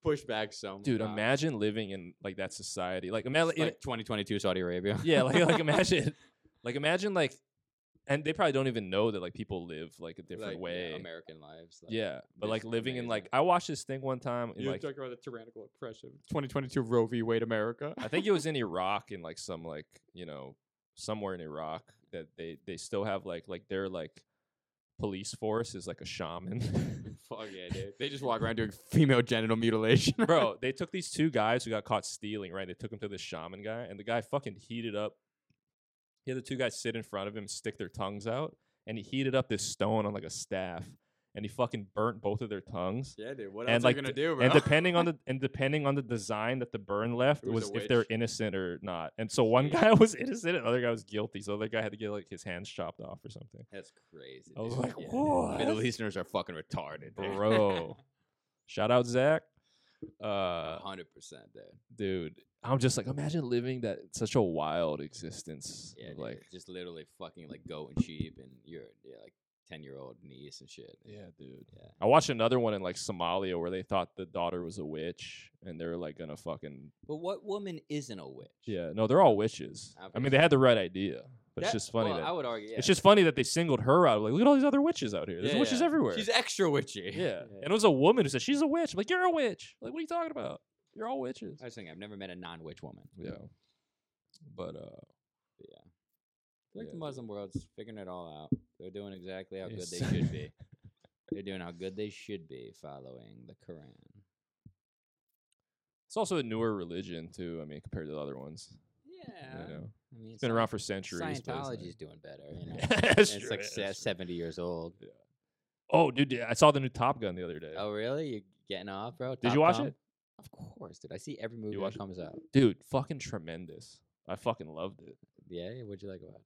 [SPEAKER 1] push back some.
[SPEAKER 2] Dude,
[SPEAKER 1] wow.
[SPEAKER 2] imagine living in like that society. Like imagine,
[SPEAKER 1] It's like 2022 Saudi Arabia.
[SPEAKER 2] yeah, like like imagine, like imagine like, and they probably don't even know that like people live like a different
[SPEAKER 1] Like, yeah,
[SPEAKER 2] way. Yeah,
[SPEAKER 1] American lives. like,
[SPEAKER 2] but
[SPEAKER 1] this
[SPEAKER 2] like
[SPEAKER 1] is
[SPEAKER 2] living in
[SPEAKER 1] amazing.
[SPEAKER 2] like I watched this thing one time. In,
[SPEAKER 1] You
[SPEAKER 2] like,
[SPEAKER 1] talking about the tyrannical oppression. 2022 Roe v. Wade America.
[SPEAKER 2] I think it was in Iraq in like some like you know somewhere in Iraq that they they still have like like their like police force is like a shaman.
[SPEAKER 1] Fuck yeah, dude. They just walk around doing female genital mutilation.
[SPEAKER 2] Bro, they took these two guys who got caught stealing, right? They took them to this shaman guy, and the guy fucking heated up. He had the two guys sit in front of him, stick their tongues out, and he heated up this stone on like a staff, and he fucking burnt both of their tongues.
[SPEAKER 1] yeah, dude. What
[SPEAKER 2] And,
[SPEAKER 1] else are you
[SPEAKER 2] like,
[SPEAKER 1] gonna
[SPEAKER 2] the-
[SPEAKER 1] do, bro?
[SPEAKER 2] and depending on the and depending on the design that the burn left
[SPEAKER 1] It
[SPEAKER 2] it
[SPEAKER 1] was
[SPEAKER 2] was,
[SPEAKER 1] a
[SPEAKER 2] if they're
[SPEAKER 1] witch.
[SPEAKER 2] innocent or not and so one guy was innocent and the other guy was guilty so the other guy had to get like his hands chopped off or something
[SPEAKER 1] That's crazy.
[SPEAKER 2] I was
[SPEAKER 1] dude.
[SPEAKER 2] like,
[SPEAKER 1] dude.
[SPEAKER 2] "What?"
[SPEAKER 1] Middle Easterners are fucking retarded, dude.
[SPEAKER 2] Bro. Uh, shout out zach uh
[SPEAKER 1] hundred percent, dude.
[SPEAKER 2] dude i'm just like imagine living that such a wild existence
[SPEAKER 1] Yeah,
[SPEAKER 2] of,
[SPEAKER 1] dude,
[SPEAKER 2] like
[SPEAKER 1] just literally fucking like goat and sheep and your yeah, like ten year old niece and shit.
[SPEAKER 2] yeah dude
[SPEAKER 1] Yeah.
[SPEAKER 2] i watched another one in like somalia where they thought the daughter was a witch and they're like gonna fucking
[SPEAKER 1] But what woman isn't a witch?
[SPEAKER 2] yeah no they're all witches i mean they had the right idea but it's
[SPEAKER 1] That-
[SPEAKER 2] just funny
[SPEAKER 1] Ah, well,
[SPEAKER 2] that
[SPEAKER 1] I would argue. Yeah.
[SPEAKER 2] It's just funny that they singled her out. Like, look at all these other witches out here. There's
[SPEAKER 1] Yeah,
[SPEAKER 2] witches
[SPEAKER 1] yeah.
[SPEAKER 2] everywhere.
[SPEAKER 1] she's extra witchy.
[SPEAKER 2] yeah. And it was a woman who said, She's a witch. I'm like, you're a witch. Like, what are you talking about? You're all witches.
[SPEAKER 1] I was thinking I've never met a non witch woman.
[SPEAKER 2] Yeah. But uh
[SPEAKER 1] I feel like
[SPEAKER 2] Yeah,
[SPEAKER 1] the
[SPEAKER 2] dude.
[SPEAKER 1] Muslim world's figuring it all out. They're doing exactly how
[SPEAKER 2] Yes.
[SPEAKER 1] good they should be. They're doing how good they should be following the Quran.
[SPEAKER 2] it's also a newer religion too, I mean, compared to the other ones.
[SPEAKER 1] Yeah.
[SPEAKER 2] You know.
[SPEAKER 1] I mean,
[SPEAKER 2] It's been around for centuries. but it's like-
[SPEAKER 1] Scientology's doing better. You know?
[SPEAKER 2] Yeah, that's
[SPEAKER 1] it's
[SPEAKER 2] true,
[SPEAKER 1] like
[SPEAKER 2] that's
[SPEAKER 1] se-
[SPEAKER 2] true.
[SPEAKER 1] 70 years old.
[SPEAKER 2] Oh, dude, yeah, I saw the new Top Gun the other day.
[SPEAKER 1] Oh, really? You're getting off, bro?
[SPEAKER 2] Did you
[SPEAKER 1] Top
[SPEAKER 2] watch
[SPEAKER 1] Gun?
[SPEAKER 2] it?
[SPEAKER 1] Of course, dude. I see every movie
[SPEAKER 2] watch
[SPEAKER 1] that
[SPEAKER 2] it?
[SPEAKER 1] comes out.
[SPEAKER 2] Dude, fucking tremendous. I fucking loved it.
[SPEAKER 1] Yeah, yeah, what'd you like about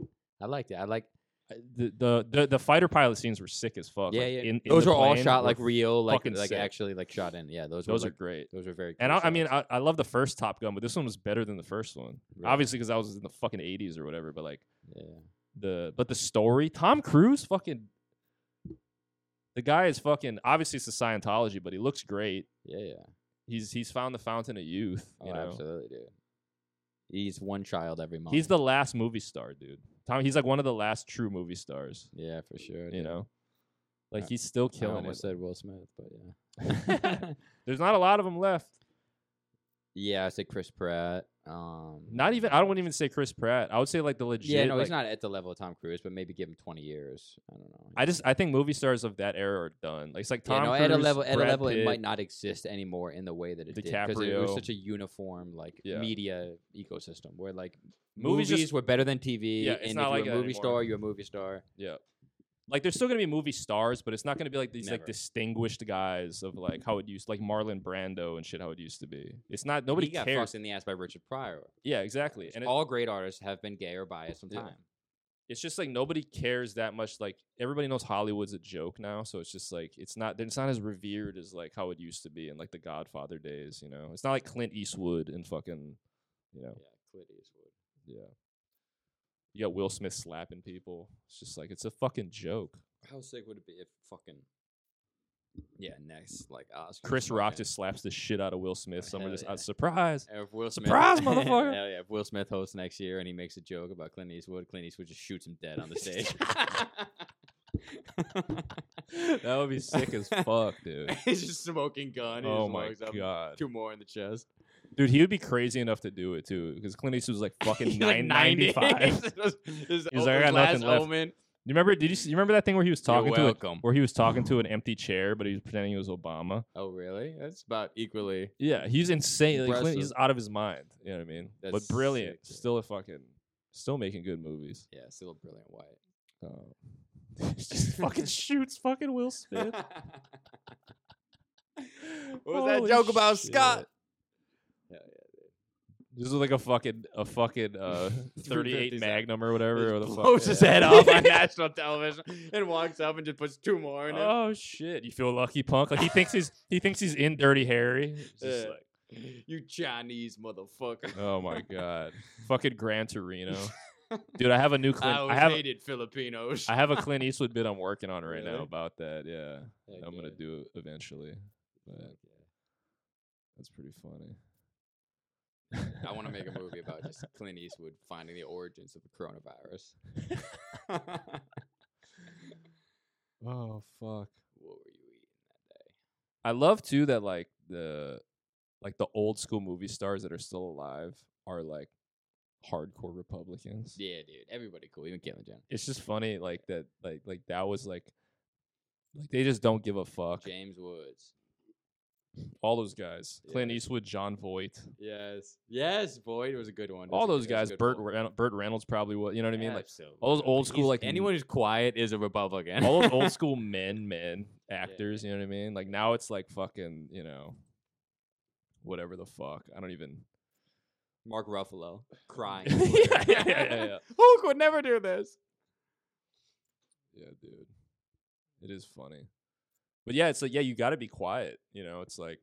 [SPEAKER 1] it? I liked it. I like.
[SPEAKER 2] I- The the the, the fighter pilot scenes were sick as fuck.
[SPEAKER 1] yeah,
[SPEAKER 2] Like,
[SPEAKER 1] yeah.
[SPEAKER 2] in- in
[SPEAKER 1] those
[SPEAKER 2] the
[SPEAKER 1] are all
[SPEAKER 2] plane
[SPEAKER 1] shot
[SPEAKER 2] were
[SPEAKER 1] like real, like
[SPEAKER 2] fucking
[SPEAKER 1] like
[SPEAKER 2] sick.
[SPEAKER 1] actually like shot in. Yeah, those,
[SPEAKER 2] Those
[SPEAKER 1] were
[SPEAKER 2] are
[SPEAKER 1] like,
[SPEAKER 2] great.
[SPEAKER 1] those were very.
[SPEAKER 2] And
[SPEAKER 1] cool
[SPEAKER 2] I, I mean,
[SPEAKER 1] shots.
[SPEAKER 2] I, I love the first Top Gun, but this one was better than the first one.
[SPEAKER 1] Really?
[SPEAKER 2] Obviously, because I was in the fucking eighties or whatever. But like
[SPEAKER 1] yeah.
[SPEAKER 2] the but the story, Tom Cruise, fucking the guy is fucking. Obviously, it's a Scientology, but he looks great.
[SPEAKER 1] Yeah, yeah.
[SPEAKER 2] He's he's found the fountain of youth.
[SPEAKER 1] Oh,
[SPEAKER 2] You know,
[SPEAKER 1] absolutely, dude. He's one child every month.
[SPEAKER 2] he's the last movie star, dude. Tom, he's like one of the last true movie stars.
[SPEAKER 1] yeah, for sure.
[SPEAKER 2] You
[SPEAKER 1] dude.
[SPEAKER 2] know,
[SPEAKER 1] I-
[SPEAKER 2] like he's still
[SPEAKER 1] I
[SPEAKER 2] killing
[SPEAKER 1] almost
[SPEAKER 2] it.
[SPEAKER 1] said Will Smith, but yeah.
[SPEAKER 2] There's not a lot of them left.
[SPEAKER 1] yeah, I said Chris Pratt. Um,
[SPEAKER 2] Not even. I wouldn't even say Chris Pratt. I would say like the legit.
[SPEAKER 1] Yeah, no,
[SPEAKER 2] like,
[SPEAKER 1] he's not at the level of Tom Cruise, but maybe give him twenty years. I don't know.
[SPEAKER 2] I just I think movie stars of that era are done. Like it's like
[SPEAKER 1] Yeah,
[SPEAKER 2] Tom
[SPEAKER 1] no,
[SPEAKER 2] Cruise,
[SPEAKER 1] at a level, at
[SPEAKER 2] Brad
[SPEAKER 1] a level,
[SPEAKER 2] Pitt.
[SPEAKER 1] it might not exist anymore in the way that it did because it was
[SPEAKER 2] DiCaprio.
[SPEAKER 1] such a uniform like
[SPEAKER 2] Yeah.
[SPEAKER 1] media ecosystem where like movies,
[SPEAKER 2] Movies just-
[SPEAKER 1] were better than TV.
[SPEAKER 2] Yeah, it's
[SPEAKER 1] and
[SPEAKER 2] not
[SPEAKER 1] if
[SPEAKER 2] like
[SPEAKER 1] you're
[SPEAKER 2] that
[SPEAKER 1] a movie
[SPEAKER 2] anymore.
[SPEAKER 1] star, you're a movie star.
[SPEAKER 2] Yeah. Like there's still gonna be movie stars, but it's not gonna be like these
[SPEAKER 1] Never.
[SPEAKER 2] like distinguished guys of like how it used like Marlon Brando and shit how it used to be. It's not nobody
[SPEAKER 1] he got
[SPEAKER 2] cares.
[SPEAKER 1] fucked in the ass by Richard Pryor.
[SPEAKER 2] Yeah, exactly. And it,
[SPEAKER 1] all great artists have been gay or biased
[SPEAKER 2] Yeah.
[SPEAKER 1] sometime.
[SPEAKER 2] it's just like nobody cares that much. Like everybody knows Hollywood's a joke now, so it's just like it's not it's not as revered as like how it used to be in like the Godfather days. You know, it's not like Clint Eastwood and fucking you know
[SPEAKER 1] Yeah, Clint Eastwood.
[SPEAKER 2] yeah. You got Will Smith slapping people. It's just like it's a fucking joke.
[SPEAKER 1] How sick would it be if fucking yeah, next like Oscar
[SPEAKER 2] Chris Rock
[SPEAKER 1] fucking-
[SPEAKER 2] just slaps the shit out of Will Smith. Someone
[SPEAKER 1] hell
[SPEAKER 2] just
[SPEAKER 1] yeah.
[SPEAKER 2] out surprise.
[SPEAKER 1] Or If Will Smith,
[SPEAKER 2] Surprise, motherfucker.
[SPEAKER 1] Hell yeah! If Will Smith hosts next year and he makes a joke about Clint Eastwood, Clint Eastwood just shoots him dead on the stage.
[SPEAKER 2] that would be sick as fuck, dude.
[SPEAKER 1] He's just smoking gun. he
[SPEAKER 2] oh
[SPEAKER 1] just
[SPEAKER 2] my
[SPEAKER 1] logs up,
[SPEAKER 2] god.
[SPEAKER 1] Two more in the chest.
[SPEAKER 2] Dude, he would be crazy enough to do it too, because Clint Eastwood was like fucking
[SPEAKER 1] He's like
[SPEAKER 2] nine ninety five.
[SPEAKER 1] It was- it was
[SPEAKER 2] He's
[SPEAKER 1] o-
[SPEAKER 2] like, "I
[SPEAKER 1] his
[SPEAKER 2] got
[SPEAKER 1] last
[SPEAKER 2] nothing left."
[SPEAKER 1] "Oh, Omen.
[SPEAKER 2] You remember? Did you, see- you remember that thing where he was talking to a,
[SPEAKER 1] welcome.
[SPEAKER 2] where he was talking to an empty chair, but he was pretending he was Obama?
[SPEAKER 1] Oh, really? That's about equally.
[SPEAKER 2] Yeah, he's insane. Like, Clint, he's
[SPEAKER 1] Impressive.
[SPEAKER 2] out of his mind. You know what I mean?
[SPEAKER 1] That's
[SPEAKER 2] but brilliant.
[SPEAKER 1] sick, dude.
[SPEAKER 2] Still a fucking, still making good movies.
[SPEAKER 1] Yeah, still a brilliant white.
[SPEAKER 2] Uh, just fucking shoots fucking Will Smith.
[SPEAKER 1] what was that
[SPEAKER 2] Holy
[SPEAKER 1] joke about
[SPEAKER 2] shit.
[SPEAKER 1] Scott?
[SPEAKER 2] This is like a fucking a fucking uh, thirty eight
[SPEAKER 1] 350s
[SPEAKER 2] Magnum or whatever. or the
[SPEAKER 1] Just
[SPEAKER 2] fuck-
[SPEAKER 1] blows his
[SPEAKER 2] yeah.
[SPEAKER 1] head off on national television and walks up and just puts two more in it.
[SPEAKER 2] Oh shit! You feel lucky, punk? Like he thinks he's he thinks he's in Dirty Harry. It's just
[SPEAKER 1] Yeah.
[SPEAKER 2] like,
[SPEAKER 1] You Chinese motherfucker.
[SPEAKER 2] oh my god, fucking Gran Torino, dude! I have a new Clint.
[SPEAKER 1] I
[SPEAKER 2] I,
[SPEAKER 1] always
[SPEAKER 2] have
[SPEAKER 1] hated Filipinos.
[SPEAKER 2] I have a Clint Eastwood bit I'm working on right now
[SPEAKER 1] Really?
[SPEAKER 2] about that. Yeah,
[SPEAKER 1] Heck
[SPEAKER 2] I'm gonna
[SPEAKER 1] yeah.
[SPEAKER 2] do it eventually. But
[SPEAKER 1] Heck yeah.
[SPEAKER 2] that's pretty funny.
[SPEAKER 1] I want to make a movie about just Clint Eastwood finding the origins of the coronavirus.
[SPEAKER 2] Oh fuck!
[SPEAKER 1] what were you eating?
[SPEAKER 2] I love too that like the like the old school movie stars that are still alive are like hardcore Republicans.
[SPEAKER 1] Yeah, dude. Everybody cool, even Caitlyn Jenner.
[SPEAKER 2] It's just funny like that like like that was like like they just don't give a fuck.
[SPEAKER 1] James Woods.
[SPEAKER 2] All those guys. Clint
[SPEAKER 1] Yeah.
[SPEAKER 2] Eastwood, John Voight.
[SPEAKER 1] Yes. Yes, Boyd was a good one.
[SPEAKER 2] All
[SPEAKER 1] That's a-
[SPEAKER 2] those
[SPEAKER 1] that was
[SPEAKER 2] guys,
[SPEAKER 1] a good
[SPEAKER 2] Burt
[SPEAKER 1] one.
[SPEAKER 2] Ren- Burt Reynolds probably was, you know what I mean? Like
[SPEAKER 1] Absolutely.
[SPEAKER 2] all those old school,
[SPEAKER 1] He's-
[SPEAKER 2] like,
[SPEAKER 1] anyone who's quiet is a Republican.
[SPEAKER 2] all those old school men, men actors. You know what I mean? Like now it's like fucking, you know, whatever the fuck. I don't even.
[SPEAKER 1] Mark Ruffalo crying.
[SPEAKER 2] yeah, yeah, yeah, yeah, yeah.
[SPEAKER 1] Hulk would never do this.
[SPEAKER 2] Yeah, dude. It is funny. But yeah, it's like yeah, you got to be quiet. You know, it's like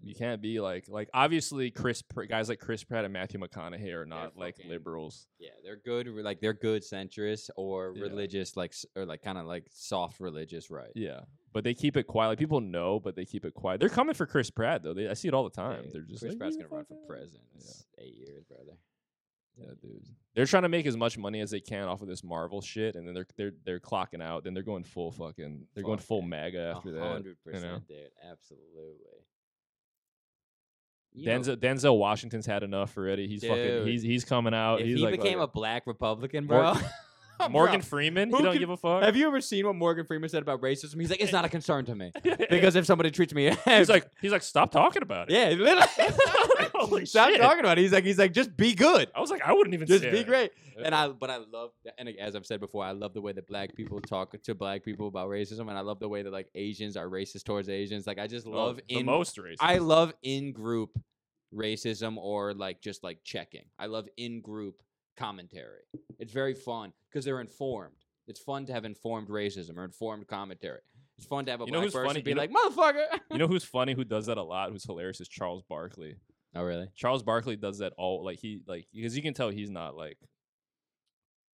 [SPEAKER 2] you can't be like like obviously Chris Pr- guys like Chris Pratt and Matthew McConaughey are not like
[SPEAKER 1] fucking-
[SPEAKER 2] liberals.
[SPEAKER 1] Yeah, they're good. re- Like they're good centrists or
[SPEAKER 2] Yeah.
[SPEAKER 1] religious, like s- or like kind of like soft religious, right?
[SPEAKER 2] Yeah. But they keep it quiet. Like people know, but they keep it quiet. They're coming for Chris Pratt though. They, I see it all the time.
[SPEAKER 1] Yeah,
[SPEAKER 2] They're just
[SPEAKER 1] Chris
[SPEAKER 2] like,
[SPEAKER 1] Pratt's
[SPEAKER 2] "You
[SPEAKER 1] gonna run for
[SPEAKER 2] fucking-"
[SPEAKER 1] president.
[SPEAKER 2] Yeah.
[SPEAKER 1] It's Eight years, brother.
[SPEAKER 2] Yeah, dude. They're trying to make as much money as they can off of this Marvel shit, and then they're they're they're clocking out. Then they're going full fucking. They're going
[SPEAKER 1] Fuck,
[SPEAKER 2] full
[SPEAKER 1] dude.
[SPEAKER 2] MAGA after that.
[SPEAKER 1] hundred percent, dude. Absolutely. You know,
[SPEAKER 2] Denzel, Denzel Washington's had enough already. He's fucking.
[SPEAKER 1] Dude.
[SPEAKER 2] He's he's coming out.
[SPEAKER 1] if
[SPEAKER 2] oh, he's
[SPEAKER 1] he
[SPEAKER 2] like
[SPEAKER 1] became a
[SPEAKER 2] "Whatever."
[SPEAKER 1] black Republican, bro.
[SPEAKER 2] Mor- Morgan Freeman. He
[SPEAKER 1] who
[SPEAKER 2] don't
[SPEAKER 1] can-
[SPEAKER 2] give a fuck.
[SPEAKER 1] Have you ever seen what Morgan Freeman said about racism? He's like, it's not a concern to me because if somebody treats me,
[SPEAKER 2] he's like he's like stop talking about it.
[SPEAKER 1] yeah,
[SPEAKER 2] Holy
[SPEAKER 1] literally. Stop
[SPEAKER 2] shit.
[SPEAKER 1] talking about it. He's like, he's like, just be good,
[SPEAKER 2] I was like I wouldn't even
[SPEAKER 1] just
[SPEAKER 2] say
[SPEAKER 1] be
[SPEAKER 2] that.
[SPEAKER 1] great.
[SPEAKER 2] Yeah.
[SPEAKER 1] And I, but I love, that, and as I've said before, I love the way that black people talk to black people about racism, and I love the way that like Asians are racist towards Asians. Like I just
[SPEAKER 2] Oh,
[SPEAKER 1] love
[SPEAKER 2] the
[SPEAKER 1] in
[SPEAKER 2] most racist.
[SPEAKER 1] I love in group racism or like just like checking. I love in group commentary. It's very fun because they're informed. It's fun to have informed racism or informed commentary. It's fun to have a
[SPEAKER 2] You know
[SPEAKER 1] black
[SPEAKER 2] who's
[SPEAKER 1] person
[SPEAKER 2] funny?
[SPEAKER 1] be
[SPEAKER 2] You know-
[SPEAKER 1] like, motherfucker.
[SPEAKER 2] you know who's funny? Who does that a lot? Who's hilarious? Is Charles Barkley.
[SPEAKER 1] Oh, really?
[SPEAKER 2] Charles Barkley does that all. Like he like because you can tell he's not like.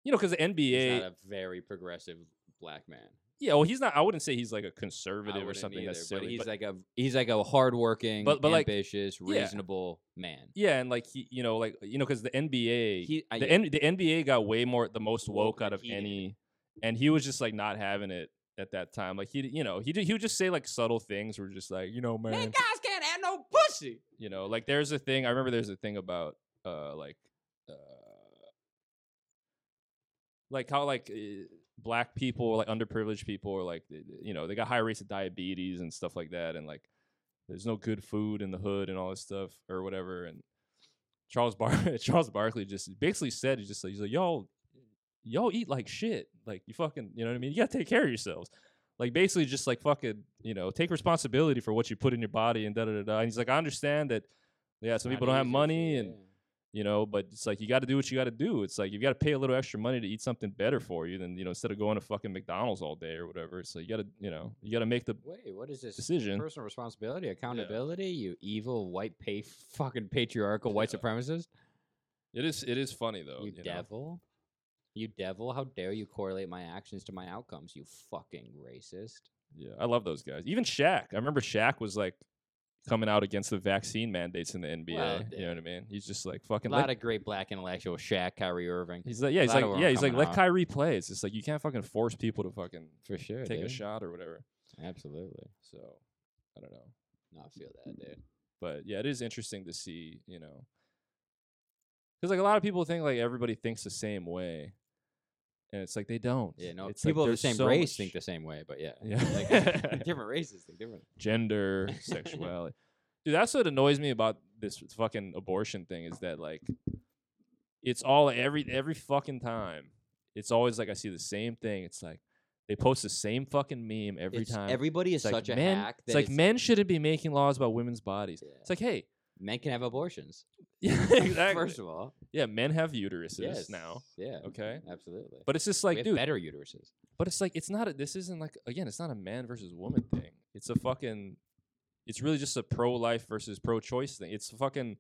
[SPEAKER 2] You know, because the NBA,
[SPEAKER 1] He's not a very progressive black man.
[SPEAKER 2] Yeah, well, he's not. I wouldn't say he's like a
[SPEAKER 1] I
[SPEAKER 2] conservative or
[SPEAKER 1] wouldn't
[SPEAKER 2] something
[SPEAKER 1] either,
[SPEAKER 2] necessarily.
[SPEAKER 1] But he's
[SPEAKER 2] but-
[SPEAKER 1] like a he's like a hardworking,
[SPEAKER 2] But- but, like-
[SPEAKER 1] ambitious,
[SPEAKER 2] yeah.
[SPEAKER 1] reasonable man.
[SPEAKER 2] yeah, and like he, you know, like you know, because the NBA,
[SPEAKER 1] He, I,
[SPEAKER 2] the N, the NBA got way more the most woke,
[SPEAKER 1] Woke
[SPEAKER 2] out
[SPEAKER 1] than
[SPEAKER 2] of
[SPEAKER 1] he did.
[SPEAKER 2] any, and he was just like not having it at that time. Like he, you know, he did, he would just say like subtle things. Were just like you know, man,
[SPEAKER 1] man, guys can't have no pussy.
[SPEAKER 2] you know, like there's a thing. I remember there's a thing about uh like, uh, like how like. Uh, Black people or like underprivileged people or like th- th- you know they got high rates of diabetes and stuff like that and like there's no good food in the hood and all this stuff or whatever. And Charles Bar Charles Barkley just basically said he's just like, he's like y'all y'all eat like shit. Like you fucking you know what I mean. You gotta take care of yourselves. Like basically just like fucking you know take responsibility for what you put in your body and da da da. da. And he's like I understand that. Yeah, some
[SPEAKER 1] Not
[SPEAKER 2] people don't have
[SPEAKER 1] easy,
[SPEAKER 2] money and
[SPEAKER 1] yeah.
[SPEAKER 2] you know, but it's like you got to do what you got to do. It's like you got to pay a little extra money to eat something better for you than you know instead of going to fucking McDonald's all day or whatever. So you got to you know you got to make the
[SPEAKER 1] Wait, what is this?
[SPEAKER 2] Decision.
[SPEAKER 1] Personal responsibility, accountability, you evil white pay fucking patriarchal white
[SPEAKER 2] Yeah.
[SPEAKER 1] supremacist.
[SPEAKER 2] it is it is funny though.
[SPEAKER 1] you,
[SPEAKER 2] know?
[SPEAKER 1] devil. You devil, how dare you correlate my actions to my outcomes, you fucking racist.
[SPEAKER 2] Yeah, I love those guys. Even Shaq. I remember Shaq was like coming out against the vaccine mandates in the NBA.
[SPEAKER 1] Well,
[SPEAKER 2] you know what I mean? He's just like fucking.
[SPEAKER 1] a lot
[SPEAKER 2] Let,
[SPEAKER 1] of great black intellectual Shaq, Kyrie Irving.
[SPEAKER 2] he's like, yeah, he's
[SPEAKER 1] lot
[SPEAKER 2] like,
[SPEAKER 1] of them
[SPEAKER 2] yeah,
[SPEAKER 1] are
[SPEAKER 2] he's like,
[SPEAKER 1] coming
[SPEAKER 2] let
[SPEAKER 1] out.
[SPEAKER 2] Kyrie play. It's just like you can't fucking force people to fucking
[SPEAKER 1] For sure.
[SPEAKER 2] take a
[SPEAKER 1] dude.
[SPEAKER 2] shot or whatever.
[SPEAKER 1] Absolutely.
[SPEAKER 2] So I don't know.
[SPEAKER 1] No, I feel that, dude.
[SPEAKER 2] But yeah, it is interesting to see, you know, because like a lot of people think like everybody thinks the same way, and it's like they don't.
[SPEAKER 1] Yeah, no,
[SPEAKER 2] It's, like,
[SPEAKER 1] people of the
[SPEAKER 2] there's
[SPEAKER 1] same
[SPEAKER 2] so
[SPEAKER 1] race
[SPEAKER 2] much-
[SPEAKER 1] think the same way, but yeah,
[SPEAKER 2] Yeah.
[SPEAKER 1] like, different races think different.
[SPEAKER 2] gender, sexuality. Dude, that's what annoys me about this fucking abortion thing is that like it's all every every fucking time. It's always like I see the same thing. It's like they post the same fucking meme every
[SPEAKER 1] It's-
[SPEAKER 2] time.
[SPEAKER 1] everybody is
[SPEAKER 2] it's like
[SPEAKER 1] such a
[SPEAKER 2] men,
[SPEAKER 1] hack. That
[SPEAKER 2] It's like men shouldn't be making laws about women's bodies.
[SPEAKER 1] Yeah.
[SPEAKER 2] It's like, hey,
[SPEAKER 1] men can have abortions.
[SPEAKER 2] yeah, exactly.
[SPEAKER 1] First of all,
[SPEAKER 2] yeah, men have uteruses
[SPEAKER 1] yes,
[SPEAKER 2] now.
[SPEAKER 1] Yeah.
[SPEAKER 2] Okay.
[SPEAKER 1] Absolutely.
[SPEAKER 2] But it's just
[SPEAKER 1] We
[SPEAKER 2] like,
[SPEAKER 1] have
[SPEAKER 2] dude,
[SPEAKER 1] better uteruses.
[SPEAKER 2] But it's like it's not. A, this isn't like again. It's not a man versus woman thing. It's a fucking. It's really just a pro life versus pro choice thing. It's fucking.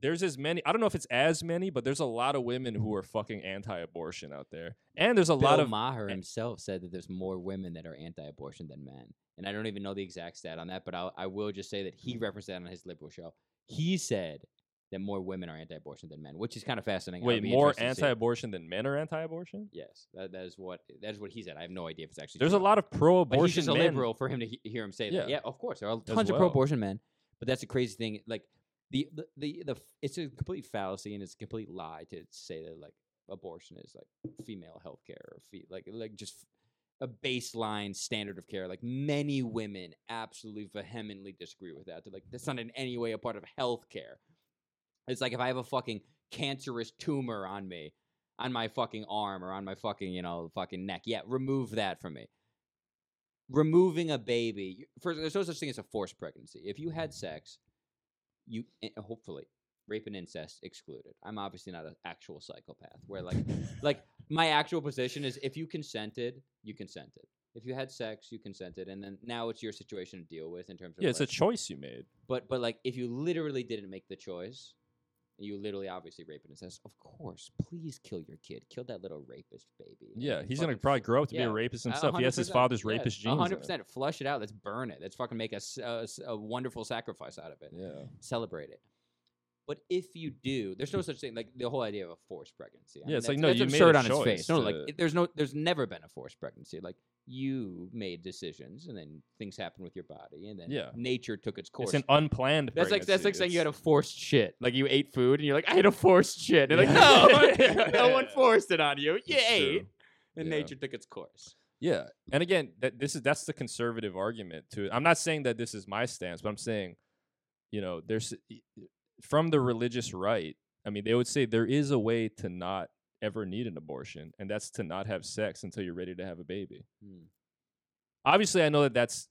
[SPEAKER 2] There's as many. I don't know if it's as many, but there's a lot of women who are fucking anti-abortion out there, and there's a lot
[SPEAKER 1] Bill
[SPEAKER 2] of
[SPEAKER 1] Maher himself said that there's more women that are anti-abortion than men, and I don't even know the exact stat on that, but I'll, I will just say that he
[SPEAKER 2] Mm-hmm.
[SPEAKER 1] referenced that on his liberal show. He said that more women are anti-abortion than men, which is kind of fascinating. I would
[SPEAKER 2] wait
[SPEAKER 1] be
[SPEAKER 2] more
[SPEAKER 1] interested to see.
[SPEAKER 2] anti-abortion than men are anti-abortion.
[SPEAKER 1] Yes, that, that is what that is what he said. I have no idea if it's actually.
[SPEAKER 2] There's
[SPEAKER 1] true.
[SPEAKER 2] a lot of
[SPEAKER 1] But he's
[SPEAKER 2] pro-abortion
[SPEAKER 1] just a
[SPEAKER 2] men.
[SPEAKER 1] liberal for him to he- hear him say
[SPEAKER 2] Yeah.
[SPEAKER 1] that. Yeah, of course, there are
[SPEAKER 2] As
[SPEAKER 1] tons of
[SPEAKER 2] well.
[SPEAKER 1] pro-abortion men, but that's a crazy thing. Like the the the, the f- it's a complete fallacy and it's a complete lie to say that like abortion is like female health care or fe- like like just a baseline standard of care. Like many women absolutely vehemently disagree with that. They're like, that's not in any way a part of health care. It's like if I have a fucking cancerous tumor on me, on my fucking arm or on my fucking, you know, fucking neck. Yeah, remove that from me. Removing a baby. you- First, there's no such thing as a forced pregnancy. If you had sex, you eh, hopefully rape and incest excluded. I'm obviously not an actual psychopath where like like my actual position is if you consented, you consented. If you had sex, you consented, and then now it's your situation to deal with in terms of
[SPEAKER 2] yeah, it's a
[SPEAKER 1] like,
[SPEAKER 2] choice you made.
[SPEAKER 1] but but like if you literally didn't make the choice, you literally obviously rape and incest. Of course, please kill your kid. Kill that little rapist baby. and
[SPEAKER 2] Yeah, he's gonna
[SPEAKER 1] fucking
[SPEAKER 2] probably grow up to be
[SPEAKER 1] yeah,
[SPEAKER 2] a rapist
[SPEAKER 1] a- a
[SPEAKER 2] himself. He has his
[SPEAKER 1] 100%,
[SPEAKER 2] father's
[SPEAKER 1] yeah,
[SPEAKER 2] rapist
[SPEAKER 1] a
[SPEAKER 2] genes.
[SPEAKER 1] hundred
[SPEAKER 2] in him.
[SPEAKER 1] percent. Flush it out. Let's burn it. Let's fucking make a, s- a s- a wonderful sacrifice out of it.
[SPEAKER 2] Yeah.
[SPEAKER 1] Celebrate it. But if you do, there's no such thing like the whole idea of a forced pregnancy. I
[SPEAKER 2] Yeah, it's like,
[SPEAKER 1] that's-
[SPEAKER 2] no,
[SPEAKER 1] that's
[SPEAKER 2] you made
[SPEAKER 1] absurd
[SPEAKER 2] a
[SPEAKER 1] on its
[SPEAKER 2] choice
[SPEAKER 1] face. No, like
[SPEAKER 2] to-
[SPEAKER 1] it- there's no, there's never been a forced pregnancy. Like you made decisions, and then things happened with your body, and then
[SPEAKER 2] Yeah.
[SPEAKER 1] nature took its course.
[SPEAKER 2] It's an unplanned.
[SPEAKER 1] That's like that's like
[SPEAKER 2] pregnancy.
[SPEAKER 1] saying
[SPEAKER 2] It's-
[SPEAKER 1] you had a forced shit. Like you ate food and you're like, I had a forced shit. And
[SPEAKER 2] Yeah.
[SPEAKER 1] like, no,
[SPEAKER 2] Yeah.
[SPEAKER 1] no one forced it on you. You
[SPEAKER 2] It's
[SPEAKER 1] ate.
[SPEAKER 2] true.
[SPEAKER 1] And
[SPEAKER 2] Yeah.
[SPEAKER 1] nature took its course.
[SPEAKER 2] Yeah, and again, that this is that's the conservative argument to it. I'm not saying that this is my stance, but I'm saying, you know, there's from the religious right. I mean, they would say there is a way to not ever need an abortion, and that's to not have sex until you're ready to have a baby.
[SPEAKER 1] Hmm.
[SPEAKER 2] Obviously, I know that that's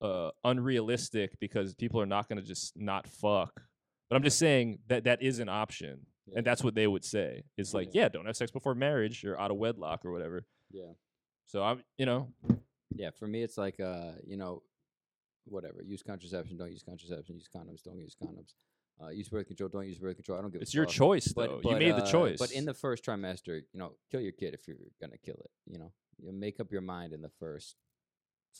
[SPEAKER 2] uh, unrealistic because people are not going to just not fuck. But I'm just saying that that is an option,
[SPEAKER 1] Yeah.
[SPEAKER 2] and that's what they would say. It's like, yeah, don't have sex before marriage. You're out of wedlock or whatever.
[SPEAKER 1] Yeah.
[SPEAKER 2] So I'm, you know,
[SPEAKER 1] Yeah. For me it's like uh, you know, whatever. Use contraception, don't use contraception, use condoms, don't use condoms. Uh, use birth control, don't use birth control. I don't give
[SPEAKER 2] It's
[SPEAKER 1] a
[SPEAKER 2] your
[SPEAKER 1] fuck.
[SPEAKER 2] choice,
[SPEAKER 1] But-
[SPEAKER 2] though. you
[SPEAKER 1] but,
[SPEAKER 2] made the
[SPEAKER 1] uh,
[SPEAKER 2] choice.
[SPEAKER 1] But in the first trimester, you know, kill your kid if you're gonna kill it. You know, you make up your mind in the first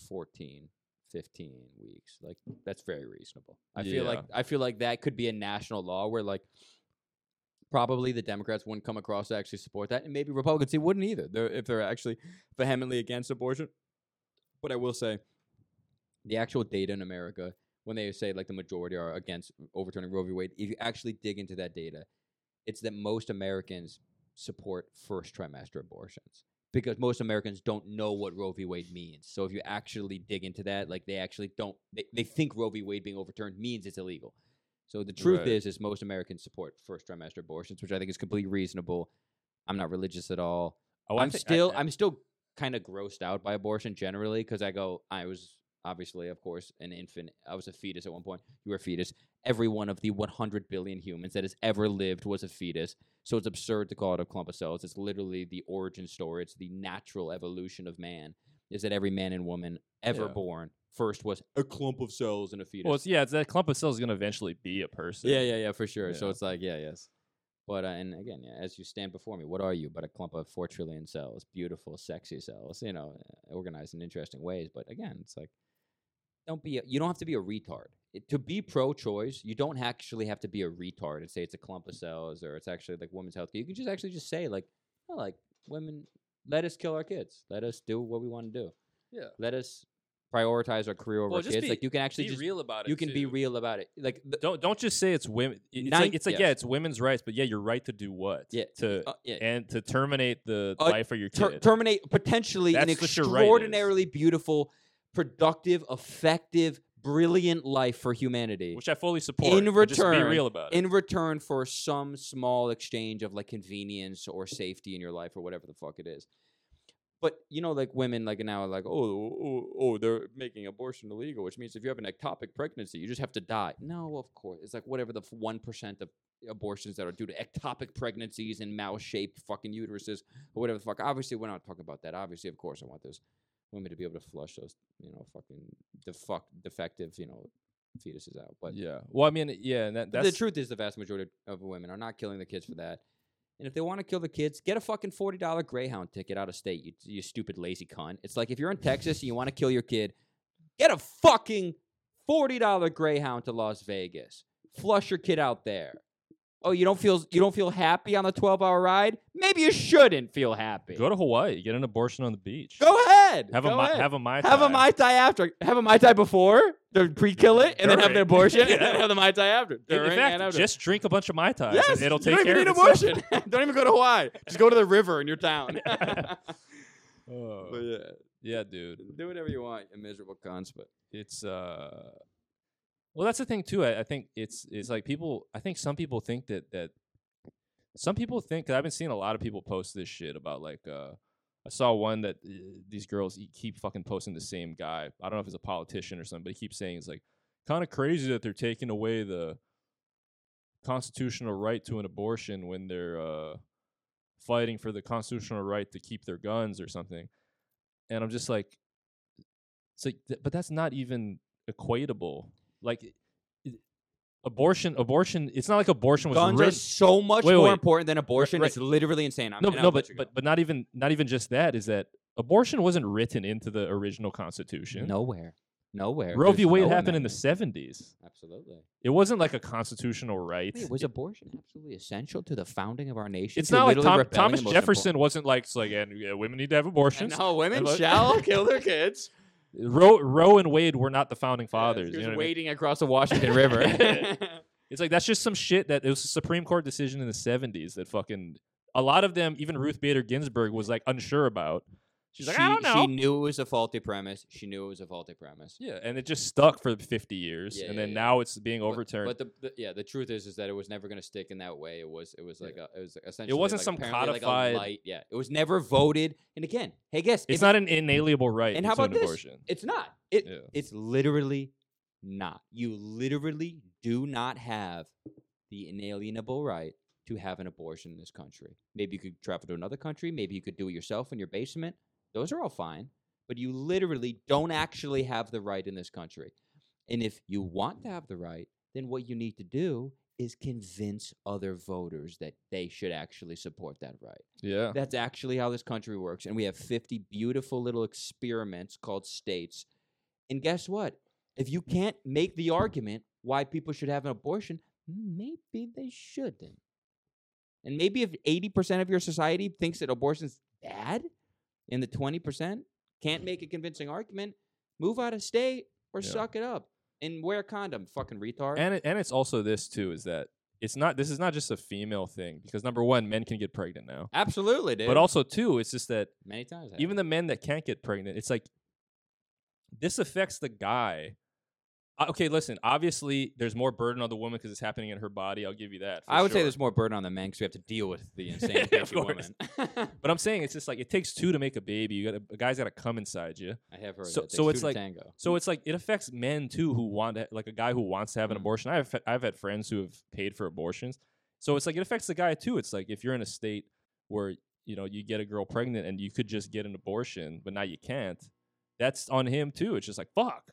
[SPEAKER 1] 14, 15 weeks. Like that's very reasonable. I feel like I feel like that could be a national law where like probably the Democrats wouldn't come across to actually support that, and maybe Republicans they wouldn't either. They're, if they're actually vehemently against abortion. But I will say, the actual data in America, when they say like the majority are against overturning Roe v. Wade, if you actually dig into that data, it's that most Americans support first trimester abortions because most Americans don't know what Roe v. Wade means. So if you actually dig into that, like they actually don't, they, they think Roe v. Wade being overturned means it's illegal. So the truth
[SPEAKER 2] Right.
[SPEAKER 1] is, is most Americans support first trimester abortions, which I think is completely reasonable. I'm not religious at all.
[SPEAKER 2] Oh, I
[SPEAKER 1] I'm
[SPEAKER 2] think- I-
[SPEAKER 1] still
[SPEAKER 2] I-
[SPEAKER 1] I, am still kind of grossed out by abortion generally because I go I was obviously of course an infant I was a fetus at one point you were a fetus every one of the 100 billion humans that has ever lived was a fetus so it's absurd to call it a clump of cells it's literally the origin story it's the natural evolution of man is that every man and woman ever
[SPEAKER 2] Yeah.
[SPEAKER 1] born first was a clump of cells in a fetus
[SPEAKER 2] well, it's, yeah, it's that clump of cells is going to eventually be a person.
[SPEAKER 1] yeah yeah yeah for sure so
[SPEAKER 2] Yeah.
[SPEAKER 1] it's like yeah yes but uh, and again yeah, as you stand before me what are you but a clump of 4 trillion cells beautiful sexy cells you know uh, organized in interesting ways but again it's like don't be a, you don't have to be a retard It- to be pro-choice you don't actually have to be a retard and say it's a clump of cells or it's actually like women's health care you can just actually just say like "Oh, like women let us kill our kids let us do what we want to do
[SPEAKER 2] Yeah.
[SPEAKER 1] let us prioritize our career over
[SPEAKER 2] Well,
[SPEAKER 1] our
[SPEAKER 2] just
[SPEAKER 1] kids.
[SPEAKER 2] be-
[SPEAKER 1] like you can actually
[SPEAKER 2] be
[SPEAKER 1] just
[SPEAKER 2] real about it.
[SPEAKER 1] you can be
[SPEAKER 2] too.
[SPEAKER 1] real about it. Like the,
[SPEAKER 2] Don't don't just say it's women. i- It's
[SPEAKER 1] Nine-
[SPEAKER 2] like, it's like
[SPEAKER 1] yeah.
[SPEAKER 2] yeah, it's women's rights, but yeah, your right to do what?
[SPEAKER 1] Yeah.
[SPEAKER 2] To
[SPEAKER 1] uh, yeah,
[SPEAKER 2] and to terminate the
[SPEAKER 1] Uh,
[SPEAKER 2] life of your
[SPEAKER 1] ter-
[SPEAKER 2] kid.
[SPEAKER 1] terminate potentially an
[SPEAKER 2] That's what your right is.
[SPEAKER 1] extraordinarily beautiful, productive, effective, brilliant life for humanity.
[SPEAKER 2] which I fully support.
[SPEAKER 1] In
[SPEAKER 2] but just be
[SPEAKER 1] return,
[SPEAKER 2] real about it.
[SPEAKER 1] in return for some small exchange of like convenience or safety in your life or whatever the fuck it is. But you know, like women, like now, are like oh, oh, oh, they're making abortion illegal, which means if you have an ectopic pregnancy, you just have to die. No, of course, it's like whatever the one percent of abortions that are due to ectopic pregnancies and mouse-shaped fucking uteruses or whatever the fuck. Obviously, we're not talking about that. Obviously, of course, I want those women to be able to flush those, you know, fucking the fuck defective, you know, fetuses out. But
[SPEAKER 2] yeah. Well, I mean, yeah, and that,
[SPEAKER 1] but
[SPEAKER 2] that's
[SPEAKER 1] the truth is, the vast majority of women are not killing the kids for that. And if they want to kill the kids, get a fucking forty dollar Greyhound ticket out of state. You, you stupid lazy cunt. It's like if you're in Texas and you want to kill your kid, get a fucking forty dollar Greyhound to Las Vegas. Flush your kid out there. Oh, you don't feel you don't feel happy on the twelve hour ride? Maybe you shouldn't feel happy.
[SPEAKER 2] Go to Hawaii. Get an abortion on the beach.
[SPEAKER 1] Go ahead.
[SPEAKER 2] Have
[SPEAKER 1] Go
[SPEAKER 2] a
[SPEAKER 1] ahead.
[SPEAKER 2] mi- have a mai
[SPEAKER 1] Have a
[SPEAKER 2] Tai.
[SPEAKER 1] mai tai after. Have a mai tai before. They pre-kill it and then have
[SPEAKER 2] During.
[SPEAKER 1] the abortion, and then
[SPEAKER 2] Yeah.
[SPEAKER 1] have the mai tai after.
[SPEAKER 2] In, in
[SPEAKER 1] During and
[SPEAKER 2] fact,
[SPEAKER 1] after.
[SPEAKER 2] just drink a bunch of mai tais.
[SPEAKER 1] Yes,
[SPEAKER 2] and it'll
[SPEAKER 1] you
[SPEAKER 2] take
[SPEAKER 1] don't
[SPEAKER 2] care
[SPEAKER 1] even need
[SPEAKER 2] of itself.
[SPEAKER 1] abortion. don't even go to Hawaii. Just go to the river in your town. but
[SPEAKER 2] Oh,
[SPEAKER 1] yeah,
[SPEAKER 2] yeah, dude.
[SPEAKER 1] do whatever you want, you miserable cons. But
[SPEAKER 2] it's uh well that's the thing too I, I think it's it's like people i think some people think that that some people think i i've been seeing a lot of people post this shit about like uh i saw one that uh, these girls e- keep fucking posting the same guy i don't know if it's a politician or something but he keeps saying it's like kind of crazy that they're taking away the constitutional right to an abortion when they're uh fighting for the constitutional right to keep their guns or something and i'm just like it's like, th- but that's not even equatable. Like, it- it- abortion, abortion. It's not like abortion was
[SPEAKER 1] guns are
[SPEAKER 2] written.
[SPEAKER 1] so much
[SPEAKER 2] Wait,
[SPEAKER 1] more
[SPEAKER 2] wait.
[SPEAKER 1] important than abortion.
[SPEAKER 2] right.
[SPEAKER 1] It's literally insane. I'm,
[SPEAKER 2] no,
[SPEAKER 1] and I'll
[SPEAKER 2] no,
[SPEAKER 1] let
[SPEAKER 2] but
[SPEAKER 1] you go.
[SPEAKER 2] but but not even not even just that is that abortion wasn't written into the original Constitution.
[SPEAKER 1] nowhere, nowhere.
[SPEAKER 2] Roe v.
[SPEAKER 1] There's
[SPEAKER 2] Wade
[SPEAKER 1] no
[SPEAKER 2] happened in the
[SPEAKER 1] amendment.
[SPEAKER 2] seventies.
[SPEAKER 1] Absolutely.
[SPEAKER 2] It wasn't like a constitutional right.
[SPEAKER 1] Wait, was abortion absolutely essential to the founding of our nation?
[SPEAKER 2] it's
[SPEAKER 1] To
[SPEAKER 2] not like
[SPEAKER 1] literally
[SPEAKER 2] Tom,
[SPEAKER 1] rebelling
[SPEAKER 2] Thomas
[SPEAKER 1] the most important-
[SPEAKER 2] Jefferson wasn't like it's like and yeah, women need to have abortions.
[SPEAKER 1] And all women
[SPEAKER 2] Hello?
[SPEAKER 1] shall kill their kids.
[SPEAKER 2] Roe Roe and Wade were not the founding fathers.
[SPEAKER 1] He
[SPEAKER 2] you
[SPEAKER 1] was
[SPEAKER 2] know what I mean?
[SPEAKER 1] wading across the Washington River.
[SPEAKER 2] It's like that's just some shit that it was a Supreme Court decision in the seventies that fucking a lot of them, even Ruth Bader Ginsburg, was like unsure about. She's like,
[SPEAKER 1] she,
[SPEAKER 2] I don't know.
[SPEAKER 1] She knew it was a faulty premise. She knew it was a faulty premise.
[SPEAKER 2] yeah, and it just stuck for fifty years,
[SPEAKER 1] Yeah,
[SPEAKER 2] and
[SPEAKER 1] yeah,
[SPEAKER 2] then
[SPEAKER 1] yeah.
[SPEAKER 2] now it's being
[SPEAKER 1] But-
[SPEAKER 2] overturned.
[SPEAKER 1] But, the, the yeah, the truth is is that it was never going to stick in that way. It was it was like a, it was essentially
[SPEAKER 2] wasn't
[SPEAKER 1] like
[SPEAKER 2] some
[SPEAKER 1] apparently like a
[SPEAKER 2] codified-
[SPEAKER 1] light- yeah, it was never voted. And again, hey, guess
[SPEAKER 2] it's
[SPEAKER 1] if-
[SPEAKER 2] not an inalienable right.
[SPEAKER 1] And how
[SPEAKER 2] it's an
[SPEAKER 1] about this?
[SPEAKER 2] abortion.
[SPEAKER 1] It's not. It
[SPEAKER 2] Yeah.
[SPEAKER 1] it's literally not. You literally do not have the inalienable right to have an abortion in this country. Maybe you could travel to another country. Maybe you could do it yourself in your basement. Those are all fine. But you literally don't actually have the right in this country. And if you want to have the right, then what you need to do is convince other voters that they should actually support that right.
[SPEAKER 2] Yeah,
[SPEAKER 1] That's actually how this country works. And we have 50 beautiful little experiments called states. And guess what? If you can't make the argument why people should have an abortion, maybe they shouldn't. And maybe if 80% of your society thinks that abortion's bad and the 20% can't make a convincing argument, move out of state or
[SPEAKER 2] Yeah.
[SPEAKER 1] suck it up and wear a condom, fucking retard.
[SPEAKER 2] and it, and it's also this too is that it's not. This is not just a female thing because number one, men can get pregnant now,
[SPEAKER 1] Absolutely, dude.
[SPEAKER 2] but also two, it's just that
[SPEAKER 1] many times. I
[SPEAKER 2] even the men that can't get pregnant, it's like this affects the guy. Uh, Okay, listen. Obviously, there's more burden on the woman because it's happening in her body. I'll give you that. for
[SPEAKER 1] I would say
[SPEAKER 2] sure.
[SPEAKER 1] there's more burden on the men because we have to deal with the insane
[SPEAKER 2] Of
[SPEAKER 1] crazy
[SPEAKER 2] course.
[SPEAKER 1] woman.
[SPEAKER 2] But I'm saying it's just like it takes two to make a baby. You got to a guy's got to come inside you.
[SPEAKER 1] I have heard.
[SPEAKER 2] So-
[SPEAKER 1] that. Takes
[SPEAKER 2] so
[SPEAKER 1] two
[SPEAKER 2] it's
[SPEAKER 1] to
[SPEAKER 2] like-
[SPEAKER 1] tango.
[SPEAKER 2] So it's like it affects men too who want to, like a guy who wants to have an
[SPEAKER 1] Mm.
[SPEAKER 2] abortion. I've I've had friends who have paid for abortions. So it's like it affects the guy too. It's like if you're in a state where you know you get a girl pregnant and you could just get an abortion, but now you can't. That's on him too. It's just like fuck.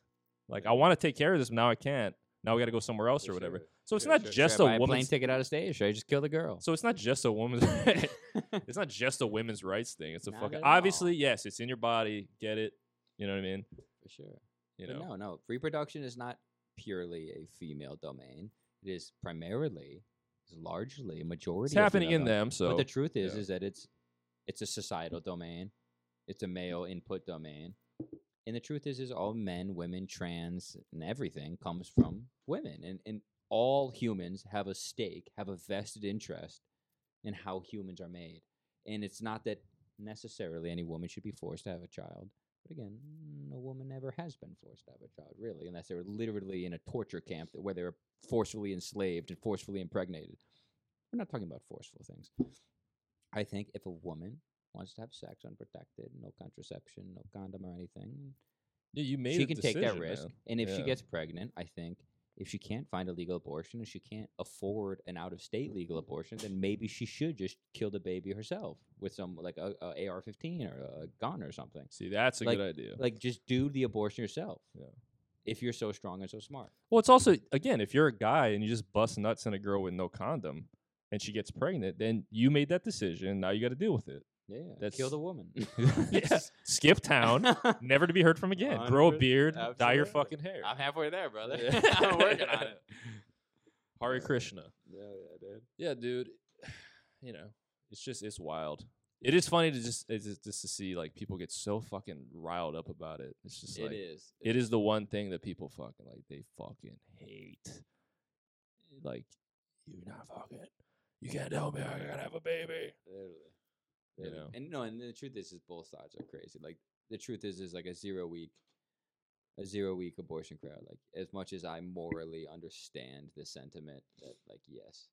[SPEAKER 2] Like I want to take care of this, but now I can't. Now we got to go somewhere else or whatever. So it's not just a
[SPEAKER 1] buy plane
[SPEAKER 2] woman's.
[SPEAKER 1] ticket out of state. Or should I just kill the girl?
[SPEAKER 2] So it's not just a woman's. it's not just a women's rights thing. It's a
[SPEAKER 1] Not
[SPEAKER 2] fucking.
[SPEAKER 1] at all.
[SPEAKER 2] Obviously, yes, it's in your body. Get it. You know what I mean.
[SPEAKER 1] For sure.
[SPEAKER 2] You
[SPEAKER 1] But
[SPEAKER 2] know.
[SPEAKER 1] no, no. Reproduction is not purely a female domain. It is primarily, is largely, a majority.
[SPEAKER 2] It's
[SPEAKER 1] a
[SPEAKER 2] happening
[SPEAKER 1] female
[SPEAKER 2] in
[SPEAKER 1] domain.
[SPEAKER 2] them. So
[SPEAKER 1] But the truth is,
[SPEAKER 2] yeah.
[SPEAKER 1] is that it's it's a societal domain. It's a male input domain. And the truth is, is all men, women, trans, and everything comes from women, and and all humans have a stake, have a vested interest in how humans are made. And it's not that necessarily any woman should be forced to have a child. But again, no woman ever has been forced to have a child, really, unless they were literally in a torture camp that- where they were forcefully enslaved and forcefully impregnated. We're not talking about forceful things. I think if a woman wants to have sex unprotected, no contraception, no condom or anything,
[SPEAKER 2] Yeah, you made.
[SPEAKER 1] she
[SPEAKER 2] a
[SPEAKER 1] can
[SPEAKER 2] decision,
[SPEAKER 1] take that risk.
[SPEAKER 2] man.
[SPEAKER 1] And if she
[SPEAKER 2] Yeah.
[SPEAKER 1] gets pregnant, I think if she can't find a legal abortion and she can't afford an out of state legal abortion, then maybe she should just kill the baby herself with some like a, a AR-15 or a gun or something.
[SPEAKER 2] See, that's a
[SPEAKER 1] Like-
[SPEAKER 2] good idea.
[SPEAKER 1] Like just do the abortion yourself.
[SPEAKER 2] Yeah.
[SPEAKER 1] If you're so strong and so smart.
[SPEAKER 2] Well, it's also again, if you're a guy and you just bust nuts in a girl with no condom and she gets pregnant, then you made that decision. Now you got to deal with it.
[SPEAKER 1] Yeah.
[SPEAKER 2] That's-
[SPEAKER 1] kill the woman.
[SPEAKER 2] Yeah. Skip town, never to be heard from again. Grow a
[SPEAKER 1] 100
[SPEAKER 2] beard, dye your
[SPEAKER 1] absolutely.
[SPEAKER 2] fucking hair.
[SPEAKER 1] halfway there, brother.
[SPEAKER 2] Yeah. Hare Krishna.
[SPEAKER 1] Yeah, yeah, dude.
[SPEAKER 2] Yeah, dude. You know, it's just it's wild. It is funny to just it's just, just to see like people get so fucking riled up about it. It's just like
[SPEAKER 1] it is.
[SPEAKER 2] it is the one thing that people fucking like they fucking hate. Like you're not fucking you can't tell me I gotta have a baby.
[SPEAKER 1] Literally.
[SPEAKER 2] You
[SPEAKER 1] Literally.
[SPEAKER 2] know?
[SPEAKER 1] And no, and the truth is, is both sides are crazy. Like the truth is, is like a zero week, a zero week abortion crowd. Like as much as I morally understand the sentiment that, like, yes,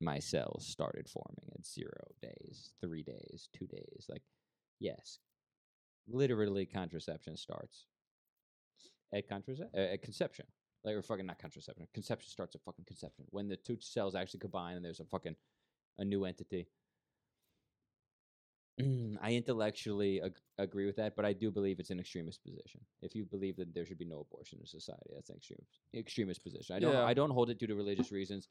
[SPEAKER 1] my cells started forming at zero days, three days, two days. Like, yes, literally, contraception starts at contrace- uh, at conception. Like, or fucking not contraception. Conception starts at fucking conception when the two cells actually combine and there's a fucking a new entity. Mm, I intellectually ag- agree with that, but I do believe it's an extremist position. If you believe that there should be no abortion in society, that's an extremist extremist position. I don't
[SPEAKER 2] Yeah.
[SPEAKER 1] I don't hold it due to religious reasons.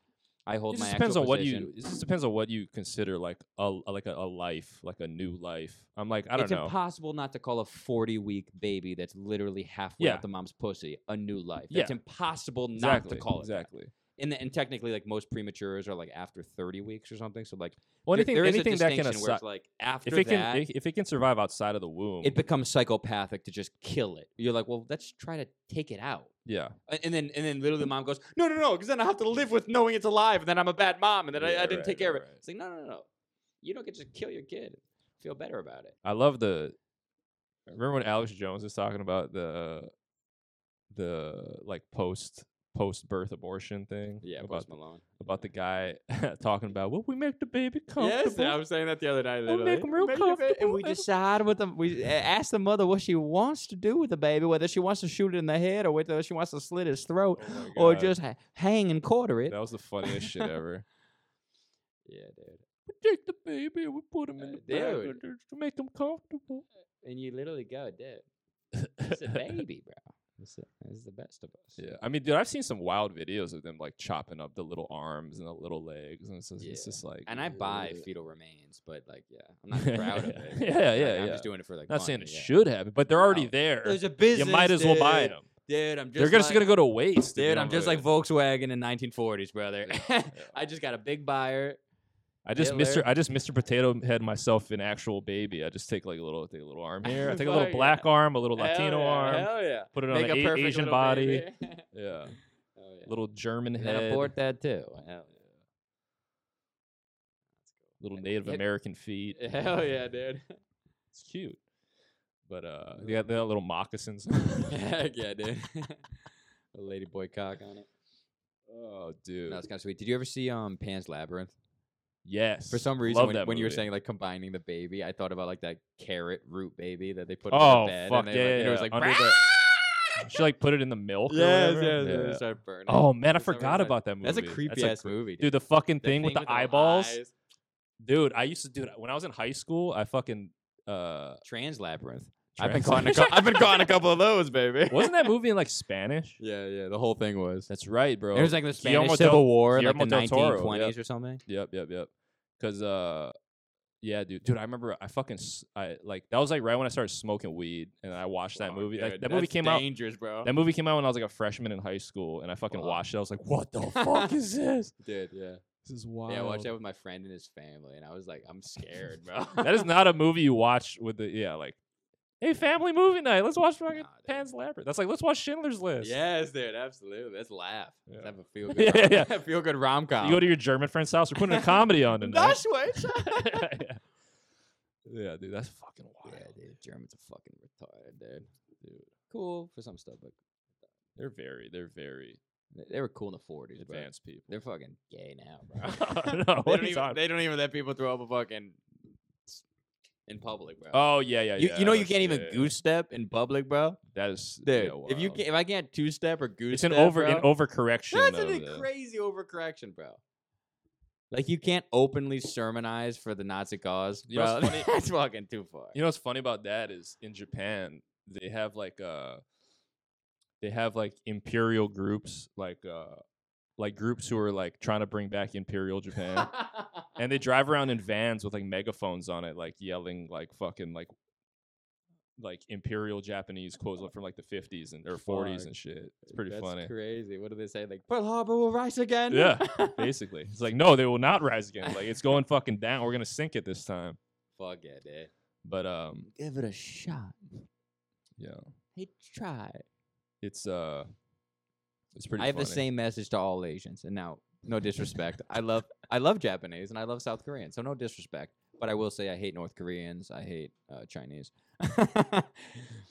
[SPEAKER 1] I hold
[SPEAKER 2] It
[SPEAKER 1] my
[SPEAKER 2] just depends
[SPEAKER 1] actual
[SPEAKER 2] on what
[SPEAKER 1] position.
[SPEAKER 2] you. It just depends on what you consider like a like a, a life, like a new life. I'm like I don't
[SPEAKER 1] it's
[SPEAKER 2] know.
[SPEAKER 1] impossible not to call a 40 week baby that's literally halfway
[SPEAKER 2] Yeah.
[SPEAKER 1] out the mom's pussy a new life.
[SPEAKER 2] Yeah.
[SPEAKER 1] It's impossible not
[SPEAKER 2] exactly.
[SPEAKER 1] to call it. that.
[SPEAKER 2] exactly.
[SPEAKER 1] And, th- and technically, like most prematures are like after 30 weeks or something. So, like,
[SPEAKER 2] Well,
[SPEAKER 1] there-
[SPEAKER 2] anything
[SPEAKER 1] there is a
[SPEAKER 2] anything that can
[SPEAKER 1] distinction where
[SPEAKER 2] aside,
[SPEAKER 1] it's like after
[SPEAKER 2] if it
[SPEAKER 1] that,
[SPEAKER 2] can if it can survive outside of the womb.
[SPEAKER 1] it becomes psychopathic to just kill it. You're like, well, let's try to take it out.
[SPEAKER 2] yeah.
[SPEAKER 1] A- And then, and then literally the mom goes, no, no, no, because then I have to live with knowing it's alive and then I'm a bad mom and then I,
[SPEAKER 2] Yeah,
[SPEAKER 1] I didn't
[SPEAKER 2] right,
[SPEAKER 1] take care
[SPEAKER 2] right,
[SPEAKER 1] of it.
[SPEAKER 2] right.
[SPEAKER 1] It's like, no, no, no, no. You don't get to kill your kid. Feel better about it.
[SPEAKER 2] I love the. Remember when Alex Jones was talking about the, the like post post birth abortion thing?
[SPEAKER 1] Yeah,
[SPEAKER 2] about
[SPEAKER 1] Post Malone.
[SPEAKER 2] about the guy talking about well, we make the baby comfortable.
[SPEAKER 1] Yes, I was saying that the other night.
[SPEAKER 2] We'll
[SPEAKER 1] literally.
[SPEAKER 2] make 'em real
[SPEAKER 1] Make the ba- And
[SPEAKER 2] comfortable,
[SPEAKER 1] we
[SPEAKER 2] make 'em-
[SPEAKER 1] decide what the we a- ask the mother what she wants to do with the baby, whether she wants to shoot it in the head or whether she wants to slit his throat
[SPEAKER 2] Oh my
[SPEAKER 1] or
[SPEAKER 2] God.
[SPEAKER 1] just ha- hang and quarter it.
[SPEAKER 2] that was the funniest shit ever.
[SPEAKER 1] Yeah, dude.
[SPEAKER 2] We take the baby and we put him in
[SPEAKER 1] Uh,
[SPEAKER 2] the bag
[SPEAKER 1] dude.
[SPEAKER 2] and just to make him comfortable.
[SPEAKER 1] And you literally go, dude. Uh, It's a baby, bro. It's, a- it's the best of us.
[SPEAKER 2] Yeah, I mean, dude, I've seen some wild videos of them like chopping up the little arms and the little legs, and it's just, it's
[SPEAKER 1] Yeah.
[SPEAKER 2] just like.
[SPEAKER 1] And I buy
[SPEAKER 2] ugh.
[SPEAKER 1] fetal remains, but like, yeah, I'm not proud of it.
[SPEAKER 2] Yeah,
[SPEAKER 1] Like,
[SPEAKER 2] yeah,
[SPEAKER 1] I'm
[SPEAKER 2] yeah.
[SPEAKER 1] just doing it for like.
[SPEAKER 2] Not saying
[SPEAKER 1] fun,
[SPEAKER 2] it
[SPEAKER 1] yeah.
[SPEAKER 2] should happen, but they're already
[SPEAKER 1] No.
[SPEAKER 2] there.
[SPEAKER 1] There's a business.
[SPEAKER 2] you might as well buy
[SPEAKER 1] dude.
[SPEAKER 2] them.
[SPEAKER 1] dude. I'm just.
[SPEAKER 2] They're just
[SPEAKER 1] like-
[SPEAKER 2] gonna go to waste, if you
[SPEAKER 1] Dude,
[SPEAKER 2] don't
[SPEAKER 1] I'm just
[SPEAKER 2] really-
[SPEAKER 1] like Volkswagen in 1940s, brother.
[SPEAKER 2] Yeah.
[SPEAKER 1] I just got a big buyer.
[SPEAKER 2] I just
[SPEAKER 1] Hitler.
[SPEAKER 2] Mr. I just Mr. Potato Head myself an actual baby. I just take like a little, take a little arm here. I take a
[SPEAKER 1] Fuck
[SPEAKER 2] little
[SPEAKER 1] yeah.
[SPEAKER 2] black arm, a little Latino
[SPEAKER 1] hell yeah,
[SPEAKER 2] arm,
[SPEAKER 1] Hell yeah.
[SPEAKER 2] put it on an a- Asian
[SPEAKER 1] little
[SPEAKER 2] body.
[SPEAKER 1] baby.
[SPEAKER 2] Yeah,
[SPEAKER 1] oh, yeah.
[SPEAKER 2] little German
[SPEAKER 1] And then
[SPEAKER 2] head,
[SPEAKER 1] abort that too. Hell
[SPEAKER 2] little Native
[SPEAKER 1] Hit-
[SPEAKER 2] American feet.
[SPEAKER 1] yeah. Hell yeah, dude.
[SPEAKER 2] it's cute. But uh, they got they got little moccasins.
[SPEAKER 1] Heck yeah, dude. a lady boy cock on it.
[SPEAKER 2] oh, dude.
[SPEAKER 1] No, it's kind of sweet. Did you ever see um Pan's Labyrinth?
[SPEAKER 2] yes.
[SPEAKER 1] For some reason,
[SPEAKER 2] Love
[SPEAKER 1] when,
[SPEAKER 2] that
[SPEAKER 1] when you were
[SPEAKER 2] movie.
[SPEAKER 1] saying like combining the baby, I thought about like that carrot root baby that they put
[SPEAKER 2] oh
[SPEAKER 1] in the bed.
[SPEAKER 2] fuck yeah,
[SPEAKER 1] and they, like, and
[SPEAKER 2] yeah,
[SPEAKER 1] it was like,
[SPEAKER 2] under
[SPEAKER 1] "Brah!"
[SPEAKER 2] the- she like put it in the milk. or
[SPEAKER 1] yes, yes,
[SPEAKER 2] whatever?
[SPEAKER 1] yes,
[SPEAKER 2] Yeah.
[SPEAKER 1] they started burning.
[SPEAKER 2] Oh man, I
[SPEAKER 1] For some
[SPEAKER 2] forgot
[SPEAKER 1] reason, I-
[SPEAKER 2] about that movie.
[SPEAKER 1] That's a creepy ass
[SPEAKER 2] cre-
[SPEAKER 1] movie,
[SPEAKER 2] Dude, the fucking
[SPEAKER 1] The
[SPEAKER 2] thing, with the
[SPEAKER 1] all
[SPEAKER 2] eyeballs,
[SPEAKER 1] eyes.
[SPEAKER 2] dude. I used to do that when I was in high school. I fucking uh,
[SPEAKER 1] Trans labyrinth. I've been
[SPEAKER 2] trans-
[SPEAKER 1] caught in a cou- I've been caught in a couple of those, baby.
[SPEAKER 2] Wasn't that movie in like Spanish?
[SPEAKER 1] Yeah, yeah. The whole thing was.
[SPEAKER 2] That's right, bro.
[SPEAKER 1] It was like the Spanish
[SPEAKER 2] Guillermo
[SPEAKER 1] Civil
[SPEAKER 2] del-
[SPEAKER 1] War, in, like the
[SPEAKER 2] Guillermo del Toro,
[SPEAKER 1] 1920s or something.
[SPEAKER 2] Yep, yep, yep. Cause uh, yeah, dude, dude, I remember I fucking s- I like that was like right when I started smoking weed, and I watched that movie. That, that movie came out.
[SPEAKER 1] Dangerous, bro.
[SPEAKER 2] That movie came out when I was like a freshman in high school, and I fucking
[SPEAKER 1] Wow.
[SPEAKER 2] watched it. I was like, "What the fuck is this?
[SPEAKER 1] Dude, yeah.
[SPEAKER 2] This is wild."
[SPEAKER 1] Yeah, I watched that with my friend and his family, and I was like, I'm scared, bro.
[SPEAKER 2] that is not a movie you watch with the yeah like. Hey, family movie night. Let's watch fucking
[SPEAKER 1] Nah, dude.
[SPEAKER 2] Pan's Labyrinth. That's like let's watch Schindler's List.
[SPEAKER 1] Yes, dude, absolutely. Let's laugh. Let's
[SPEAKER 2] Yeah.
[SPEAKER 1] have a feel
[SPEAKER 2] Yeah,
[SPEAKER 1] good,
[SPEAKER 2] yeah, yeah.
[SPEAKER 1] feel good rom com.
[SPEAKER 2] You go to your German friend's house. We're putting a comedy on tonight. yeah. yeah, dude, that's fucking wild.
[SPEAKER 1] yeah, dude, Germans are fucking retarded, dude. dude. Cool for some stuff, but
[SPEAKER 2] They're very, they're very
[SPEAKER 1] they- they were cool in the forties, bro.
[SPEAKER 2] advanced people.
[SPEAKER 1] They're fucking gay now,
[SPEAKER 2] No,
[SPEAKER 1] bro.
[SPEAKER 2] what are you
[SPEAKER 1] they, don't even,
[SPEAKER 2] talking-
[SPEAKER 1] they don't even let people throw up a fucking in public, bro.
[SPEAKER 2] Oh yeah, yeah,
[SPEAKER 1] you,
[SPEAKER 2] yeah.
[SPEAKER 1] you know you
[SPEAKER 2] that's-
[SPEAKER 1] can't
[SPEAKER 2] yeah,
[SPEAKER 1] even
[SPEAKER 2] yeah, yeah.
[SPEAKER 1] goose step in public, bro.
[SPEAKER 2] That is
[SPEAKER 1] Dude,
[SPEAKER 2] yeah,
[SPEAKER 1] if you
[SPEAKER 2] wild.
[SPEAKER 1] can, if I can't two step or goose,
[SPEAKER 2] it's an
[SPEAKER 1] step,
[SPEAKER 2] over an
[SPEAKER 1] bro,
[SPEAKER 2] overcorrection.
[SPEAKER 1] That's
[SPEAKER 2] of
[SPEAKER 1] an
[SPEAKER 2] the-
[SPEAKER 1] crazy overcorrection, bro. Like you can't openly sermonize for the Nazi cause,
[SPEAKER 2] You know
[SPEAKER 1] bro.
[SPEAKER 2] what's funny?
[SPEAKER 1] That's fucking too far.
[SPEAKER 2] You know what's funny about that is in Japan they have like uh they have like imperial groups like uh like groups who are like trying to bring back imperial Japan and they drive around in vans with like megaphones on it like yelling like fucking like like imperial Japanese quotes like, from like the 50s and or 40s
[SPEAKER 1] Fuck.
[SPEAKER 2] and shit. It's pretty
[SPEAKER 1] That's
[SPEAKER 2] funny.
[SPEAKER 1] Crazy. What do they say? Like Pearl Harbor will rise again.
[SPEAKER 2] Yeah. Basically, it's like no, they will not rise again. Like it's going fucking down. We're gonna sink it this time.
[SPEAKER 1] Fuck yeah, dude.
[SPEAKER 2] But um,
[SPEAKER 1] Give it a shot.
[SPEAKER 2] yeah,
[SPEAKER 1] Hey, try.
[SPEAKER 2] it's uh, it's pretty.
[SPEAKER 1] I have the
[SPEAKER 2] funny.
[SPEAKER 1] same message to all Asians, and now no disrespect. I love I love Japanese and I love South Koreans, so no disrespect. But I will say I hate North Koreans. I hate uh, Chinese,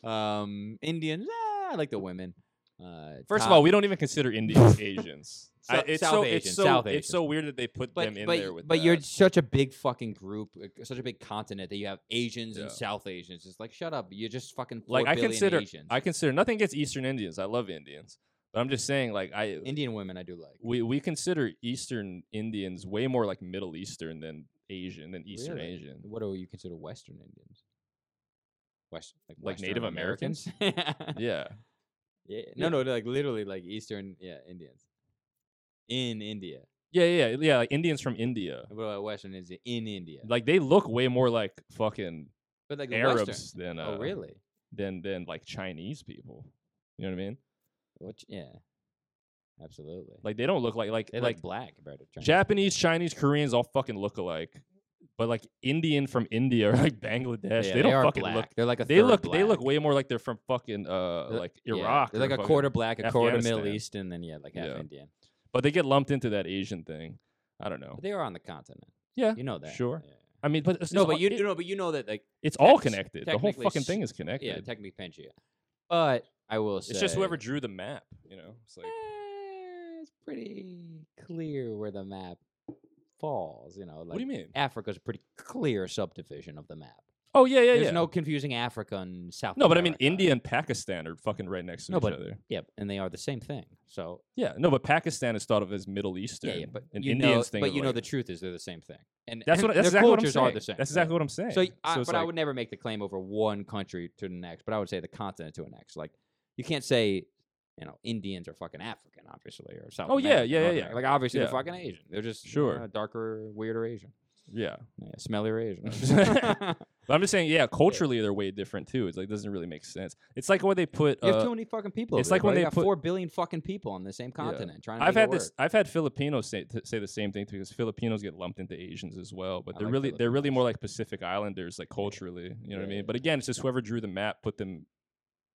[SPEAKER 1] um, Indians. eh, I like the women. Uh,
[SPEAKER 2] First of
[SPEAKER 1] Thai-
[SPEAKER 2] all, we don't even consider Indians Asians. I-
[SPEAKER 1] Sou-
[SPEAKER 2] it's
[SPEAKER 1] South
[SPEAKER 2] so
[SPEAKER 1] Asians,
[SPEAKER 2] it's so
[SPEAKER 1] South
[SPEAKER 2] it's so weird that they put
[SPEAKER 1] but,
[SPEAKER 2] them in
[SPEAKER 1] but,
[SPEAKER 2] there with.
[SPEAKER 1] but you're
[SPEAKER 2] that.
[SPEAKER 1] such a big fucking group, like, such a big continent that you have Asians
[SPEAKER 2] Yeah.
[SPEAKER 1] and South Asians. It's like shut up, you're just fucking four
[SPEAKER 2] like I
[SPEAKER 1] billion
[SPEAKER 2] consider
[SPEAKER 1] Asians.
[SPEAKER 2] I consider nothing against Eastern Indians. I love Indians, but I'm just saying like I
[SPEAKER 1] Indian women, I do like.
[SPEAKER 2] we we consider Eastern Indians way more like Middle Eastern than Asian than Eastern
[SPEAKER 1] Really?
[SPEAKER 2] Asian.
[SPEAKER 1] What do you consider Western Indians? West, like,
[SPEAKER 2] Like
[SPEAKER 1] Western
[SPEAKER 2] Native
[SPEAKER 1] Americans?
[SPEAKER 2] Yeah,
[SPEAKER 1] Yeah.
[SPEAKER 2] Yeah.
[SPEAKER 1] No, no, like literally like Eastern yeah, Indians. In India.
[SPEAKER 2] yeah, yeah, yeah, yeah. Like Indians from India.
[SPEAKER 1] What about Western Indians in India?
[SPEAKER 2] Like they look way more like fucking
[SPEAKER 1] but like
[SPEAKER 2] Arabs
[SPEAKER 1] Western.
[SPEAKER 2] than uh,
[SPEAKER 1] oh really?
[SPEAKER 2] than than like Chinese people. You know what I mean?
[SPEAKER 1] Which yeah. Absolutely.
[SPEAKER 2] Like they don't look like like
[SPEAKER 1] they like,
[SPEAKER 2] like
[SPEAKER 1] black about it.
[SPEAKER 2] Japanese, Chinese, Koreans all fucking look alike. But like Indian from India or like Bangladesh, they, don't
[SPEAKER 1] are
[SPEAKER 2] fucking
[SPEAKER 1] black.
[SPEAKER 2] look.
[SPEAKER 1] They're like a
[SPEAKER 2] They
[SPEAKER 1] third
[SPEAKER 2] look they
[SPEAKER 1] black.
[SPEAKER 2] look way more like they're from fucking uh
[SPEAKER 1] They're-
[SPEAKER 2] like
[SPEAKER 1] Yeah,
[SPEAKER 2] Iraq.
[SPEAKER 1] They're
[SPEAKER 2] or
[SPEAKER 1] like a
[SPEAKER 2] fucking-
[SPEAKER 1] quarter black, a quarter Middle
[SPEAKER 2] Afghanistan.
[SPEAKER 1] East, and then yeah, like half
[SPEAKER 2] Yeah.
[SPEAKER 1] Indian.
[SPEAKER 2] but they get lumped into that Asian thing. I don't know.
[SPEAKER 1] But they are on the continent.
[SPEAKER 2] Yeah,
[SPEAKER 1] You know that.
[SPEAKER 2] sure.
[SPEAKER 1] Yeah.
[SPEAKER 2] I mean, but it's,
[SPEAKER 1] No,
[SPEAKER 2] it's
[SPEAKER 1] but
[SPEAKER 2] all-
[SPEAKER 1] you
[SPEAKER 2] it-
[SPEAKER 1] no, but you know that like
[SPEAKER 2] it's all
[SPEAKER 1] techs-
[SPEAKER 2] connected. The whole
[SPEAKER 1] technically
[SPEAKER 2] fucking
[SPEAKER 1] s-
[SPEAKER 2] thing is
[SPEAKER 1] yeah,
[SPEAKER 2] connected.
[SPEAKER 1] technically Pangea. But I will say
[SPEAKER 2] it's just whoever drew the map. You know, it's like
[SPEAKER 1] Eh, it's pretty clear where the map falls. You know, like
[SPEAKER 2] what do you mean?
[SPEAKER 1] Africa's a pretty clear subdivision of the map.
[SPEAKER 2] Oh yeah, yeah,
[SPEAKER 1] There's
[SPEAKER 2] yeah.
[SPEAKER 1] no confusing Africa and South.
[SPEAKER 2] no, but I mean,
[SPEAKER 1] America.
[SPEAKER 2] India and Pakistan are fucking right next to
[SPEAKER 1] No,
[SPEAKER 2] each
[SPEAKER 1] but-
[SPEAKER 2] other.
[SPEAKER 1] Yep, and they are the same thing. So
[SPEAKER 2] Yeah, no, but Pakistan is thought of as Middle Eastern.
[SPEAKER 1] yeah, yeah, but
[SPEAKER 2] and
[SPEAKER 1] you
[SPEAKER 2] Indians
[SPEAKER 1] know,
[SPEAKER 2] think
[SPEAKER 1] but
[SPEAKER 2] of
[SPEAKER 1] you know
[SPEAKER 2] like-
[SPEAKER 1] the truth is they're the same thing. And
[SPEAKER 2] That's what. That's
[SPEAKER 1] their
[SPEAKER 2] exactly what I'm
[SPEAKER 1] cultures
[SPEAKER 2] saying.
[SPEAKER 1] are the same.
[SPEAKER 2] That's
[SPEAKER 1] yeah.
[SPEAKER 2] exactly what I'm saying.
[SPEAKER 1] So, y- I,
[SPEAKER 2] it's
[SPEAKER 1] but I
[SPEAKER 2] like-
[SPEAKER 1] would never make the claim over one country to the next. But I would say the continent to the next. Like you can't say, you know, Indians are fucking African, obviously, or South.
[SPEAKER 2] Oh, yeah,
[SPEAKER 1] American,
[SPEAKER 2] yeah,
[SPEAKER 1] North
[SPEAKER 2] yeah, yeah.
[SPEAKER 1] American. Like obviously
[SPEAKER 2] Yeah.
[SPEAKER 1] they're fucking Asian. They're just
[SPEAKER 2] Sure.
[SPEAKER 1] uh, darker, weirder Asian,
[SPEAKER 2] Yeah,
[SPEAKER 1] yeah, smellier Asian.
[SPEAKER 2] but I'm just saying. Yeah, culturally they're way different too. It's like doesn't really make sense. It's like when they put.
[SPEAKER 1] you have
[SPEAKER 2] uh,
[SPEAKER 1] too many fucking people.
[SPEAKER 2] it's
[SPEAKER 1] over there,
[SPEAKER 2] like when
[SPEAKER 1] bro. You
[SPEAKER 2] they
[SPEAKER 1] got
[SPEAKER 2] put-
[SPEAKER 1] four billion fucking people on the same continent trying. To
[SPEAKER 2] I've
[SPEAKER 1] make it
[SPEAKER 2] had this.
[SPEAKER 1] work.
[SPEAKER 2] I've had Filipinos say t- say the same thing too, because Filipinos get lumped into Asians as well. But
[SPEAKER 1] I
[SPEAKER 2] they're
[SPEAKER 1] like
[SPEAKER 2] really they're really
[SPEAKER 1] Filipinos.
[SPEAKER 2] more like Pacific Islanders, like culturally. You know what I
[SPEAKER 1] Yeah,
[SPEAKER 2] mean?
[SPEAKER 1] yeah,
[SPEAKER 2] But again, it's just whoever drew the map put them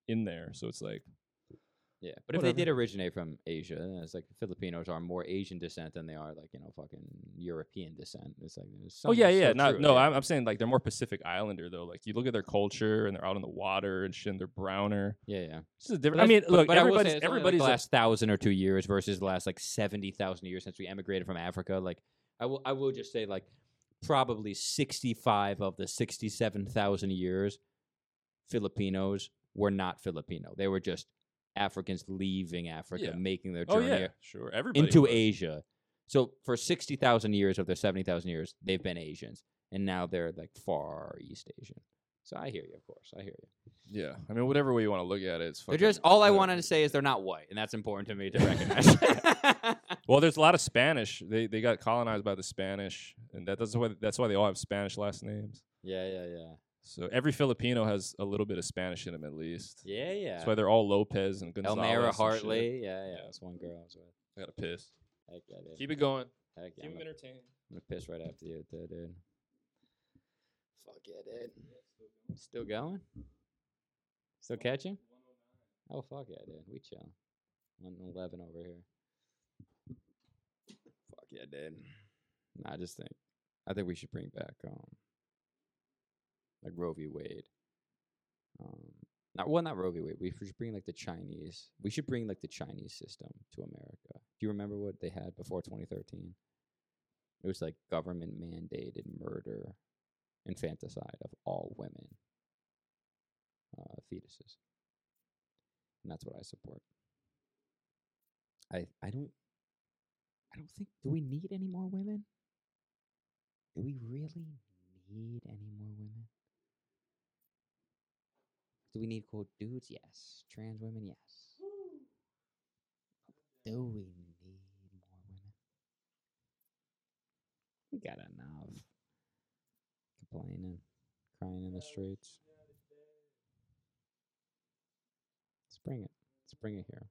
[SPEAKER 2] in there. So it's like oh,
[SPEAKER 1] Yeah, but if
[SPEAKER 2] Whatever.
[SPEAKER 1] they did originate from Asia, then it's like Filipinos are more Asian descent than they are like you know fucking European descent. It's like there's
[SPEAKER 2] Oh yeah,
[SPEAKER 1] something
[SPEAKER 2] yeah.
[SPEAKER 1] so
[SPEAKER 2] Not,
[SPEAKER 1] true,
[SPEAKER 2] no,
[SPEAKER 1] yeah.
[SPEAKER 2] I'm, I'm saying like they're more Pacific Islander though. Like you look at their culture and they're out in the water and shit. And they're browner.
[SPEAKER 1] yeah, yeah.
[SPEAKER 2] This is
[SPEAKER 1] But
[SPEAKER 2] different. I mean,
[SPEAKER 1] that's- but-
[SPEAKER 2] look,
[SPEAKER 1] but I will say
[SPEAKER 2] everybody's
[SPEAKER 1] it's only, like,
[SPEAKER 2] everybody's
[SPEAKER 1] the
[SPEAKER 2] a-
[SPEAKER 1] last thousand or two years versus the last like seventy thousand years since we emigrated from Africa. Like, I will, I will just say like probably sixty-five of the sixty-seven thousand years, Filipinos were not Filipino. They were just Africans leaving Africa,
[SPEAKER 2] Yeah.
[SPEAKER 1] making their
[SPEAKER 2] oh
[SPEAKER 1] journey
[SPEAKER 2] yeah, sure. Everybody
[SPEAKER 1] into
[SPEAKER 2] was.
[SPEAKER 1] Asia. So for sixty thousand years of their seventy thousand years, they've been Asians, and now they're like far East Asian. So I hear you, of course, I hear you.
[SPEAKER 2] Yeah, I mean, whatever way you want to look at it, it's.
[SPEAKER 1] They're
[SPEAKER 2] Fucking,
[SPEAKER 1] just all I
[SPEAKER 2] whatever.
[SPEAKER 1] wanted to say is they're not white, and that's important to me to recognize.
[SPEAKER 2] Well, there's a lot of Spanish. They they got colonized by the Spanish, and that, that's why that's why they all have Spanish last names.
[SPEAKER 1] yeah, yeah, yeah,
[SPEAKER 2] So every Filipino has a little bit of Spanish in them at least.
[SPEAKER 1] yeah, yeah.
[SPEAKER 2] That's why they're all Lopez and Gonzalez.
[SPEAKER 1] Elmira
[SPEAKER 2] and shit.
[SPEAKER 1] Hartley, yeah, yeah. That's one girl I was with.
[SPEAKER 2] I gotta piss.
[SPEAKER 1] Heck yeah, dude.
[SPEAKER 2] Keep it going.
[SPEAKER 1] Heck
[SPEAKER 2] Keep
[SPEAKER 1] yeah, I'm,
[SPEAKER 2] them
[SPEAKER 1] gonna,
[SPEAKER 2] entertained.
[SPEAKER 1] I'm gonna piss right after you, too, dude. Fuck yeah, dude. Still going? Still catching? Oh fuck yeah, dude. We chill. One eleven over here. Fuck yeah, dude. Nah, I just think I think we should bring back um like Roe v. Wade. Um not well not Roe v. Wade. We should bring like the Chinese we should bring like the Chinese system to America. Do you remember what they had before twenty thirteen? It was like government mandated murder, infanticide of all women uh, fetuses, and that's what I support. I I don't I don't think do we need any more women? Do we really need any more women? Do we need quote dudes? Yes. Trans women? Yes. Do we need more women? We got enough complaining, crying in the streets. Let's bring it. Let's bring it here.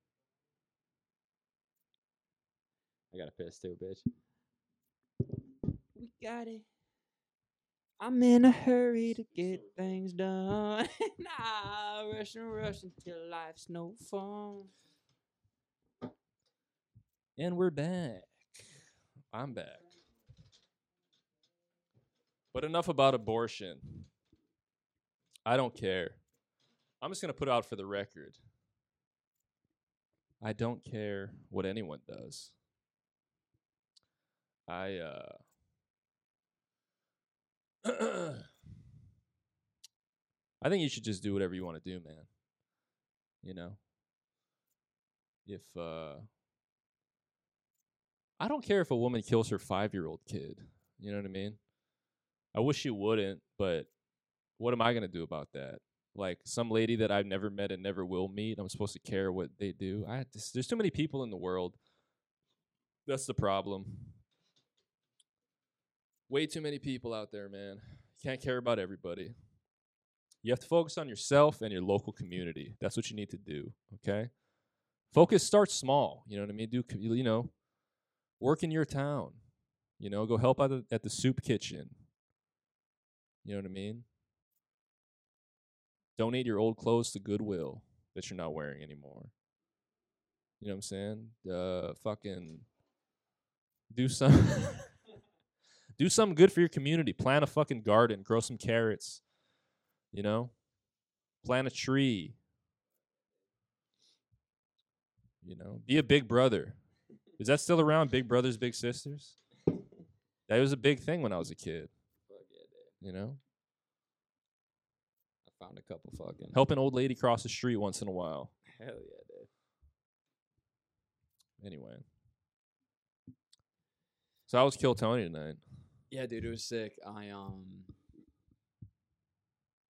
[SPEAKER 1] I gotta piss too, bitch. We got it. I'm in a hurry to get things done. nah, rush and rush until life's no fun.
[SPEAKER 2] And we're back. I'm back. But enough about abortion. I don't care. I'm just going to put out for the record I don't care what anyone does. I, uh, I think you should just do whatever you want to do, man. You know? If, uh, I don't care if a woman kills her five year old kid. You know what I mean? I wish she wouldn't, but what am I going to do about that? Like some lady that I've never met and never will meet, I'm supposed to care what they do. I just, there's too many people in the world. That's the problem. Way too many people out there, man. You can't care about everybody. You have to focus on yourself and your local community. That's what you need to do, okay? Focus start small, you know what I mean? Do co- you know, work in your town. You know, go help out at the- at the soup kitchen. You know what I mean? Donate your old clothes to Goodwill that you're not wearing anymore. You know what I'm saying? Uh, fucking do some do something good for your community. Plant a fucking garden, grow some carrots. You know? Plant a tree. You know, be a big brother. Is that still around? Big brothers, big sisters? That was a big thing when I was a kid,
[SPEAKER 1] Fuck yeah, dude.
[SPEAKER 2] you know?
[SPEAKER 1] I found a couple fucking.
[SPEAKER 2] Help an old lady cross the street once in a while.
[SPEAKER 1] Hell yeah, dude.
[SPEAKER 2] Anyway. So I was Kill Tony tonight.
[SPEAKER 1] Yeah, dude, it was sick. I um,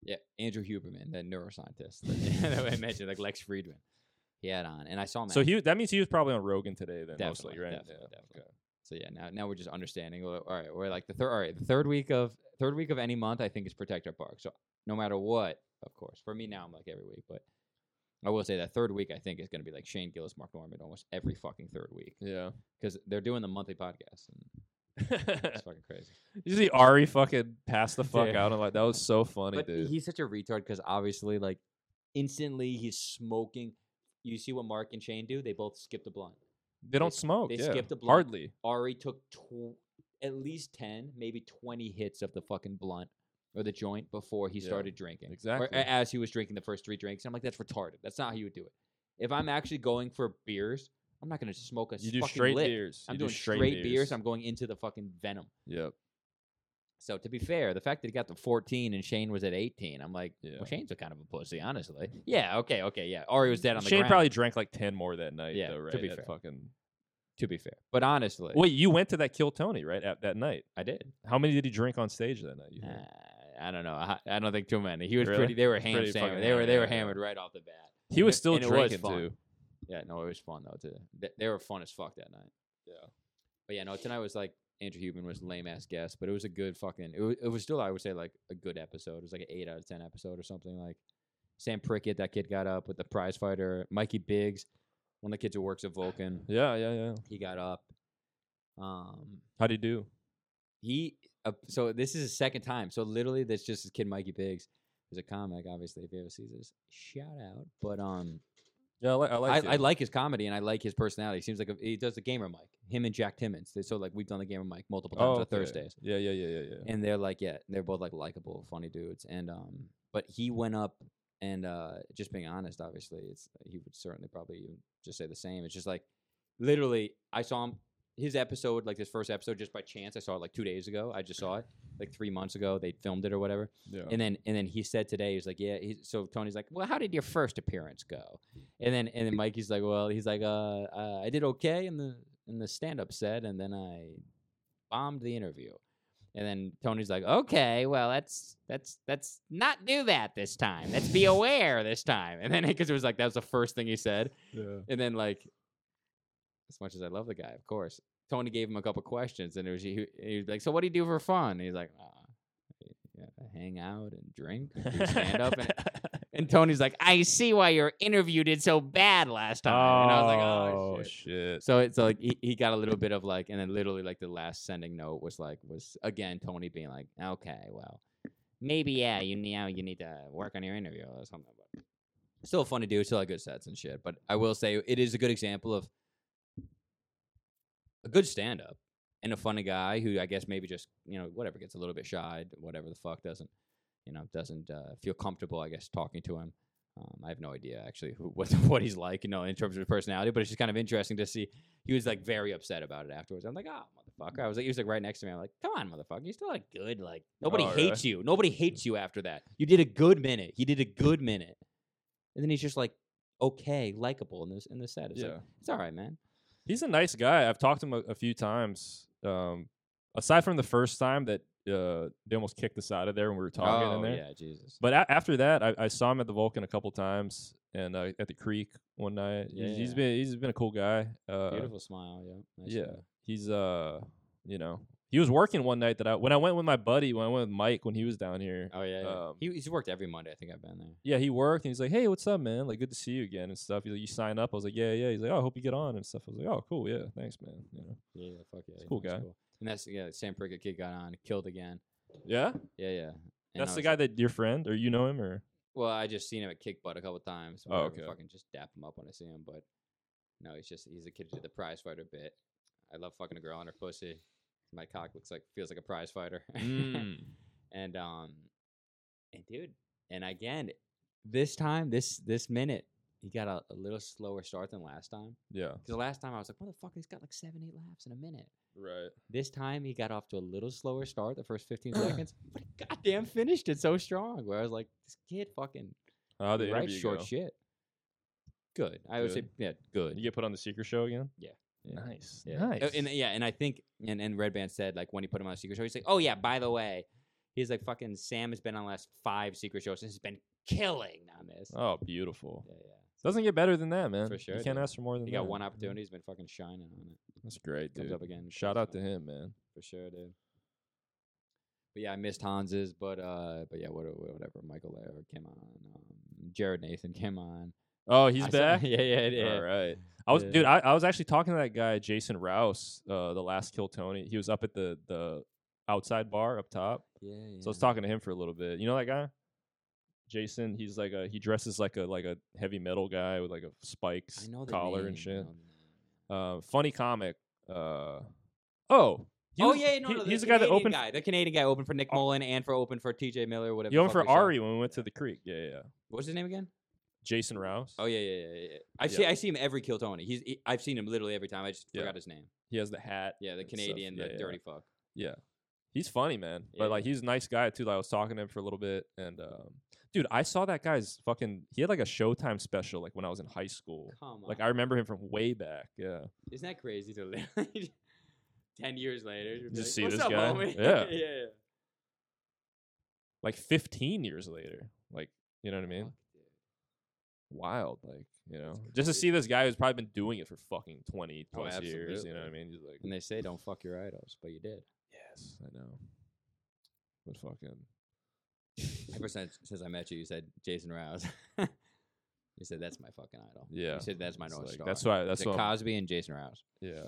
[SPEAKER 1] yeah, Andrew Huberman, that neuroscientist that, that I mentioned, like Lex Friedman, he had on, and I saw him.
[SPEAKER 2] So
[SPEAKER 1] at-
[SPEAKER 2] he that means he was probably on Rogan today then mostly,
[SPEAKER 1] Oh, Definitely,
[SPEAKER 2] right?
[SPEAKER 1] definitely, definitely. So yeah, now now we're just understanding. All all right, we're like the third. All right, the third week of third week of any month, I think is Protect Our Park. So no matter what, of course, for me now, I'm like every week, but I will say that third week, I think is going to be like Shane Gillis, Mark Norman, almost every fucking third week
[SPEAKER 2] Yeah.
[SPEAKER 1] because they're doing the monthly podcast, and
[SPEAKER 2] yeah.
[SPEAKER 1] it's fucking crazy.
[SPEAKER 2] you see Ari fucking pass the fuck
[SPEAKER 1] Dude.
[SPEAKER 2] out and like that was so funny,
[SPEAKER 1] But
[SPEAKER 2] dude.
[SPEAKER 1] he's such a retard because obviously, like, instantly he's smoking. You see what Mark and Shane do? They both skip the blunt.
[SPEAKER 2] they don't
[SPEAKER 1] they-
[SPEAKER 2] smoke.
[SPEAKER 1] they
[SPEAKER 2] yeah.
[SPEAKER 1] skipped a blunt.
[SPEAKER 2] Hardly.
[SPEAKER 1] Ari took tw- at least 10, maybe 20 hits of the fucking blunt or the joint before he
[SPEAKER 2] Yeah,
[SPEAKER 1] started drinking.
[SPEAKER 2] exactly.
[SPEAKER 1] Or a- as he was drinking the first three drinks. I'm like, that's retarded. That's not how you would do it. If I'm actually going for beers, I'm not going to smoke a
[SPEAKER 2] You do
[SPEAKER 1] fucking
[SPEAKER 2] straight
[SPEAKER 1] lick.
[SPEAKER 2] beers.
[SPEAKER 1] I'm
[SPEAKER 2] you
[SPEAKER 1] doing
[SPEAKER 2] do straight,
[SPEAKER 1] beers. I'm going into the fucking venom.
[SPEAKER 2] Yep.
[SPEAKER 1] So to be fair, the fact that he got to 14 and Shane was at 18, I'm like,
[SPEAKER 2] Yeah.
[SPEAKER 1] well, Shane's a kind of a pussy, honestly. Yeah, okay, okay, yeah. Ari was dead on the
[SPEAKER 2] Shane
[SPEAKER 1] ground.
[SPEAKER 2] probably drank like ten more that night
[SPEAKER 1] Yeah,
[SPEAKER 2] though,
[SPEAKER 1] to
[SPEAKER 2] right?
[SPEAKER 1] be
[SPEAKER 2] That
[SPEAKER 1] fair.
[SPEAKER 2] fucking
[SPEAKER 1] to be fair, but honestly,
[SPEAKER 2] Wait, you went to that Kill Tony, right? At that night.
[SPEAKER 1] I did.
[SPEAKER 2] How many did he drink on stage that night? You
[SPEAKER 1] Uh,
[SPEAKER 2] think?
[SPEAKER 1] I don't know. I, I don't think too many. He was
[SPEAKER 2] Really?
[SPEAKER 1] pretty. They were ham
[SPEAKER 2] Pretty fucking
[SPEAKER 1] sandwich. They were
[SPEAKER 2] hammered,
[SPEAKER 1] they were
[SPEAKER 2] yeah, yeah.
[SPEAKER 1] hammered right off the bat.
[SPEAKER 2] he
[SPEAKER 1] and
[SPEAKER 2] was
[SPEAKER 1] it-
[SPEAKER 2] still
[SPEAKER 1] and it was
[SPEAKER 2] drinking
[SPEAKER 1] fun.
[SPEAKER 2] too.
[SPEAKER 1] Yeah, no, it was fun though. Too. They, they were fun as fuck that night.
[SPEAKER 2] Yeah.
[SPEAKER 1] But yeah, no, tonight was like Andrew Huberman was lame ass guest, but it was a good fucking. It was, it was still I would say like a good episode. It was like an eight out of ten episode or something. Like Sam Prickett, that kid got up with the prize fighter Mikey Biggs, one of the kids who works at Vulcan.
[SPEAKER 2] Yeah, yeah, yeah.
[SPEAKER 1] He got up. Um,
[SPEAKER 2] How'd he do?
[SPEAKER 1] he uh, so this is his second time. So literally, this just this kid Mikey Biggs. who's a comic, obviously. If he ever sees this, shout out. But um,
[SPEAKER 2] Yeah, I, li- I like.
[SPEAKER 1] I, I like his comedy and I like his personality. He seems like a, he does the gamer mic. Him and Jack Timmons. They, so like we've done the gamer mic multiple times on
[SPEAKER 2] Oh, okay.
[SPEAKER 1] Thursdays,
[SPEAKER 2] Yeah, yeah, yeah, yeah, yeah.
[SPEAKER 1] and they're like, yeah, they're both like likable, funny dudes. And um, but he went up and uh, just being honest, obviously, it's he would certainly probably even just say the same. It's just like literally, I saw him his episode, like his first episode, just by chance. I saw it like two days ago. I just saw it like three months ago. They filmed it or whatever.
[SPEAKER 2] yeah.
[SPEAKER 1] And then and then he said today, he's like, yeah. He, so Tony's like, well, how did your first appearance go? And then and then Mikey's like, well, he's like, uh, uh I did okay in the in the stand up set, and then I bombed the interview. And then Tony's like, okay, well, that's that's that's not do that this time. Let's be aware this time. And then because it was like that was the first thing he said.
[SPEAKER 2] yeah.
[SPEAKER 1] And then like, as much as I love the guy, of course, Tony gave him a couple questions, and it was he, he was like, "So what do you do for fun?" And he's like, uh, yeah, I "Hang out and drink, and do stand up." And, and Tony's like, "I see why your interview did so bad last time." and I was like, "Oh shit."
[SPEAKER 2] shit.
[SPEAKER 1] So it's like he, he got a little bit of like, and then literally like the last sending note was like was again Tony being like, okay, well, maybe yeah, you now you need to work on your interview or something. But still fun to do, still have good sets and shit. But I will say it is a good example of a good stand up and a funny guy who I guess maybe just you know whatever gets a little bit shy, whatever the fuck doesn't you know doesn't uh, feel comfortable I guess talking to him. Um, I have no idea actually who, what what he's like, you know, in terms of his personality. But it's just kind of interesting to see. He was like very upset about it afterwards. I'm like, oh motherfucker. I was like, he was like right next to me. I'm like, come on, motherfucker. You're still like good. Like nobody
[SPEAKER 2] Oh,
[SPEAKER 1] hates you. Nobody hates you after that. You did a good minute. He did a good minute. And then he's just like okay, likable in this in this set. It's like,
[SPEAKER 2] Yeah.
[SPEAKER 1] it's all right, man.
[SPEAKER 2] He's a nice guy. I've talked to him a, a few times. Um, aside from the first time that uh, they almost kicked us out of there when we were talking in
[SPEAKER 1] oh
[SPEAKER 2] there.
[SPEAKER 1] yeah, Jesus.
[SPEAKER 2] But a- after that, I, I saw him at the Vulcan a couple times and uh, at the Creek one night. He's- he's
[SPEAKER 1] Yeah.
[SPEAKER 2] been he's been a cool guy. Uh,
[SPEAKER 1] Beautiful smile. Yeah. Nice
[SPEAKER 2] yeah,
[SPEAKER 1] guy.
[SPEAKER 2] he's uh, you know, he was working one night that I when I went with my buddy when I went with Mike when he was down here.
[SPEAKER 1] Oh yeah. yeah.
[SPEAKER 2] Um,
[SPEAKER 1] he, he's worked every Monday. I think I've been there.
[SPEAKER 2] yeah, he worked and he's like, "Hey, what's up, man? Like, good to see you again and stuff." He's like, "You sign up?" I was like, "Yeah, yeah." He's like, "Oh, I hope you get on and stuff." I was like, "Oh, cool, yeah, thanks, man." You know?
[SPEAKER 1] Yeah, yeah, fuck yeah.
[SPEAKER 2] He's a
[SPEAKER 1] yeah,
[SPEAKER 2] cool
[SPEAKER 1] that's
[SPEAKER 2] guy.
[SPEAKER 1] And that's yeah, Sam Prickett kid got on, killed again.
[SPEAKER 2] Yeah,
[SPEAKER 1] Yeah, yeah. And
[SPEAKER 2] that's
[SPEAKER 1] I
[SPEAKER 2] the
[SPEAKER 1] was
[SPEAKER 2] guy
[SPEAKER 1] like-
[SPEAKER 2] that your friend or you know him or
[SPEAKER 1] well, I just seen him at Kick Butt a couple times.
[SPEAKER 2] Oh,
[SPEAKER 1] whatever,
[SPEAKER 2] okay.
[SPEAKER 1] Fucking just dap him up when I see him, but no, he's just he's a kid who did the prize fighter bit. I love fucking a girl on her pussy. My cock looks like feels like a prize fighter.
[SPEAKER 2] Mm.
[SPEAKER 1] Mm. and um and dude and again this time this this minute he got a, a little slower start than last time
[SPEAKER 2] yeah,
[SPEAKER 1] because the last time i was like motherfucker he's got like seven eight laps in a minute
[SPEAKER 2] right.
[SPEAKER 1] this time he got off to a little slower start the first 15 seconds but he goddamn finished it so strong where i was like this kid fucking
[SPEAKER 2] How Uh, the
[SPEAKER 1] writes
[SPEAKER 2] interview
[SPEAKER 1] short
[SPEAKER 2] go?
[SPEAKER 1] shit good i would say
[SPEAKER 2] Good.
[SPEAKER 1] yeah good
[SPEAKER 2] You get put on the secret show again.
[SPEAKER 1] Yeah.
[SPEAKER 2] nice,
[SPEAKER 1] Yeah. Uh,
[SPEAKER 2] nice.
[SPEAKER 1] And yeah, and I think and, and Red Band said like when he put him on a secret show, he's like, Oh yeah, by the way, he's like fucking Sam has been on the last five secret shows and has been killing on this.
[SPEAKER 2] Oh, beautiful.
[SPEAKER 1] Yeah, yeah.
[SPEAKER 2] Doesn't get better than that, man.
[SPEAKER 1] For sure
[SPEAKER 2] You
[SPEAKER 1] it
[SPEAKER 2] can't
[SPEAKER 1] doesn't.
[SPEAKER 2] ask for more than
[SPEAKER 1] He
[SPEAKER 2] that.
[SPEAKER 1] got one opportunity, he's been fucking shining on it.
[SPEAKER 2] That's great,
[SPEAKER 1] Comes
[SPEAKER 2] dude.
[SPEAKER 1] up again.
[SPEAKER 2] Shout out to him, man.
[SPEAKER 1] For sure, dude. But yeah, I missed Hans's, but uh but yeah, what- whatever. Michael Lair came on. Um, Jared Nathan came on.
[SPEAKER 2] Oh, he's
[SPEAKER 1] I saw-
[SPEAKER 2] back.
[SPEAKER 1] yeah, yeah, yeah.
[SPEAKER 2] All right. I was,
[SPEAKER 1] Yeah.
[SPEAKER 2] dude. I, I was actually talking to that guy, Jason Rouse, uh, the last Kill Tony. He was up at the the outside bar up top.
[SPEAKER 1] Yeah, yeah.
[SPEAKER 2] So I was talking to him for a little bit. You know that guy, Jason. He's like a he dresses like a like a heavy metal guy with like a
[SPEAKER 1] I
[SPEAKER 2] spikes
[SPEAKER 1] know the
[SPEAKER 2] collar
[SPEAKER 1] name,
[SPEAKER 2] and
[SPEAKER 1] I
[SPEAKER 2] shit.
[SPEAKER 1] know the name.
[SPEAKER 2] Uh, funny comic. Uh, oh. he
[SPEAKER 1] oh
[SPEAKER 2] was-
[SPEAKER 1] yeah, no,
[SPEAKER 2] he-
[SPEAKER 1] no,
[SPEAKER 2] he's the guy
[SPEAKER 1] Canadian
[SPEAKER 2] that opened.
[SPEAKER 1] guy. The Canadian guy opened for Nick Mullen and for open for T.J. Miller, whatever.
[SPEAKER 2] You
[SPEAKER 1] the
[SPEAKER 2] opened
[SPEAKER 1] fuck
[SPEAKER 2] for
[SPEAKER 1] we saw.
[SPEAKER 2] Ari when we went to the creek. Yeah, yeah. yeah.
[SPEAKER 1] What's his name again?
[SPEAKER 2] Jason Rouse.
[SPEAKER 1] Oh yeah, yeah, yeah, yeah, yeah. I
[SPEAKER 2] Yeah.
[SPEAKER 1] see. I see him every Kill Tony. He's. He, I've seen him literally every time. I just
[SPEAKER 2] Yeah.
[SPEAKER 1] forgot his name.
[SPEAKER 2] He has the hat.
[SPEAKER 1] Yeah, the
[SPEAKER 2] and stuff.
[SPEAKER 1] Canadian,
[SPEAKER 2] Yeah,
[SPEAKER 1] the
[SPEAKER 2] yeah.
[SPEAKER 1] dirty fuck.
[SPEAKER 2] He's funny, man. But like, he's a nice guy too. Like, I was talking to him for a little bit, and um, dude, I saw that guy's fucking. He had like a Showtime special, like when I was in high school.
[SPEAKER 1] Come on.
[SPEAKER 2] Like I remember him from way back. Yeah.
[SPEAKER 1] Isn't that crazy to literally ten years later you'd be
[SPEAKER 2] Just
[SPEAKER 1] like,
[SPEAKER 2] see
[SPEAKER 1] "What's
[SPEAKER 2] this
[SPEAKER 1] up,
[SPEAKER 2] guy?"
[SPEAKER 1] homie?"
[SPEAKER 2] Yeah.
[SPEAKER 1] yeah, yeah.
[SPEAKER 2] Like 15 years later. Like, you know what I mean?
[SPEAKER 1] Fuck, dude.
[SPEAKER 2] Wild. Like, you know,
[SPEAKER 1] That's
[SPEAKER 2] just to
[SPEAKER 1] crazy.
[SPEAKER 2] see this guy who's probably been doing it for fucking 20
[SPEAKER 1] Oh,
[SPEAKER 2] plus years. You know what I
[SPEAKER 1] absolutely.
[SPEAKER 2] mean? He's like,
[SPEAKER 1] And they say don't fuck your idols, but you did.
[SPEAKER 2] yes, I know. But fucking.
[SPEAKER 1] Ever since since I met you, you said Jason Rouse. you said that's my fucking idol.
[SPEAKER 2] Yeah,
[SPEAKER 1] You said that's my
[SPEAKER 2] it's
[SPEAKER 1] north
[SPEAKER 2] like,
[SPEAKER 1] star.
[SPEAKER 2] That's why. That's
[SPEAKER 1] That's
[SPEAKER 2] what. I'm-
[SPEAKER 1] Cosby and Jason Rouse.
[SPEAKER 2] Yeah.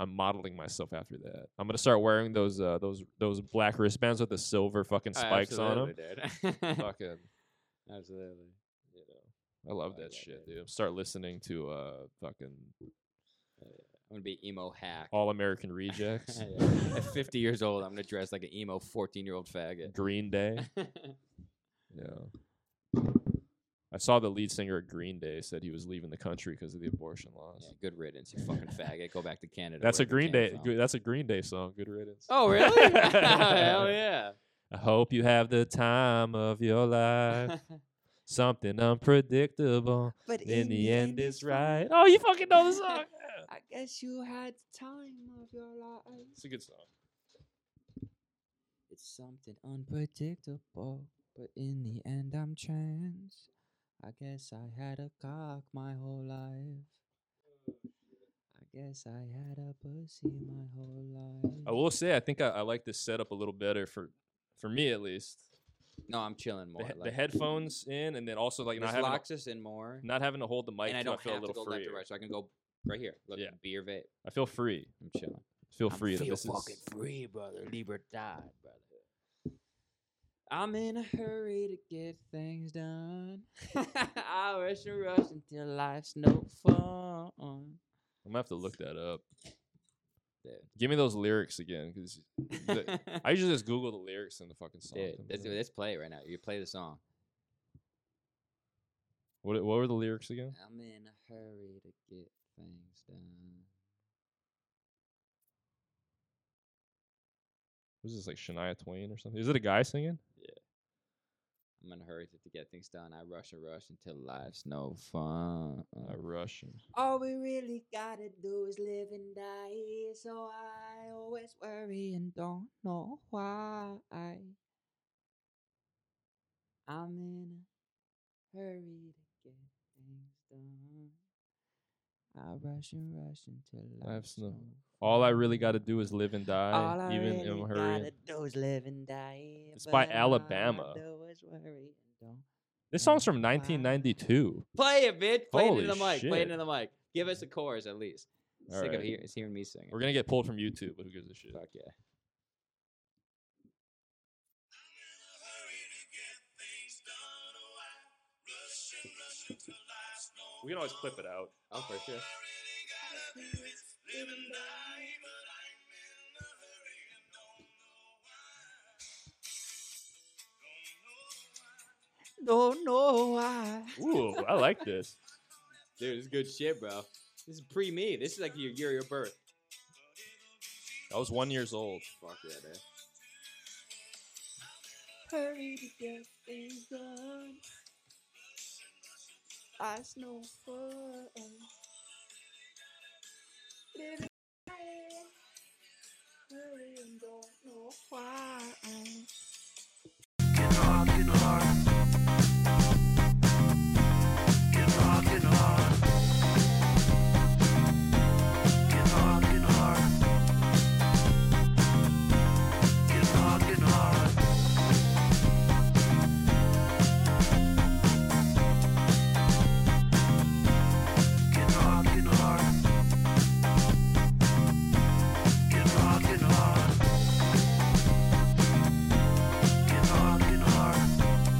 [SPEAKER 2] I'm modeling myself after that. I'm gonna start wearing those uh, those those black wristbands with the silver fucking spikes on them.
[SPEAKER 3] them.
[SPEAKER 2] Fucking,
[SPEAKER 3] absolutely.
[SPEAKER 2] you know, I love
[SPEAKER 3] Oh,
[SPEAKER 2] that
[SPEAKER 3] yeah,
[SPEAKER 2] shit,
[SPEAKER 3] dude.
[SPEAKER 2] dude. Start listening to uh fucking
[SPEAKER 3] I'm gonna be emo hack.
[SPEAKER 2] All American Rejects,
[SPEAKER 3] Yeah. At 50 years old, I'm gonna dress like an emo 14 year old faggot.
[SPEAKER 2] Green Day. Yeah. I saw the lead singer of Green Day said he was leaving the country because of the abortion laws.
[SPEAKER 3] Yeah, good riddance, you fucking faggot. Go back to Canada.
[SPEAKER 2] That's a
[SPEAKER 3] wherever you
[SPEAKER 2] Green
[SPEAKER 3] came
[SPEAKER 2] Day.
[SPEAKER 3] from.
[SPEAKER 2] gr- That's a Green Day song. Good riddance.
[SPEAKER 3] Oh really? Hell yeah.
[SPEAKER 2] I hope you have the time of your life. Something unpredictable.
[SPEAKER 3] but
[SPEAKER 2] In the end, it's right. Oh, you fucking know the song.
[SPEAKER 3] I guess you had time of your life.
[SPEAKER 2] It's a good song.
[SPEAKER 3] It's something unpredictable, but in the end, I'm chance. I guess I had a cock my whole life. I guess I had a pussy my whole life.
[SPEAKER 2] I will say, I think I, I like this setup a little better for, for me at least.
[SPEAKER 3] no, I'm chilling more.
[SPEAKER 2] The, he- the
[SPEAKER 3] like,
[SPEAKER 2] headphones in, and then also like
[SPEAKER 3] this
[SPEAKER 2] not having
[SPEAKER 3] locks
[SPEAKER 2] to,
[SPEAKER 3] us in more,
[SPEAKER 2] not having to hold the mic.
[SPEAKER 3] and I
[SPEAKER 2] too,
[SPEAKER 3] don't
[SPEAKER 2] feel
[SPEAKER 3] have
[SPEAKER 2] a
[SPEAKER 3] to go
[SPEAKER 2] little free.
[SPEAKER 3] left or right, so I can go right here. Look,
[SPEAKER 2] Yeah.
[SPEAKER 3] beer vape.
[SPEAKER 2] I feel free.
[SPEAKER 3] I'm chilling.
[SPEAKER 2] Feel
[SPEAKER 3] I'm
[SPEAKER 2] free. that
[SPEAKER 3] Feel
[SPEAKER 2] this
[SPEAKER 3] fucking
[SPEAKER 2] is,
[SPEAKER 3] free, brother. Libertad, brother. I'm in a hurry to get things done. I rush and rush until life's no fun.
[SPEAKER 2] I'm gonna have to look that up.
[SPEAKER 3] Dude.
[SPEAKER 2] Give me those lyrics again, because The- I usually just Google the lyrics in the fucking song.
[SPEAKER 3] Dude,
[SPEAKER 2] comes
[SPEAKER 3] let's,
[SPEAKER 2] up.
[SPEAKER 3] let's play it right now. You play the song.
[SPEAKER 2] What what were the lyrics again?
[SPEAKER 3] I'm in a hurry to get things done.
[SPEAKER 2] Was this like Shania Twain or something? Is it a guy singing?
[SPEAKER 3] I'm in a hurry to, to get things done. I rush and rush until life's no fun.
[SPEAKER 2] A Russian.
[SPEAKER 3] All we really gotta do is live and die. So I always worry and don't know why. I'm in a hurry to get things done. I rush and rush until life's
[SPEAKER 2] Life's no-
[SPEAKER 3] no.
[SPEAKER 2] All I really
[SPEAKER 3] fun.
[SPEAKER 2] got to do is live and die,
[SPEAKER 3] All I
[SPEAKER 2] even
[SPEAKER 3] really
[SPEAKER 2] in a hurry.
[SPEAKER 3] gotta do is live and die.
[SPEAKER 2] It's by
[SPEAKER 3] but all I
[SPEAKER 2] Alabama.
[SPEAKER 3] do is worry and don't
[SPEAKER 2] This song's from
[SPEAKER 3] Wow.
[SPEAKER 2] 1992.
[SPEAKER 3] Play it, bitch. Play it
[SPEAKER 2] Holy
[SPEAKER 3] into the mic. Play
[SPEAKER 2] shit.
[SPEAKER 3] it into the mic. Give us a chorus at least.
[SPEAKER 2] All
[SPEAKER 3] Sick of
[SPEAKER 2] right.
[SPEAKER 3] hear, hearing me sing.
[SPEAKER 2] We're gonna get pulled from YouTube, but who gives a shit?
[SPEAKER 3] Fuck yeah.
[SPEAKER 2] We can always clip it out.
[SPEAKER 3] Oh, for sure. Don't know why.
[SPEAKER 2] Ooh, I like this.
[SPEAKER 3] Dude, this is good shit, bro. This is pre me. This is like your year of your birth.
[SPEAKER 2] I was one years old.
[SPEAKER 3] Fuck yeah, dude. Hurry to get things done. Life's no fun. Living life. Hurry and don't know why.
[SPEAKER 4] Can hard, can